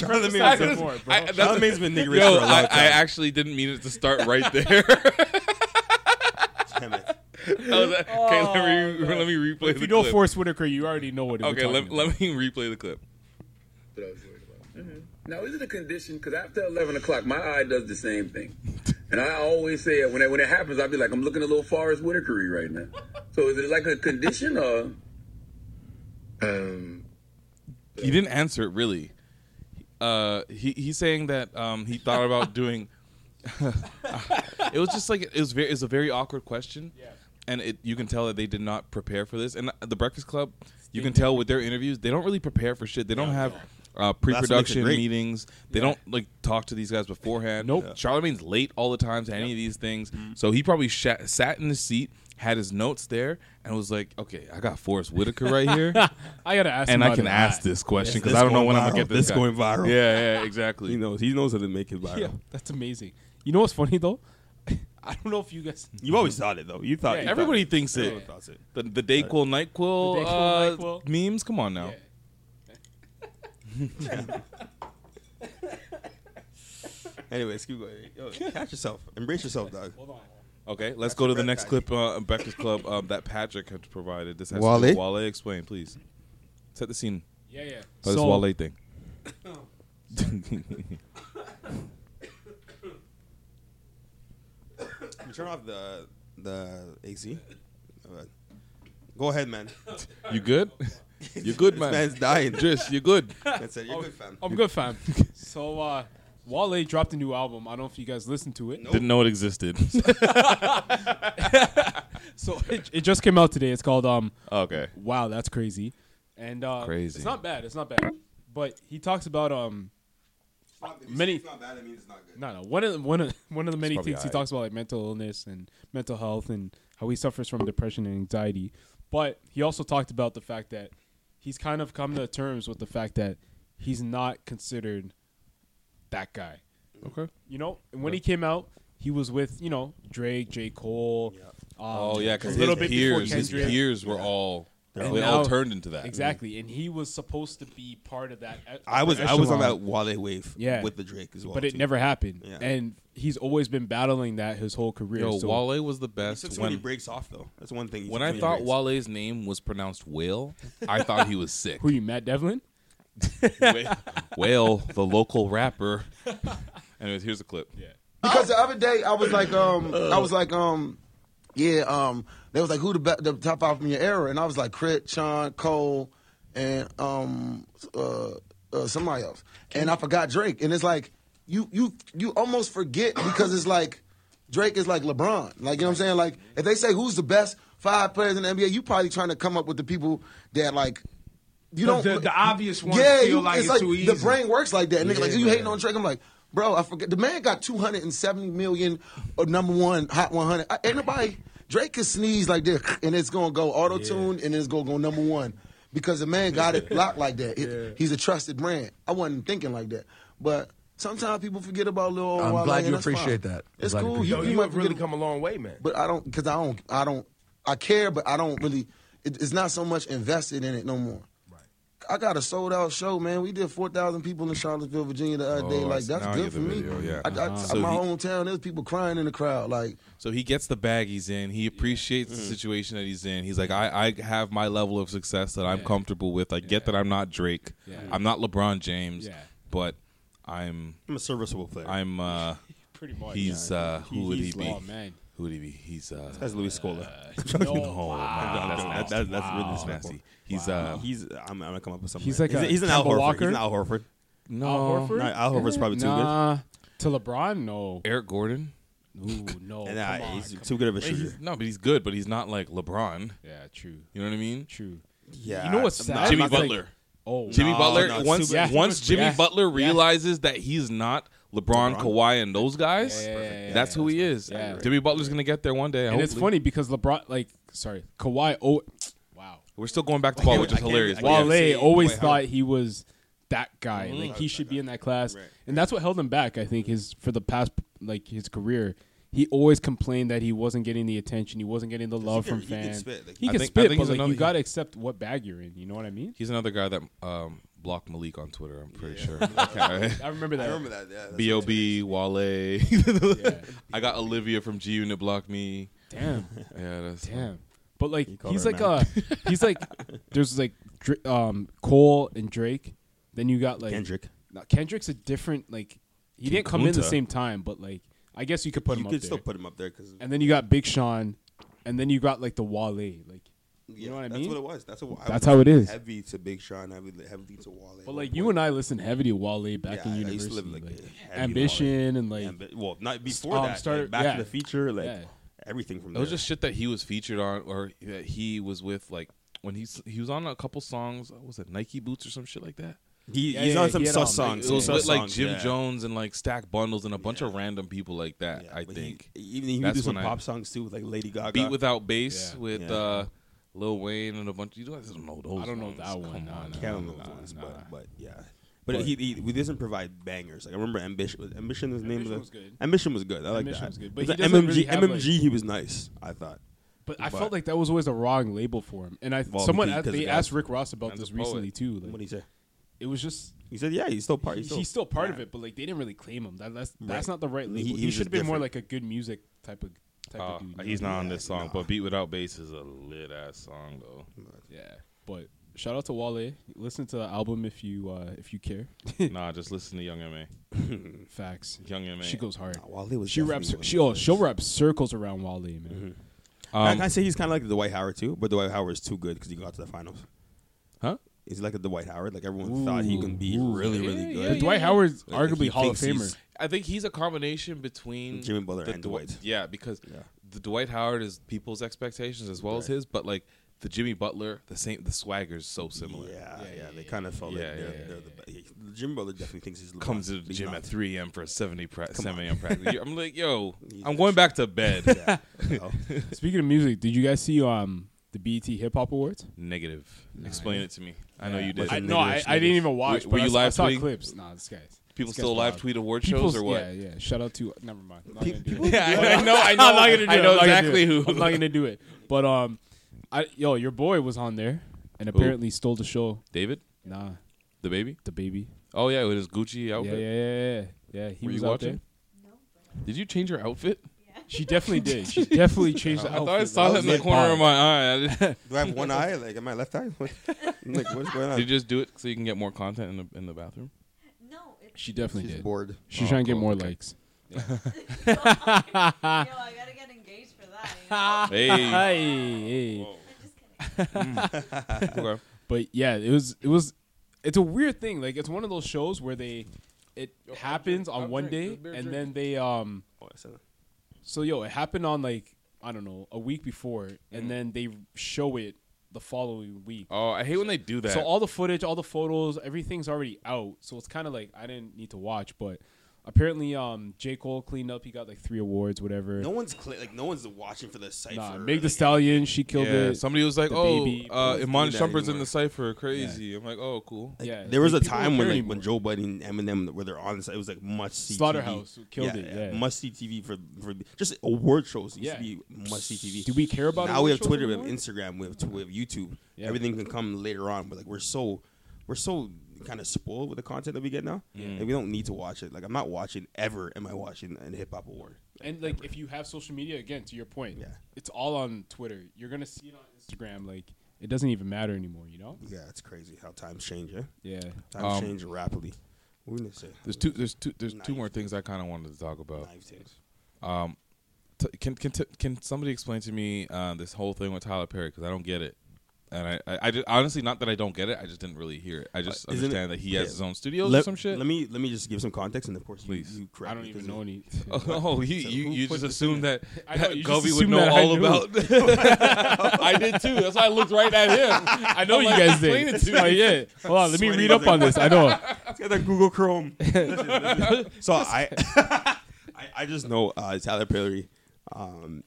[SPEAKER 1] Charlamagne's been niggerish
[SPEAKER 3] Yo,
[SPEAKER 1] for a long
[SPEAKER 3] I, I
[SPEAKER 1] time.
[SPEAKER 3] actually didn't mean it to start right there.
[SPEAKER 1] Damn it.
[SPEAKER 3] I was like, okay, let me let me replay the
[SPEAKER 2] If you know
[SPEAKER 3] clip.
[SPEAKER 2] Forrest Whitaker, you already know what.
[SPEAKER 3] okay, let, let me replay the clip.
[SPEAKER 5] That I was worried about. Now is it a condition? Because after 11 o'clock, my eye does the same thing, and I always say it when it, when it happens, I'll be like, I'm looking a little Forrest Whitakery right now. So is it like a condition or? Um,
[SPEAKER 3] He didn't answer it really. Uh, he he's saying that um, he thought about doing. [laughs] it was just like it was very it's a very awkward question, and it you can tell that they did not prepare for this. And the Breakfast Club, you can tell with their interviews, they don't really prepare for shit. They don't have uh, pre-production
[SPEAKER 1] great.
[SPEAKER 3] meetings. They don't like talk to these guys beforehand.
[SPEAKER 2] Nope. Yeah.
[SPEAKER 3] Charlemagne's late all the time to any of these things, so he probably sha- sat in his seat, had his notes there, and was like, "Okay, I got Forrest Whitaker right here."
[SPEAKER 2] I gotta ask.
[SPEAKER 3] and I
[SPEAKER 2] about
[SPEAKER 3] can
[SPEAKER 2] it.
[SPEAKER 3] ask this question because
[SPEAKER 1] this
[SPEAKER 3] I don't know
[SPEAKER 1] going
[SPEAKER 3] when I'm
[SPEAKER 1] viral?
[SPEAKER 3] gonna get this,
[SPEAKER 1] This
[SPEAKER 3] guy.
[SPEAKER 1] going viral?
[SPEAKER 3] Yeah, yeah,
[SPEAKER 1] [laughs]
[SPEAKER 3] exactly.
[SPEAKER 1] He knows. He knows how to make it
[SPEAKER 2] [laughs]
[SPEAKER 1] viral.
[SPEAKER 2] Yeah, that's amazing. You know what's funny though? [laughs] I don't know if you guys.
[SPEAKER 1] You always thought it though. You thought
[SPEAKER 2] Yeah,
[SPEAKER 1] you
[SPEAKER 3] Everybody
[SPEAKER 1] thought
[SPEAKER 3] thinks it.
[SPEAKER 1] everyone thought it.
[SPEAKER 3] The, the Dayquil, Nyquil,
[SPEAKER 2] The Dayquil,
[SPEAKER 3] uh,
[SPEAKER 2] Nyquil.
[SPEAKER 3] memes. Come on now.
[SPEAKER 1] Anyways, keep going.
[SPEAKER 2] [laughs]
[SPEAKER 1] Yo, catch yourself. Embrace yourself, dog.
[SPEAKER 3] Okay, let's go to the
[SPEAKER 1] Brett
[SPEAKER 3] next
[SPEAKER 1] Patrick.
[SPEAKER 3] clip. Uh, Breakfast Club um, that Patrick had provided. This has
[SPEAKER 1] Wale?
[SPEAKER 3] to do with Wale, explain please. Set the scene.
[SPEAKER 2] Yeah, yeah.
[SPEAKER 3] for this Wale thing. [laughs]
[SPEAKER 1] Can you turn off the the AC. Uh, Go ahead, man.
[SPEAKER 3] you good? You're good,
[SPEAKER 1] This
[SPEAKER 3] man.
[SPEAKER 1] man's dying.
[SPEAKER 3] Just you're good.
[SPEAKER 1] That's it. You're good,
[SPEAKER 2] [laughs]
[SPEAKER 1] fam.
[SPEAKER 2] I'm good, fam. so, uh, Wale dropped a new album. I don't know if you guys listened to it.
[SPEAKER 3] [laughs] Didn't know it existed. [laughs]
[SPEAKER 2] So [laughs] it, it just came out today. It's called um.
[SPEAKER 3] okay.
[SPEAKER 2] Wow, that's crazy. And uh,
[SPEAKER 3] Crazy.
[SPEAKER 2] It's not bad. It's not bad. But he talks about um many.
[SPEAKER 1] It's not bad. I mean, it's not good.
[SPEAKER 2] No, no. One of the, one of [laughs] one of the many
[SPEAKER 1] probably
[SPEAKER 2] things he
[SPEAKER 1] aight.
[SPEAKER 2] talks about, like mental illness and mental health, and how he suffers from depression and anxiety. But he also talked about the fact that he's kind of come to terms with the fact that he's not considered that guy.
[SPEAKER 3] Okay.
[SPEAKER 2] You know, and when he came out, he was with you know Drake, J. Cole. um,
[SPEAKER 3] Oh, yeah, 'cause
[SPEAKER 2] a little
[SPEAKER 3] his
[SPEAKER 2] bit before
[SPEAKER 3] peers- his
[SPEAKER 2] Kendrick.
[SPEAKER 3] peers were all- they
[SPEAKER 2] And
[SPEAKER 3] all turned into that.
[SPEAKER 2] exactly. And he was supposed to be part of that. e-
[SPEAKER 1] I was- I was on that
[SPEAKER 2] echelon.
[SPEAKER 1] Wale wave
[SPEAKER 2] yeah.
[SPEAKER 1] with the Drake as well,
[SPEAKER 2] but it
[SPEAKER 1] too.
[SPEAKER 2] never happened.
[SPEAKER 1] Yeah.
[SPEAKER 2] And he's always been battling that his whole career.
[SPEAKER 3] Yo,
[SPEAKER 2] so-
[SPEAKER 3] Wale was the best.
[SPEAKER 1] He took so many breaks off though. That's one thing. he
[SPEAKER 3] When
[SPEAKER 1] took
[SPEAKER 3] I
[SPEAKER 1] so many
[SPEAKER 3] thought
[SPEAKER 1] breaks.
[SPEAKER 3] Wale's name was pronounced Whale,
[SPEAKER 1] [laughs]
[SPEAKER 3] I thought he was sick.
[SPEAKER 2] Who you, Matt Devlin?
[SPEAKER 3] Whale, the local
[SPEAKER 1] [laughs]
[SPEAKER 3] rapper. Anyways, here's a clip. Yeah.
[SPEAKER 11] Oh.
[SPEAKER 10] Because the other day I was like, um, I was like, um, yeah, um, they was like, who the, be- the top five from your era? And I was like, Crit, Sean, Cole, and um, uh, uh, somebody else. And I forgot Drake. And it's like, you, you, you almost forget because it's like, Drake is like LeBron. Like you know what I'm saying? Like if they say who's the best five players in the NBA, you probably trying to come up with the people that like. You
[SPEAKER 11] The-
[SPEAKER 10] don't
[SPEAKER 11] the- the obvious ones
[SPEAKER 10] Yeah,
[SPEAKER 11] feel
[SPEAKER 10] you,
[SPEAKER 11] like
[SPEAKER 10] it's
[SPEAKER 11] it's
[SPEAKER 10] like
[SPEAKER 11] too
[SPEAKER 10] the
[SPEAKER 11] easy.
[SPEAKER 10] brain works like that. And nigga, like
[SPEAKER 11] Yeah,
[SPEAKER 10] you
[SPEAKER 11] man.
[SPEAKER 10] hating on Drake. I'm like, bro, I forget. The man got 270 million uh, number one hot 100. I, ain't nobody Drake can sneeze like this, [laughs] and it's gonna go auto tune, and it's gonna go number one because the man got it locked like that. It-
[SPEAKER 11] Yeah.
[SPEAKER 10] He's a trusted brand. I wasn't thinking like that, but sometimes people forget about little. old
[SPEAKER 11] I'm
[SPEAKER 10] Wale,
[SPEAKER 11] glad
[SPEAKER 10] and
[SPEAKER 11] you
[SPEAKER 10] that's fine.
[SPEAKER 11] appreciate that. I'm
[SPEAKER 10] It's
[SPEAKER 11] glad you
[SPEAKER 10] cool.
[SPEAKER 11] appreciate
[SPEAKER 10] You,
[SPEAKER 11] that.
[SPEAKER 10] you
[SPEAKER 11] You
[SPEAKER 10] might
[SPEAKER 11] have really
[SPEAKER 10] forget-
[SPEAKER 11] come a long way, man.
[SPEAKER 10] But I don't because I don't I don't I care, but I don't really. It, it's not so much invested in it no more. Right. I got a sold out show, man. We did four thousand people in Charlottesville, Virginia the other
[SPEAKER 3] Oh,
[SPEAKER 10] day.
[SPEAKER 3] I
[SPEAKER 10] Like
[SPEAKER 3] see.
[SPEAKER 10] that's
[SPEAKER 3] Now I
[SPEAKER 10] good
[SPEAKER 3] get
[SPEAKER 10] for
[SPEAKER 3] the
[SPEAKER 10] me.
[SPEAKER 3] video, yeah.
[SPEAKER 10] I, I,
[SPEAKER 3] Ah. So
[SPEAKER 10] my
[SPEAKER 3] he-
[SPEAKER 10] hometown, there's people crying in the crowd. Like
[SPEAKER 3] So he gets the bag he's in. He appreciates
[SPEAKER 1] Mm.
[SPEAKER 3] the situation that he's in. He's like, I, I have my level of success that I'm comfortable with. I get that I'm not Drake.
[SPEAKER 1] Yeah.
[SPEAKER 3] I'm not LeBron James.
[SPEAKER 1] Yeah.
[SPEAKER 3] But I'm.
[SPEAKER 1] I'm a serviceable player.
[SPEAKER 3] I'm. uh
[SPEAKER 1] Pretty much.
[SPEAKER 3] He's.
[SPEAKER 1] Oh, Yeah.
[SPEAKER 3] uh
[SPEAKER 1] He-
[SPEAKER 3] Who would he
[SPEAKER 1] he's
[SPEAKER 3] be?
[SPEAKER 1] like- Oh, man.
[SPEAKER 3] Who would he be? He's. uh
[SPEAKER 1] That's Luis Scola.
[SPEAKER 3] Uh, no, wow.
[SPEAKER 1] that's,
[SPEAKER 3] That's
[SPEAKER 1] that's,
[SPEAKER 3] nasty.
[SPEAKER 1] that's, that's really
[SPEAKER 3] Wow.
[SPEAKER 1] disrespectful.
[SPEAKER 3] Nasty. He's, uh,
[SPEAKER 1] he's. I'm, I'm gonna come up with something.
[SPEAKER 2] He's like
[SPEAKER 1] he's,
[SPEAKER 2] a
[SPEAKER 1] he's an Al
[SPEAKER 2] Kemba
[SPEAKER 1] Horford.
[SPEAKER 2] Walker?
[SPEAKER 1] He's an Al Horford.
[SPEAKER 3] No,
[SPEAKER 2] Al Horford.
[SPEAKER 1] No, Al Horford's probably too
[SPEAKER 2] nah. To LeBron,
[SPEAKER 3] [laughs]
[SPEAKER 2] no.
[SPEAKER 3] Eric Gordon.
[SPEAKER 2] Ooh, no. come
[SPEAKER 1] And, uh,
[SPEAKER 2] on,
[SPEAKER 1] he's
[SPEAKER 2] come
[SPEAKER 1] too good of a
[SPEAKER 2] on.
[SPEAKER 1] shooter.
[SPEAKER 3] He's- no, but he's good, but he's not like LeBron.
[SPEAKER 2] Yeah, true.
[SPEAKER 3] You know what I mean?
[SPEAKER 2] True.
[SPEAKER 1] Yeah,
[SPEAKER 3] You know what's
[SPEAKER 1] I'm
[SPEAKER 3] sad?
[SPEAKER 1] not-
[SPEAKER 3] Jimmy
[SPEAKER 1] I'm not
[SPEAKER 3] Butler.
[SPEAKER 1] like- Oh,
[SPEAKER 3] Jimmy
[SPEAKER 1] no,
[SPEAKER 3] Butler.
[SPEAKER 1] no,
[SPEAKER 3] once
[SPEAKER 1] super- Yeah.
[SPEAKER 3] once Jimmy
[SPEAKER 1] Yeah.
[SPEAKER 3] Butler realizes that he's not LeBron, Kawhi, and those guys, that's who he is. Jimmy Butler's gonna get there one day.
[SPEAKER 2] And it's
[SPEAKER 3] hopefully.
[SPEAKER 2] funny because LeBron, like, sorry, Kawhi. Oh, wow.
[SPEAKER 3] We're still going back to ball, which is hilarious. but
[SPEAKER 2] Wale
[SPEAKER 3] yeah.
[SPEAKER 2] always
[SPEAKER 3] Dwight
[SPEAKER 2] thought
[SPEAKER 3] Howard.
[SPEAKER 2] he was that guy.
[SPEAKER 1] Mm-hmm.
[SPEAKER 3] Mhm.
[SPEAKER 2] Like he should be in that class, and that's what held him back. I think his for the past like his career, he always complained that he wasn't getting the attention, he wasn't getting the love
[SPEAKER 1] can-
[SPEAKER 2] from
[SPEAKER 1] he can
[SPEAKER 2] fans.
[SPEAKER 1] spit, like-
[SPEAKER 2] He
[SPEAKER 3] I
[SPEAKER 2] can
[SPEAKER 3] think- I
[SPEAKER 2] spit,
[SPEAKER 3] think
[SPEAKER 2] but
[SPEAKER 3] he's
[SPEAKER 2] like you
[SPEAKER 3] another-
[SPEAKER 2] gotta accept what bag you're in. You know what I
[SPEAKER 1] [laughs]
[SPEAKER 2] mean?
[SPEAKER 3] He's another guy that um, blocked Malik on Twitter. I'm pretty [laughs] sure.
[SPEAKER 2] I remember that. I remember that, yeah, that's
[SPEAKER 3] B O B Wale. [laughs] I got Olivia from G Unit blocked me.
[SPEAKER 2] [laughs] Damn.
[SPEAKER 3] Yeah. That's
[SPEAKER 2] Damn. But like
[SPEAKER 3] called
[SPEAKER 2] he's
[SPEAKER 3] her
[SPEAKER 2] like
[SPEAKER 3] man.
[SPEAKER 2] uh he's
[SPEAKER 3] [laughs]
[SPEAKER 2] like there's like Dra- um Cole and Drake. Then you got like
[SPEAKER 1] Kendrick.
[SPEAKER 2] No, Kendrick's a different like he didn't come in the
[SPEAKER 1] Kunta.
[SPEAKER 2] same time, but like I guess you could put
[SPEAKER 1] You
[SPEAKER 2] him up
[SPEAKER 1] could
[SPEAKER 2] there.
[SPEAKER 1] still put him up there 'cause-
[SPEAKER 2] And then you got Big Sean and then you got like the Wale. Like
[SPEAKER 1] You know what I mean? That's what it was. That's, what, I
[SPEAKER 2] That's
[SPEAKER 1] was
[SPEAKER 2] how it is.
[SPEAKER 1] Heavy to Big Sean. Heavy, heavy to Wale.
[SPEAKER 2] but like you and I listened heavy to Wale back
[SPEAKER 1] Yeah,
[SPEAKER 2] in
[SPEAKER 1] I
[SPEAKER 2] university.
[SPEAKER 1] used to live,
[SPEAKER 2] like,
[SPEAKER 1] like, heavy to
[SPEAKER 2] ambition and like
[SPEAKER 1] Ambi- well, not before
[SPEAKER 2] um,
[SPEAKER 1] that. like,
[SPEAKER 2] started-
[SPEAKER 1] back
[SPEAKER 2] yeah.
[SPEAKER 1] to the feature, like
[SPEAKER 2] Yeah.
[SPEAKER 1] everything from
[SPEAKER 3] It
[SPEAKER 1] there.
[SPEAKER 3] was just shit that he was featured on, or that he was with. Like when he's he was on a couple songs. What was it Nike Boots or some shit like that?
[SPEAKER 1] He- Yeah, he's yeah, on yeah, some he had sus all- songs,
[SPEAKER 3] It was
[SPEAKER 1] yeah.
[SPEAKER 3] with like
[SPEAKER 1] songs,
[SPEAKER 3] Jim
[SPEAKER 1] yeah.
[SPEAKER 3] Jones and like Stack Bundles and a bunch of random people like that. I think
[SPEAKER 1] even he would
[SPEAKER 3] That's
[SPEAKER 1] do some
[SPEAKER 3] when I-
[SPEAKER 1] pop songs too, with like Lady Gaga.
[SPEAKER 3] Beat Without Bass
[SPEAKER 1] Yeah.
[SPEAKER 3] with
[SPEAKER 1] Yeah.
[SPEAKER 3] uh, Lil Wayne and a bunch. You guys don't know those.
[SPEAKER 1] I don't know
[SPEAKER 3] ones.
[SPEAKER 1] that one.
[SPEAKER 3] Come
[SPEAKER 1] Nah,
[SPEAKER 3] on,
[SPEAKER 1] nah,
[SPEAKER 3] now.
[SPEAKER 1] Can't remember those ones, but, but yeah. But,
[SPEAKER 3] But-
[SPEAKER 1] he, he, he doesn't provide bangers. Like I remember ambition. Was ambition was the name of the
[SPEAKER 2] Ambition was good.
[SPEAKER 1] ambition was good. I like
[SPEAKER 2] Ambition
[SPEAKER 1] that.
[SPEAKER 2] was good, but
[SPEAKER 1] It was
[SPEAKER 2] he
[SPEAKER 1] like
[SPEAKER 2] doesn't
[SPEAKER 1] MMG.
[SPEAKER 2] really have,
[SPEAKER 1] MMG. He was nice. I thought.
[SPEAKER 2] But I felt like that was always a wrong label for him. And I
[SPEAKER 1] Well,
[SPEAKER 2] someone
[SPEAKER 1] because-
[SPEAKER 2] asked, they
[SPEAKER 1] because
[SPEAKER 2] asked Rick Ross about
[SPEAKER 1] man's
[SPEAKER 2] this
[SPEAKER 1] a poet.
[SPEAKER 2] recently too. Like,
[SPEAKER 1] What'd he say?
[SPEAKER 2] It was just
[SPEAKER 1] he said, yeah, he's still part.
[SPEAKER 2] He's,
[SPEAKER 1] He's
[SPEAKER 2] still,
[SPEAKER 1] still,
[SPEAKER 2] part
[SPEAKER 1] yeah.
[SPEAKER 2] of it, but like they didn't really claim him. That, that's
[SPEAKER 1] Right.
[SPEAKER 2] that's not the right
[SPEAKER 1] He-
[SPEAKER 2] label. He,
[SPEAKER 1] he was
[SPEAKER 2] should
[SPEAKER 1] just
[SPEAKER 2] have been more like
[SPEAKER 1] different.
[SPEAKER 2] a good music type of type
[SPEAKER 3] Uh,
[SPEAKER 2] of dude. you
[SPEAKER 3] he's
[SPEAKER 2] know?
[SPEAKER 3] not on this song, but Beat Without Bass is a lit ass song though.
[SPEAKER 1] [laughs]
[SPEAKER 2] Yeah, but shout out to Wale. Listen to the album if you uh, if you care.
[SPEAKER 3] nah, just listen to Young Ma.
[SPEAKER 2] Facts.
[SPEAKER 3] Young Ma.
[SPEAKER 2] She goes hard.
[SPEAKER 1] Wale was
[SPEAKER 2] she
[SPEAKER 1] definitely
[SPEAKER 2] wraps.
[SPEAKER 1] one of
[SPEAKER 2] She oh, she'll wrap circles around Wale, man.
[SPEAKER 1] I can I say he's kind of like the Dwight Howard too, but Dwight Howard is too good because he got to the finals.
[SPEAKER 3] Huh?
[SPEAKER 1] He's like a Dwight Howard. Like everyone thought he can be really, really good.
[SPEAKER 3] Mm-hmm.
[SPEAKER 2] But Dwight Howard's
[SPEAKER 1] Like, he
[SPEAKER 2] arguably Hall of
[SPEAKER 1] thinks he's-
[SPEAKER 2] Famer.
[SPEAKER 3] I think he's a combination between
[SPEAKER 1] Jimmy Butler
[SPEAKER 3] the
[SPEAKER 1] and
[SPEAKER 3] Dw-
[SPEAKER 1] Dwight.
[SPEAKER 3] Yeah, because the Dwight Howard is people's expectations as well as
[SPEAKER 1] Right.
[SPEAKER 3] his, but like the Jimmy Butler, the same, the swagger is so similar.
[SPEAKER 1] Yeah, yeah, they kind of felt like they're, they're the be- Jimmy Butler definitely thinks he's LeBron.
[SPEAKER 3] Comes to the
[SPEAKER 1] He's
[SPEAKER 3] gym
[SPEAKER 1] not.
[SPEAKER 3] at 3 a.m. for a 70 pra-
[SPEAKER 1] Come on.
[SPEAKER 3] 7 a.m. practice. I'm like, yo,
[SPEAKER 1] He's
[SPEAKER 3] I'm
[SPEAKER 1] that
[SPEAKER 3] going
[SPEAKER 1] shit.
[SPEAKER 3] back to bed.
[SPEAKER 1] Yeah.
[SPEAKER 3] [laughs]
[SPEAKER 1] What the hell?
[SPEAKER 2] Speaking of music, did you guys see um the BET Hip Hop Awards?
[SPEAKER 3] Negative. Explain it to me. I know
[SPEAKER 2] Yeah.
[SPEAKER 3] you did.
[SPEAKER 2] I- no, I, I didn't even watch.
[SPEAKER 3] Were,
[SPEAKER 2] but
[SPEAKER 3] were
[SPEAKER 2] I
[SPEAKER 3] you
[SPEAKER 2] saw- I
[SPEAKER 3] live
[SPEAKER 2] saw
[SPEAKER 3] tweeting?
[SPEAKER 2] clips? Nah, this guy.
[SPEAKER 3] People
[SPEAKER 2] this guy's
[SPEAKER 3] still live
[SPEAKER 2] wild.
[SPEAKER 3] tweet award
[SPEAKER 2] People's-
[SPEAKER 3] shows or what?
[SPEAKER 2] Yeah, yeah. Shout out to. Never mind. I'm not
[SPEAKER 3] People-
[SPEAKER 2] gonna do
[SPEAKER 3] [laughs] people-
[SPEAKER 2] it.
[SPEAKER 3] Yeah, I know- I know-
[SPEAKER 2] I'm not gonna do
[SPEAKER 3] I
[SPEAKER 2] it.
[SPEAKER 3] know
[SPEAKER 2] I'm not gonna
[SPEAKER 3] exactly
[SPEAKER 2] do it.
[SPEAKER 3] who.
[SPEAKER 2] I'm not gonna do it. But um, I yo, your boy was on there and apparently stole the show.
[SPEAKER 3] David?
[SPEAKER 2] Nah.
[SPEAKER 3] The baby?
[SPEAKER 2] The baby.
[SPEAKER 3] Oh, yeah, with his Gucci
[SPEAKER 2] Yeah,
[SPEAKER 3] outfit.
[SPEAKER 2] yeah, yeah, yeah. Yeah, He
[SPEAKER 3] Were
[SPEAKER 2] was
[SPEAKER 3] you
[SPEAKER 2] out
[SPEAKER 3] watching?
[SPEAKER 2] there.
[SPEAKER 3] Did you change your outfit?
[SPEAKER 2] She
[SPEAKER 3] [laughs]
[SPEAKER 2] definitely did. She definitely changed the
[SPEAKER 3] I thought I
[SPEAKER 2] outfit.
[SPEAKER 3] saw
[SPEAKER 2] That
[SPEAKER 3] that
[SPEAKER 2] was
[SPEAKER 3] in the
[SPEAKER 2] like
[SPEAKER 3] corner
[SPEAKER 2] bomb.
[SPEAKER 3] of my eye.
[SPEAKER 1] [laughs] Do I have one eye? Like, am I left eye? What, I'm like, what's going on?
[SPEAKER 3] Did you just do it so you can get more content in the in the bathroom?
[SPEAKER 8] No, it's
[SPEAKER 2] [laughs] She definitely
[SPEAKER 1] She's
[SPEAKER 2] did.
[SPEAKER 1] bored.
[SPEAKER 2] She's
[SPEAKER 3] Oh,
[SPEAKER 2] trying to get
[SPEAKER 3] cool.
[SPEAKER 2] more
[SPEAKER 3] Okay.
[SPEAKER 2] likes.
[SPEAKER 8] I gotta get engaged for
[SPEAKER 2] [laughs]
[SPEAKER 8] that.
[SPEAKER 3] Hey.
[SPEAKER 2] Hey, hey.
[SPEAKER 3] Mm. Okay.
[SPEAKER 2] But yeah, it was it was it's a weird thing. Like it's one of those shows where they it happens on
[SPEAKER 3] I'll
[SPEAKER 2] one
[SPEAKER 3] drink.
[SPEAKER 2] day
[SPEAKER 3] There's beer
[SPEAKER 2] and
[SPEAKER 3] drink.
[SPEAKER 2] then they um
[SPEAKER 1] Oh, I said it.
[SPEAKER 2] so yo, it happened on like I don't know, a week before
[SPEAKER 3] Mm.
[SPEAKER 2] and then they show it the following week.
[SPEAKER 3] Oh, I hate when they do that.
[SPEAKER 2] So all the footage, all the photos, everything's already out. So it's kind of like I didn't need to watch, but apparently um J. Cole cleaned up, he got like 3 awards whatever.
[SPEAKER 1] No one's cl- like, no one's watching for the cipher.
[SPEAKER 2] Nah,
[SPEAKER 1] like,
[SPEAKER 2] Meg the Stallion, she killed
[SPEAKER 3] yeah,
[SPEAKER 2] it.
[SPEAKER 3] somebody was like,
[SPEAKER 2] The
[SPEAKER 3] "Oh,
[SPEAKER 2] baby.
[SPEAKER 3] uh,
[SPEAKER 1] Don't
[SPEAKER 3] Iman
[SPEAKER 1] do that
[SPEAKER 3] Shumpert's in
[SPEAKER 1] anymore.
[SPEAKER 3] the cipher, crazy." I'm like, "Oh, cool."
[SPEAKER 2] yeah,
[SPEAKER 1] There was a
[SPEAKER 2] like, people
[SPEAKER 1] time
[SPEAKER 2] don't care
[SPEAKER 1] when like
[SPEAKER 2] anymore.
[SPEAKER 1] when Joe Budden and Eminem were there on the side, it was like must see.
[SPEAKER 2] Slaughterhouse, who
[SPEAKER 1] TV.
[SPEAKER 2] killed it, yeah.
[SPEAKER 1] must see TV for for just award shows. It used to
[SPEAKER 2] Yeah.
[SPEAKER 1] be must see TV.
[SPEAKER 2] Do we care about
[SPEAKER 1] now?
[SPEAKER 2] award
[SPEAKER 1] We have
[SPEAKER 2] shows
[SPEAKER 1] Twitter, we have
[SPEAKER 2] anymore?
[SPEAKER 1] Instagram, we have, tw- we have YouTube.
[SPEAKER 2] Yeah.
[SPEAKER 1] Everything can come later on, but like we're so we're so kind of spoiled with the content that we get now, and we don't need to watch it. Like I'm not watching ever. Am I watching an hip hop award?
[SPEAKER 2] And like, if you have social media, again, to your point,
[SPEAKER 1] Yeah.
[SPEAKER 2] it's all on Twitter. You're gonna see it on Instagram. Like, it doesn't even matter anymore. You know?
[SPEAKER 1] Yeah, it's crazy how times change. eh? Yeah,
[SPEAKER 2] Yeah.
[SPEAKER 1] times
[SPEAKER 3] Um,
[SPEAKER 1] change rapidly. What did I say?
[SPEAKER 3] There's two. There's two. There's two
[SPEAKER 1] Knife.
[SPEAKER 3] more things I kind of wanted to talk about.
[SPEAKER 1] Knife tapes.
[SPEAKER 3] Um, t- can can t- can somebody explain to me uh, this whole thing with Tyler Perry? Because I don't get it, and I, I, I just, honestly not that I don't get it. I just didn't really hear it. I just
[SPEAKER 1] Uh, Isn't it-
[SPEAKER 3] understand that he has
[SPEAKER 1] yeah.
[SPEAKER 3] his own studios
[SPEAKER 1] let,
[SPEAKER 3] or some shit.
[SPEAKER 1] Let me let me just give some context, and of course, you-
[SPEAKER 3] Please.
[SPEAKER 1] You, correct
[SPEAKER 2] I don't
[SPEAKER 1] me,
[SPEAKER 2] even
[SPEAKER 1] 'cause
[SPEAKER 2] know any.
[SPEAKER 3] [laughs]
[SPEAKER 2] [laughs]
[SPEAKER 3] oh, you
[SPEAKER 1] So
[SPEAKER 3] you,
[SPEAKER 1] who
[SPEAKER 3] you
[SPEAKER 1] put
[SPEAKER 3] just
[SPEAKER 1] this [laughs]
[SPEAKER 3] assumed that,
[SPEAKER 2] I know,
[SPEAKER 3] that
[SPEAKER 2] you just
[SPEAKER 3] Govey would
[SPEAKER 2] assumed
[SPEAKER 3] know
[SPEAKER 2] that I
[SPEAKER 3] all
[SPEAKER 2] knew.
[SPEAKER 3] about. [laughs] I did too. That's why I looked right at him.
[SPEAKER 2] I know
[SPEAKER 3] I'm
[SPEAKER 2] you
[SPEAKER 3] like,
[SPEAKER 2] guys
[SPEAKER 3] explain
[SPEAKER 2] did.
[SPEAKER 3] it to
[SPEAKER 2] Oh,
[SPEAKER 3] me.
[SPEAKER 2] yeah. Hold on. Let me
[SPEAKER 1] Sweating
[SPEAKER 2] read up on this.
[SPEAKER 1] [laughs]
[SPEAKER 2] I know.
[SPEAKER 1] It's got that Google [laughs] Chrome. so I, I, [laughs] I just know uh, Tyler Perry. Um,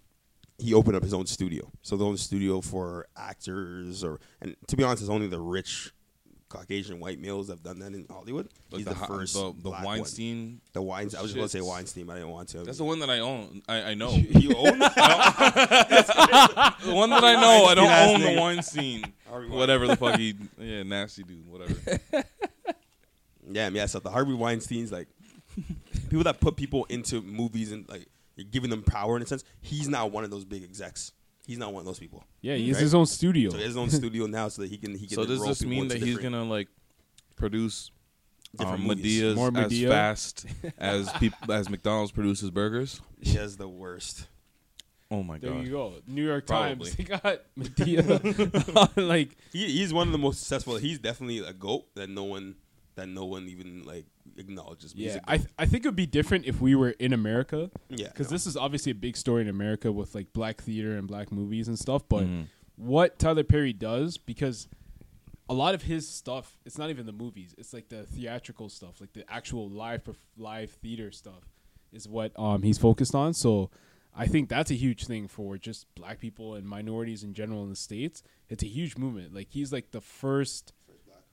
[SPEAKER 1] he opened up his own studio, so the own studio for actors, or and to be honest, it's only the rich Caucasian white males that have done that in Hollywood.
[SPEAKER 3] Like
[SPEAKER 1] He's
[SPEAKER 3] the
[SPEAKER 1] the,
[SPEAKER 3] hi-
[SPEAKER 1] first,
[SPEAKER 3] the- the
[SPEAKER 1] black
[SPEAKER 3] Weinstein
[SPEAKER 1] one. the Weinstein. I was just gonna say
[SPEAKER 3] shits.
[SPEAKER 1] Weinstein, but I didn't want to.
[SPEAKER 3] That's the one that I own. I, I [laughs] know.
[SPEAKER 1] you own that?
[SPEAKER 3] [laughs] the one that I know. I don't
[SPEAKER 1] Nasty-ass
[SPEAKER 3] own the
[SPEAKER 1] nigga.
[SPEAKER 3] wine scene.
[SPEAKER 1] Harvey Weinstein.
[SPEAKER 3] Whatever the fuck he, yeah, nasty dude. [laughs] Whatever.
[SPEAKER 1] Yeah, yeah. So the Harvey Weinstein's like [laughs] people that put people into movies and like you're giving them power in a sense. He's not one of those big execs. He's not one of those people.
[SPEAKER 2] Yeah, he has
[SPEAKER 1] Right?
[SPEAKER 2] his own studio.
[SPEAKER 1] So he has his own studio now, so that he can he can.
[SPEAKER 3] So does
[SPEAKER 1] enroll
[SPEAKER 3] this
[SPEAKER 1] people
[SPEAKER 3] mean
[SPEAKER 1] into
[SPEAKER 3] that he's
[SPEAKER 1] different-
[SPEAKER 3] gonna like produce
[SPEAKER 1] different
[SPEAKER 3] um,
[SPEAKER 1] movies.
[SPEAKER 3] Medea's
[SPEAKER 2] More
[SPEAKER 3] as
[SPEAKER 2] Medea? [laughs]
[SPEAKER 3] fast as people as McDonald's produces burgers?
[SPEAKER 1] He has the worst.
[SPEAKER 3] Oh my
[SPEAKER 2] there
[SPEAKER 3] god!
[SPEAKER 2] you go. New York
[SPEAKER 3] Probably.
[SPEAKER 2] Times. [laughs] They got Medea. [laughs] on, like,
[SPEAKER 1] He, he's one of the most successful. He's definitely a goat that no one that no one even like acknowledges. but he's
[SPEAKER 2] yeah.
[SPEAKER 1] a
[SPEAKER 2] I
[SPEAKER 1] goat.
[SPEAKER 2] th- I think it would be different if we were in America.
[SPEAKER 1] Yeah,
[SPEAKER 2] Because
[SPEAKER 1] no.
[SPEAKER 2] this is obviously a big story in America with like black theater and black movies and stuff. But what Tyler Perry does, because a lot of his stuff, it's not even the movies. It's like the theatrical stuff, like the actual live perf- live theater stuff, is what um, he's focused on. So I think that's a huge thing for just black people and minorities in general in the states. It's a huge movement. Like he's like the first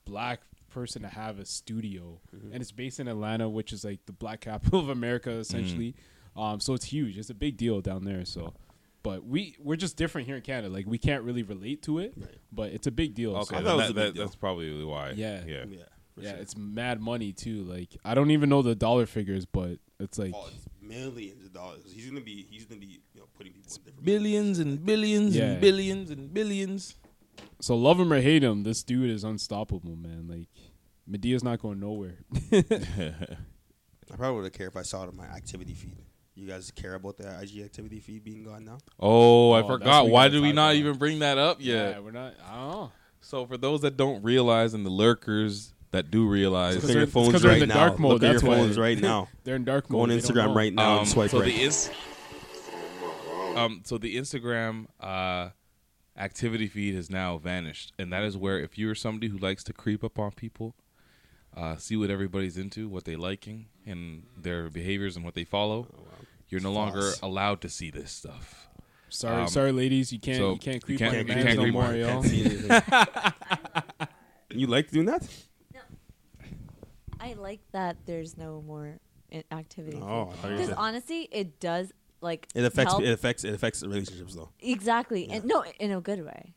[SPEAKER 2] black person to have a studio,
[SPEAKER 1] Mm-hmm.
[SPEAKER 2] and it's based in Atlanta, which is like the black capital [laughs] of America essentially.
[SPEAKER 1] Mm-hmm.
[SPEAKER 2] Um, so it's huge. It's a big deal down there. So. But we we're just different here in Canada. Like we can't really relate to it, but it's a big deal. so-
[SPEAKER 3] Okay,
[SPEAKER 1] I thought
[SPEAKER 3] then
[SPEAKER 1] it was
[SPEAKER 3] that,
[SPEAKER 1] a big
[SPEAKER 3] that,
[SPEAKER 1] deal.
[SPEAKER 3] that's probably why.
[SPEAKER 2] Yeah.
[SPEAKER 3] yeah.
[SPEAKER 1] yeah, for
[SPEAKER 2] yeah,
[SPEAKER 1] sure.
[SPEAKER 2] it's mad money too. Like I don't even know the dollar figures, but it's like
[SPEAKER 1] Oh, it's millions of dollars. He's gonna be he's gonna be you know putting people in different
[SPEAKER 3] Billions and billions
[SPEAKER 2] Yeah.
[SPEAKER 3] and billions and billions.
[SPEAKER 2] so. Love him or hate him, this dude is unstoppable, man. Like Medea's not going nowhere. [laughs]
[SPEAKER 1] I probably would have cared if I saw it on my activity feed. You guys care about the IG activity feed being gone now?
[SPEAKER 3] Oh, I
[SPEAKER 2] Oh, that's
[SPEAKER 3] forgot.
[SPEAKER 2] what we
[SPEAKER 3] Why
[SPEAKER 2] gotta
[SPEAKER 3] did we
[SPEAKER 2] talk
[SPEAKER 3] not
[SPEAKER 2] about.
[SPEAKER 3] even bring that up yet?
[SPEAKER 2] we're not. I don't know.
[SPEAKER 3] So for those that don't realize, and the lurkers that do realize,
[SPEAKER 2] It's
[SPEAKER 1] Look at
[SPEAKER 2] 'cause
[SPEAKER 1] your
[SPEAKER 2] they're-
[SPEAKER 1] phones
[SPEAKER 2] 'cause they're in
[SPEAKER 1] right
[SPEAKER 2] the
[SPEAKER 1] now.
[SPEAKER 2] dark mode,
[SPEAKER 1] Look at
[SPEAKER 2] [laughs]
[SPEAKER 1] your
[SPEAKER 2] that's why.
[SPEAKER 1] phones right now.
[SPEAKER 2] They're in dark
[SPEAKER 1] Go
[SPEAKER 2] mode.
[SPEAKER 1] on
[SPEAKER 2] They don't
[SPEAKER 1] Instagram
[SPEAKER 2] know.
[SPEAKER 1] right now
[SPEAKER 3] Um,
[SPEAKER 1] and swipe
[SPEAKER 3] so
[SPEAKER 1] right.
[SPEAKER 3] the ins- um, so the Instagram uh, activity feed has now vanished, and that is where if you're somebody who likes to creep up on people, uh, see what everybody's into, what they liking, and their behaviors and what they follow, you're no longer
[SPEAKER 2] Oh, False.
[SPEAKER 3] allowed to see this stuff.
[SPEAKER 2] Sorry-
[SPEAKER 3] um,
[SPEAKER 2] sorry, ladies, you can't- you can't creep on your mans no
[SPEAKER 3] creep
[SPEAKER 2] more,
[SPEAKER 3] on-
[SPEAKER 2] yo.
[SPEAKER 3] can't
[SPEAKER 2] [laughs]
[SPEAKER 3] see anything.
[SPEAKER 1] You like doing that?
[SPEAKER 8] I like that there's no more i- activity.
[SPEAKER 1] Oh, I thought you
[SPEAKER 8] because
[SPEAKER 1] said-
[SPEAKER 8] honestly, it does like
[SPEAKER 1] It affects
[SPEAKER 8] help-
[SPEAKER 1] it affects it affects relationships though.
[SPEAKER 8] exactly, and no, in a good way.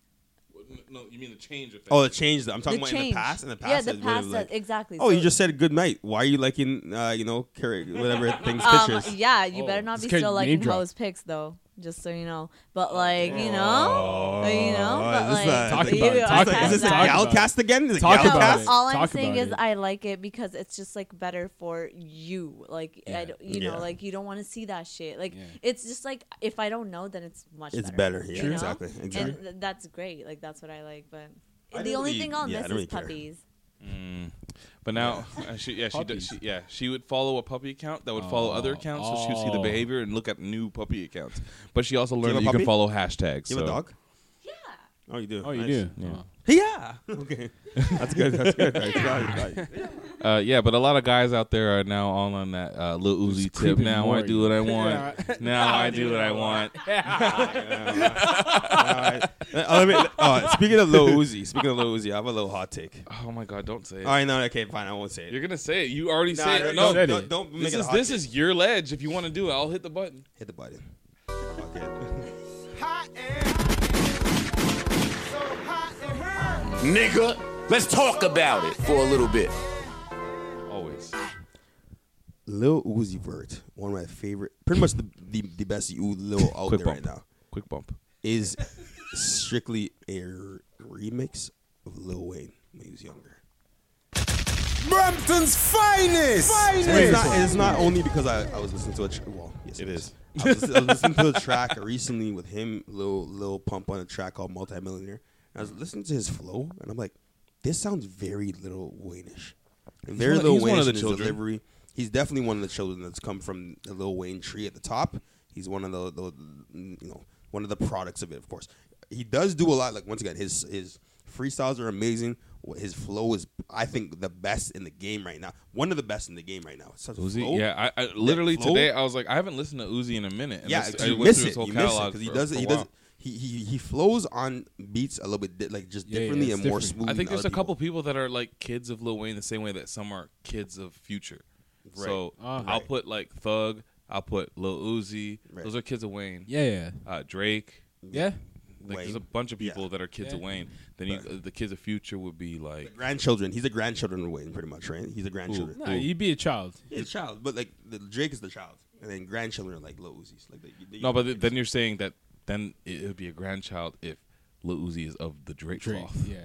[SPEAKER 3] no, you mean the change effect.
[SPEAKER 1] Oh, it changed. I'm talking
[SPEAKER 8] The
[SPEAKER 1] about in
[SPEAKER 8] change.
[SPEAKER 1] the past. In the past,
[SPEAKER 8] Yeah, the
[SPEAKER 1] it would've,
[SPEAKER 8] past that- exactly.
[SPEAKER 1] Oh, you
[SPEAKER 8] So-
[SPEAKER 1] just said good night. Why are you liking, uh, you know, carry whatever
[SPEAKER 8] [laughs]
[SPEAKER 1] things
[SPEAKER 8] Um,
[SPEAKER 1] pictures?
[SPEAKER 8] yeah, you better not
[SPEAKER 1] Oh, This
[SPEAKER 8] be
[SPEAKER 1] kid
[SPEAKER 8] still
[SPEAKER 1] name
[SPEAKER 8] liking
[SPEAKER 1] drop. Oh,
[SPEAKER 8] hoes pics though, just so you know. But like, you know, you know, but
[SPEAKER 1] is Oh, this
[SPEAKER 8] like,
[SPEAKER 1] a- Talk about
[SPEAKER 8] you
[SPEAKER 1] it.
[SPEAKER 8] are
[SPEAKER 1] Talk about it.
[SPEAKER 8] past
[SPEAKER 1] Is this
[SPEAKER 8] that.
[SPEAKER 1] Galcast again? Is it
[SPEAKER 2] Talk about
[SPEAKER 1] Galcast?
[SPEAKER 2] it.
[SPEAKER 8] All I'm
[SPEAKER 2] Talk
[SPEAKER 8] saying
[SPEAKER 2] about
[SPEAKER 8] is
[SPEAKER 2] it.
[SPEAKER 8] I like it because it's just like better for you. Like I don't, you know,
[SPEAKER 1] Yeah.
[SPEAKER 8] like you don't want to see that shit. Like it's just like if I don't know, then it's much.
[SPEAKER 1] It's
[SPEAKER 8] better.
[SPEAKER 1] better,
[SPEAKER 8] you
[SPEAKER 1] yeah,
[SPEAKER 8] know?
[SPEAKER 1] exactly, exactly.
[SPEAKER 8] And th- that's great. Like that's what I like. But
[SPEAKER 1] I
[SPEAKER 8] the
[SPEAKER 1] don't
[SPEAKER 8] only
[SPEAKER 1] really-
[SPEAKER 8] thing I'll
[SPEAKER 1] yeah, I
[SPEAKER 8] miss
[SPEAKER 1] don't
[SPEAKER 8] is
[SPEAKER 1] really care.
[SPEAKER 8] puppies.
[SPEAKER 3] Mm. But now, uh, she, yeah, she, does,
[SPEAKER 2] Puppies.
[SPEAKER 3] she, yeah, she would follow a puppy account that would follow other
[SPEAKER 2] Oh,
[SPEAKER 3] accounts, so she would see the
[SPEAKER 2] oh.
[SPEAKER 3] behavior and look at new puppy accounts. But she also
[SPEAKER 1] Do you
[SPEAKER 3] learned
[SPEAKER 1] have a
[SPEAKER 3] that you can
[SPEAKER 1] puppy?
[SPEAKER 3] follow hashtags.
[SPEAKER 1] You have a
[SPEAKER 3] so-
[SPEAKER 1] dog? Yeah. Oh, you do.
[SPEAKER 2] Oh, you
[SPEAKER 1] Nice.
[SPEAKER 2] do?
[SPEAKER 3] Yeah.
[SPEAKER 2] Oh.
[SPEAKER 1] Yeah. Okay. That's good. That's good. Right. Right. Right.
[SPEAKER 3] Uh, yeah, but a lot of guys out there are now all on that uh, Lil Uzi tip.
[SPEAKER 2] creeping
[SPEAKER 3] Now I
[SPEAKER 2] more,
[SPEAKER 3] do what
[SPEAKER 1] [laughs]
[SPEAKER 3] I
[SPEAKER 2] yeah.
[SPEAKER 3] want. [laughs] Now I do what I want.
[SPEAKER 1] Alright. Uh, let me- uh, speaking of Lil Uzi, speaking of Lil Uzi, I have a little hot take.
[SPEAKER 3] Oh my God! Don't say it.
[SPEAKER 1] All right, no, okay, fine, I won't say it.
[SPEAKER 3] You're gonna say it. You already
[SPEAKER 1] Nah,
[SPEAKER 3] said it.
[SPEAKER 1] don't-
[SPEAKER 3] No,
[SPEAKER 1] don't- don't- don't make
[SPEAKER 3] this
[SPEAKER 1] it a
[SPEAKER 3] is
[SPEAKER 1] hot
[SPEAKER 3] this
[SPEAKER 1] take.
[SPEAKER 3] is your ledge. If you want to do it, I'll hit the button.
[SPEAKER 1] Hit the button. Okay.
[SPEAKER 11] Nigga, let's talk about it for a little bit.
[SPEAKER 3] Always.
[SPEAKER 1] Lil Uzi Vert, one of my favorite, pretty much the the, the best U [laughs] Lil out
[SPEAKER 3] Quick
[SPEAKER 1] there right
[SPEAKER 3] bump.
[SPEAKER 1] now.
[SPEAKER 3] Quick bump
[SPEAKER 1] is strictly a remix of Lil Wayne when he was younger.
[SPEAKER 4] Brampton's finest. Finest.
[SPEAKER 1] And it's not, it's not only because I, I was listening to a tr- well, yes, it is. I was, I was listening to a track recently with him, Lil Lil Pump, on a track called Multimillionaire. And I was listening to his flow, and I'm like, this sounds very Lil Wayne-ish.
[SPEAKER 3] He's
[SPEAKER 1] Very
[SPEAKER 3] one-
[SPEAKER 1] Lil
[SPEAKER 3] he's one
[SPEAKER 1] Wayne
[SPEAKER 3] of the
[SPEAKER 1] in his
[SPEAKER 3] children.
[SPEAKER 1] delivery. He's definitely one of the children that's come from the Lil Wayne tree at the top. He's one of the, the you know one of the products of it, of course. He does do a lot. Like once again, his his freestyles are amazing. What- His flow is, I think, the best in the game right now. One of the best in the game right now. It's such a
[SPEAKER 3] Uzi.
[SPEAKER 1] flow.
[SPEAKER 3] Yeah, I, I
[SPEAKER 1] That
[SPEAKER 3] literally
[SPEAKER 1] flow-
[SPEAKER 3] today I was like, I haven't listened to Uzi in a minute. and
[SPEAKER 1] yeah,
[SPEAKER 3] this-
[SPEAKER 1] 'cause
[SPEAKER 3] I
[SPEAKER 1] you
[SPEAKER 3] went
[SPEAKER 1] miss
[SPEAKER 3] through
[SPEAKER 1] it.
[SPEAKER 3] his whole
[SPEAKER 1] You miss it
[SPEAKER 3] catalog
[SPEAKER 1] because he
[SPEAKER 3] for-
[SPEAKER 1] does
[SPEAKER 3] for
[SPEAKER 1] it.
[SPEAKER 3] a
[SPEAKER 1] He
[SPEAKER 3] while.
[SPEAKER 1] does. He, he he flows on beats a little bit di- like just
[SPEAKER 2] Yeah, yeah,
[SPEAKER 1] differently
[SPEAKER 2] it's
[SPEAKER 1] and more
[SPEAKER 2] different.
[SPEAKER 1] smooth.
[SPEAKER 3] I think
[SPEAKER 1] than
[SPEAKER 3] there's a
[SPEAKER 1] other people.
[SPEAKER 3] couple people that are like kids of Lil Wayne the same way that some are kids of Future.
[SPEAKER 1] Right.
[SPEAKER 3] So
[SPEAKER 2] Ah.
[SPEAKER 3] I'll put like Thug, I'll put Lil Uzi. Those are kids of Wayne.
[SPEAKER 2] Yeah, yeah.
[SPEAKER 3] Uh, Drake.
[SPEAKER 2] Yeah.
[SPEAKER 3] Like there's
[SPEAKER 1] Wayne.
[SPEAKER 3] a bunch of people
[SPEAKER 1] Yeah.
[SPEAKER 3] that are kids of
[SPEAKER 2] Yeah.
[SPEAKER 3] Wayne. Then you, uh, the kids of Future would be like
[SPEAKER 1] grandchildren. He's a grandchildren of Wayne, pretty much, right? He's a grandchildren.
[SPEAKER 2] Nah, you'd be a child.
[SPEAKER 1] He's a child, but like the, Drake is the child, and then grandchildren are like Lil Uzi's. Like they, they,
[SPEAKER 3] no, but th- then you're saying that then it would be a grandchild if Lil Uzi is of the Drake,
[SPEAKER 2] Drake,
[SPEAKER 3] cloth.
[SPEAKER 2] yeah.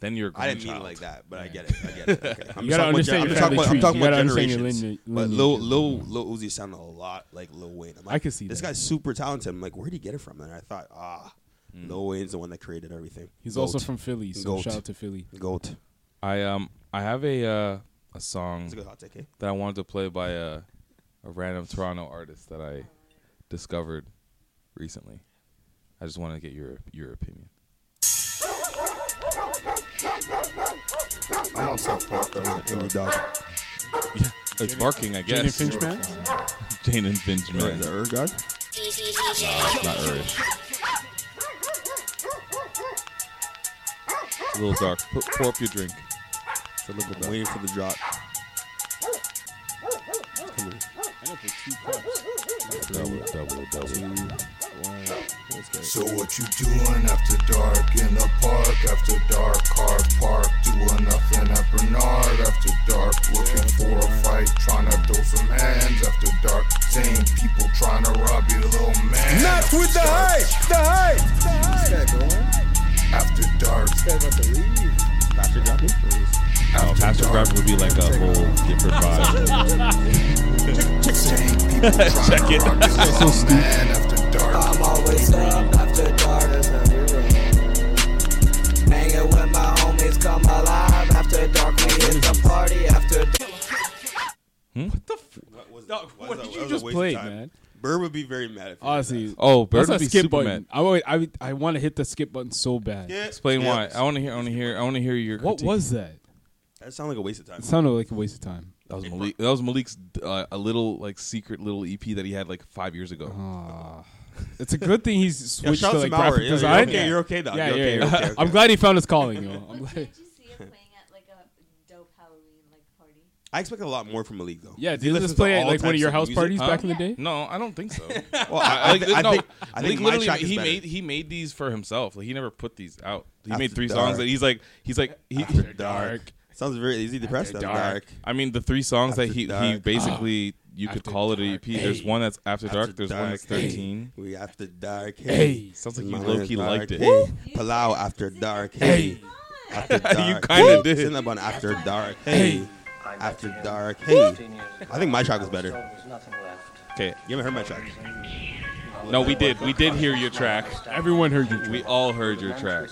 [SPEAKER 3] Then you're a
[SPEAKER 1] I
[SPEAKER 3] grandchild.
[SPEAKER 1] didn't mean it like that, but I get it. I get it.
[SPEAKER 2] [laughs]
[SPEAKER 1] Okay.
[SPEAKER 2] You gotta
[SPEAKER 1] just
[SPEAKER 2] understand
[SPEAKER 1] talking
[SPEAKER 2] your
[SPEAKER 1] about,
[SPEAKER 2] family
[SPEAKER 1] I'm
[SPEAKER 2] tree.
[SPEAKER 1] talking about, I'm talking
[SPEAKER 2] You
[SPEAKER 1] about
[SPEAKER 2] gotta understand your
[SPEAKER 1] generations.
[SPEAKER 2] lineage-
[SPEAKER 1] but
[SPEAKER 2] lineage.
[SPEAKER 1] Lil, Lil, Lil Uzi sounded a lot like Lil Wayne. I'm like,
[SPEAKER 2] I could see
[SPEAKER 1] this
[SPEAKER 2] that.
[SPEAKER 1] guy's super talented. I'm like, where did he get it from? And I thought, ah, Lil Wayne's the one that created everything.
[SPEAKER 2] Mm. He's also from Philly, so
[SPEAKER 1] Goat.
[SPEAKER 2] shout out to Philly.
[SPEAKER 1] Goat.
[SPEAKER 3] I um I have a uh, a song
[SPEAKER 1] a good hot take, eh?
[SPEAKER 3] that I wanted to play by a a random Toronto artist that I discovered recently. I just want to get your your opinion.
[SPEAKER 4] I don't talk about
[SPEAKER 1] indie dog.
[SPEAKER 3] It's barking, I guess.
[SPEAKER 2] Jaden Finchman?
[SPEAKER 3] [laughs] Jane and Finchman.
[SPEAKER 1] The Ur God?
[SPEAKER 3] It's not Irish. It's a little dark. Put, pour up your drink.
[SPEAKER 1] It's a little dark. waiting for the drop. Come here.
[SPEAKER 3] Double, double, double.
[SPEAKER 12] So what you doing after dark in the park? After dark, car park, doing nothing at Bernard. After dark, looking for a fight, trying to throw some hands. After dark, same people trying to rob your little man.
[SPEAKER 4] Not with the hype. The hype.
[SPEAKER 12] After dark,
[SPEAKER 1] Pastor dropping?
[SPEAKER 3] Oh, Pastor Grab would be like a whole different vibe.
[SPEAKER 12] same people trying
[SPEAKER 3] Check
[SPEAKER 12] to rob your
[SPEAKER 3] it.
[SPEAKER 12] little man. After dark,
[SPEAKER 13] I'm always up after dark. Hanging with my homies, come alive after dark. We hit the party after dark.
[SPEAKER 1] What the f- what was, that? What was that? That was a waste of time. Bird would be very mad. If he
[SPEAKER 2] Honestly,
[SPEAKER 3] Oh, Bird
[SPEAKER 2] that's
[SPEAKER 3] would
[SPEAKER 2] a
[SPEAKER 3] be
[SPEAKER 2] skip
[SPEAKER 3] super
[SPEAKER 2] button. I, would- I, would- I want to hit the skip button so bad.
[SPEAKER 3] Explain why. I want to hear. I want to hear. I want to hear your.
[SPEAKER 2] What
[SPEAKER 3] critique.
[SPEAKER 2] was that?
[SPEAKER 1] That sounded like a waste of time.
[SPEAKER 2] It sounded like a waste of time.
[SPEAKER 3] That was Malik. That was Malik's uh, a little like secret little EP that he had like five years ago.
[SPEAKER 2] It's a good thing he's
[SPEAKER 3] [laughs] Yeah,
[SPEAKER 2] switched
[SPEAKER 3] shout
[SPEAKER 2] to
[SPEAKER 3] out
[SPEAKER 2] like
[SPEAKER 3] to Maurer.
[SPEAKER 2] graphic
[SPEAKER 3] Yeah, you're
[SPEAKER 2] design.
[SPEAKER 3] okay, you're okay, dog.
[SPEAKER 2] Yeah,
[SPEAKER 3] You're
[SPEAKER 2] yeah,
[SPEAKER 3] okay,
[SPEAKER 2] yeah.
[SPEAKER 3] you're
[SPEAKER 2] [laughs]
[SPEAKER 3] okay, okay.
[SPEAKER 2] I'm glad he found his calling, yo. I'm
[SPEAKER 3] [laughs]
[SPEAKER 2] glad.
[SPEAKER 8] [laughs]
[SPEAKER 1] I expect a lot more from Malik though.
[SPEAKER 2] Yeah,
[SPEAKER 1] He
[SPEAKER 2] did he
[SPEAKER 1] listens
[SPEAKER 2] just play
[SPEAKER 1] to
[SPEAKER 2] at,
[SPEAKER 1] all
[SPEAKER 2] like, one of
[SPEAKER 1] types
[SPEAKER 2] your house
[SPEAKER 1] music.
[SPEAKER 2] parties back in the day?
[SPEAKER 3] No, [laughs] I don't think so.
[SPEAKER 1] Well, I- I
[SPEAKER 3] like,
[SPEAKER 1] thi- I
[SPEAKER 3] no,
[SPEAKER 1] think- I think
[SPEAKER 3] Malik
[SPEAKER 1] my
[SPEAKER 3] literally
[SPEAKER 1] track is
[SPEAKER 3] he
[SPEAKER 1] better.
[SPEAKER 3] made he made these for himself. Like he never put these out. He made
[SPEAKER 1] After
[SPEAKER 3] three
[SPEAKER 1] Dark.
[SPEAKER 3] songs that he's like he's like he [laughs]
[SPEAKER 1] After Dark. Sounds very easy depressed. After dark.
[SPEAKER 3] I mean, the three songs that
[SPEAKER 1] After
[SPEAKER 3] he he
[SPEAKER 1] Dark.
[SPEAKER 3] basically you could call it an EP. There's
[SPEAKER 1] Hey.
[SPEAKER 3] one that's After Dark. there's one that's
[SPEAKER 1] Hey.
[SPEAKER 3] Thirteen.
[SPEAKER 1] We after dark. Hey,
[SPEAKER 3] Hey. Sounds like you
[SPEAKER 1] My
[SPEAKER 3] low-key
[SPEAKER 1] dark,
[SPEAKER 3] liked it.
[SPEAKER 1] Hey. Palau after dark. Hey, after
[SPEAKER 3] [laughs] You
[SPEAKER 1] dark.
[SPEAKER 3] kinda
[SPEAKER 1] Woo.
[SPEAKER 3] did.
[SPEAKER 1] Send up on after dark. Hey, after dark. Hey, I think my track was better.
[SPEAKER 3] Okay,
[SPEAKER 1] you haven't heard my track.
[SPEAKER 3] No, we did. We did hear your track.
[SPEAKER 2] Everyone heard your.
[SPEAKER 3] We all heard your track.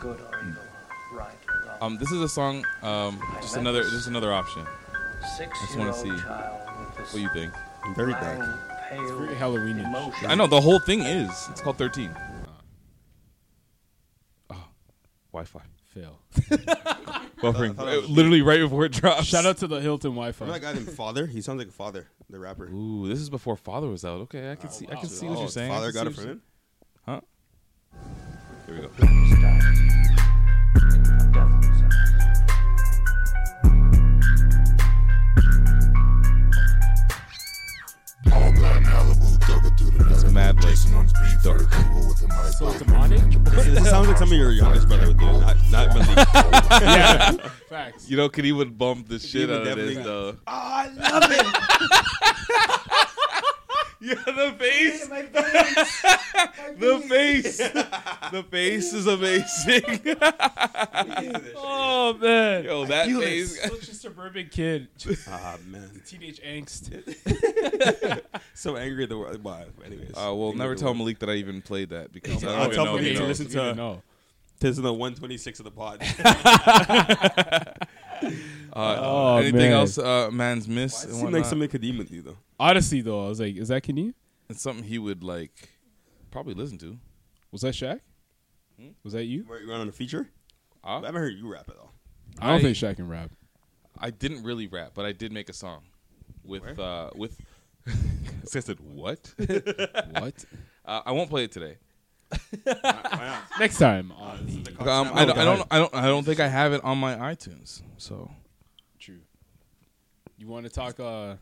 [SPEAKER 14] Good or evil, right or wrong.
[SPEAKER 3] Um, this is a song. Um, just another just another option. I just want to see
[SPEAKER 14] Six-year-old child with
[SPEAKER 3] what you think.
[SPEAKER 1] Very
[SPEAKER 14] dark. Pale
[SPEAKER 2] very Halloweenish.
[SPEAKER 14] emotion.
[SPEAKER 3] I know the whole thing is. It's called Thirteen. Uh, Oh, Wi-Fi.
[SPEAKER 2] Fail.
[SPEAKER 3] [laughs] Buffering. Literally right before it drops.
[SPEAKER 2] Shout out to the Hilton Wi-Fi.
[SPEAKER 1] Remember that guy named Father? He sounds like a father, the rapper.
[SPEAKER 3] Ooh, this is before Father was out. Okay, I can see. I
[SPEAKER 1] wow.
[SPEAKER 3] can see what
[SPEAKER 1] Oh,
[SPEAKER 3] you're saying. I
[SPEAKER 1] Father
[SPEAKER 3] can
[SPEAKER 1] got
[SPEAKER 3] see
[SPEAKER 1] it
[SPEAKER 3] what you're- Huh? Here we go. It's mad like dark.
[SPEAKER 2] So demonic.
[SPEAKER 1] This, this sounds like something your youngest brother would do. Not,
[SPEAKER 3] [laughs]
[SPEAKER 1] not Malik.
[SPEAKER 2] Yeah, [laughs] facts.
[SPEAKER 3] You know, Kid, he would bump the shit
[SPEAKER 1] would
[SPEAKER 3] out of this
[SPEAKER 1] definitely-
[SPEAKER 3] though.
[SPEAKER 1] Oh, I love
[SPEAKER 3] [laughs] it. yeah, the face. [laughs] the face.
[SPEAKER 1] [laughs]
[SPEAKER 3] the face is amazing.
[SPEAKER 2] Oh man.
[SPEAKER 3] [laughs] Yo, that
[SPEAKER 2] Felix,
[SPEAKER 3] face.
[SPEAKER 2] Such a suburban
[SPEAKER 3] [laughs]
[SPEAKER 2] kid.
[SPEAKER 1] Ah, man.
[SPEAKER 2] Teenage angst.
[SPEAKER 1] so angry at the world. Why? Anyways.
[SPEAKER 3] Uh, well,
[SPEAKER 1] Angry
[SPEAKER 3] never
[SPEAKER 1] at the
[SPEAKER 3] tell
[SPEAKER 1] world.
[SPEAKER 3] Malik that I even played that because I don't
[SPEAKER 1] I'll
[SPEAKER 3] even
[SPEAKER 1] tell
[SPEAKER 3] know.
[SPEAKER 1] Malik
[SPEAKER 3] if he
[SPEAKER 1] to
[SPEAKER 3] knows.
[SPEAKER 1] listen to.
[SPEAKER 2] know.
[SPEAKER 1] To listen to 126 of the pod.
[SPEAKER 3] Uh,
[SPEAKER 2] Oh,
[SPEAKER 3] anything
[SPEAKER 2] man.
[SPEAKER 3] else? Uh, man's miss.
[SPEAKER 1] Why does it seem
[SPEAKER 3] and
[SPEAKER 1] like
[SPEAKER 3] whatnot?
[SPEAKER 1] something Kadeem would do though.
[SPEAKER 2] Odyssey though, I was like, is that Kadeem?
[SPEAKER 3] It's something he would like probably listen to.
[SPEAKER 2] Was that Shaq?
[SPEAKER 3] Hmm?
[SPEAKER 2] Was that you?
[SPEAKER 1] Were you running a feature? I haven't heard you rap at all.
[SPEAKER 2] I don't
[SPEAKER 3] I-
[SPEAKER 2] think Shaq can
[SPEAKER 3] [laughs]
[SPEAKER 2] rap.
[SPEAKER 3] I didn't really rap, but I did make a song with uh, with. [laughs] So I said what?
[SPEAKER 1] [laughs]
[SPEAKER 2] What?
[SPEAKER 3] Uh, I won't play it today.
[SPEAKER 2] Next time.
[SPEAKER 1] Uh,
[SPEAKER 2] on
[SPEAKER 1] this is
[SPEAKER 2] the-
[SPEAKER 1] the
[SPEAKER 3] Um, I, don't, I don't. I don't. I don't think I have it on my iTunes. So
[SPEAKER 2] True. You want to talk? Uh,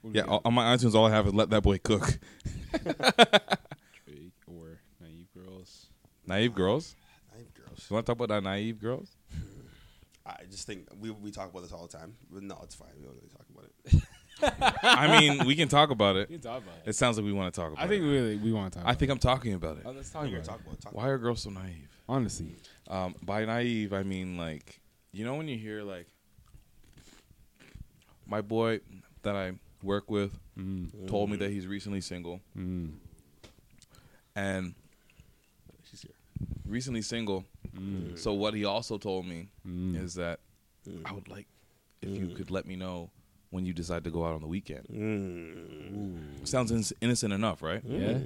[SPEAKER 2] what do we
[SPEAKER 3] yeah,
[SPEAKER 2] got?
[SPEAKER 3] on my iTunes, all I have is "Let That Boy Cook." [laughs]
[SPEAKER 2] Drake or naive girls.
[SPEAKER 3] naive girls.
[SPEAKER 1] Naive girls.
[SPEAKER 3] You want to talk about that naive [laughs] girls?
[SPEAKER 1] I just think we we talk about this all the time. But no, it's fine. We don't really talk about
[SPEAKER 3] I mean, we can talk about it.
[SPEAKER 2] We can talk about
[SPEAKER 3] it. sounds like we want to talk about
[SPEAKER 2] I
[SPEAKER 3] it.
[SPEAKER 2] think really we want to talk.
[SPEAKER 3] I think I'm talking about it.
[SPEAKER 2] Oh, let's talk
[SPEAKER 1] You're
[SPEAKER 2] about
[SPEAKER 1] talk
[SPEAKER 2] it.
[SPEAKER 1] about it. Talk
[SPEAKER 3] Why are girls so naive?
[SPEAKER 2] Honestly.
[SPEAKER 3] Um, by naive, I mean like you know when you hear like my boy that I work with told me that he's recently single, and she's here Mm. recently single. So what he also told me is that
[SPEAKER 2] Mm.
[SPEAKER 3] I would like if you could let me know when you decide to go out on the weekend.
[SPEAKER 2] Mm.
[SPEAKER 3] Sounds in- innocent enough, right?
[SPEAKER 2] Yeah.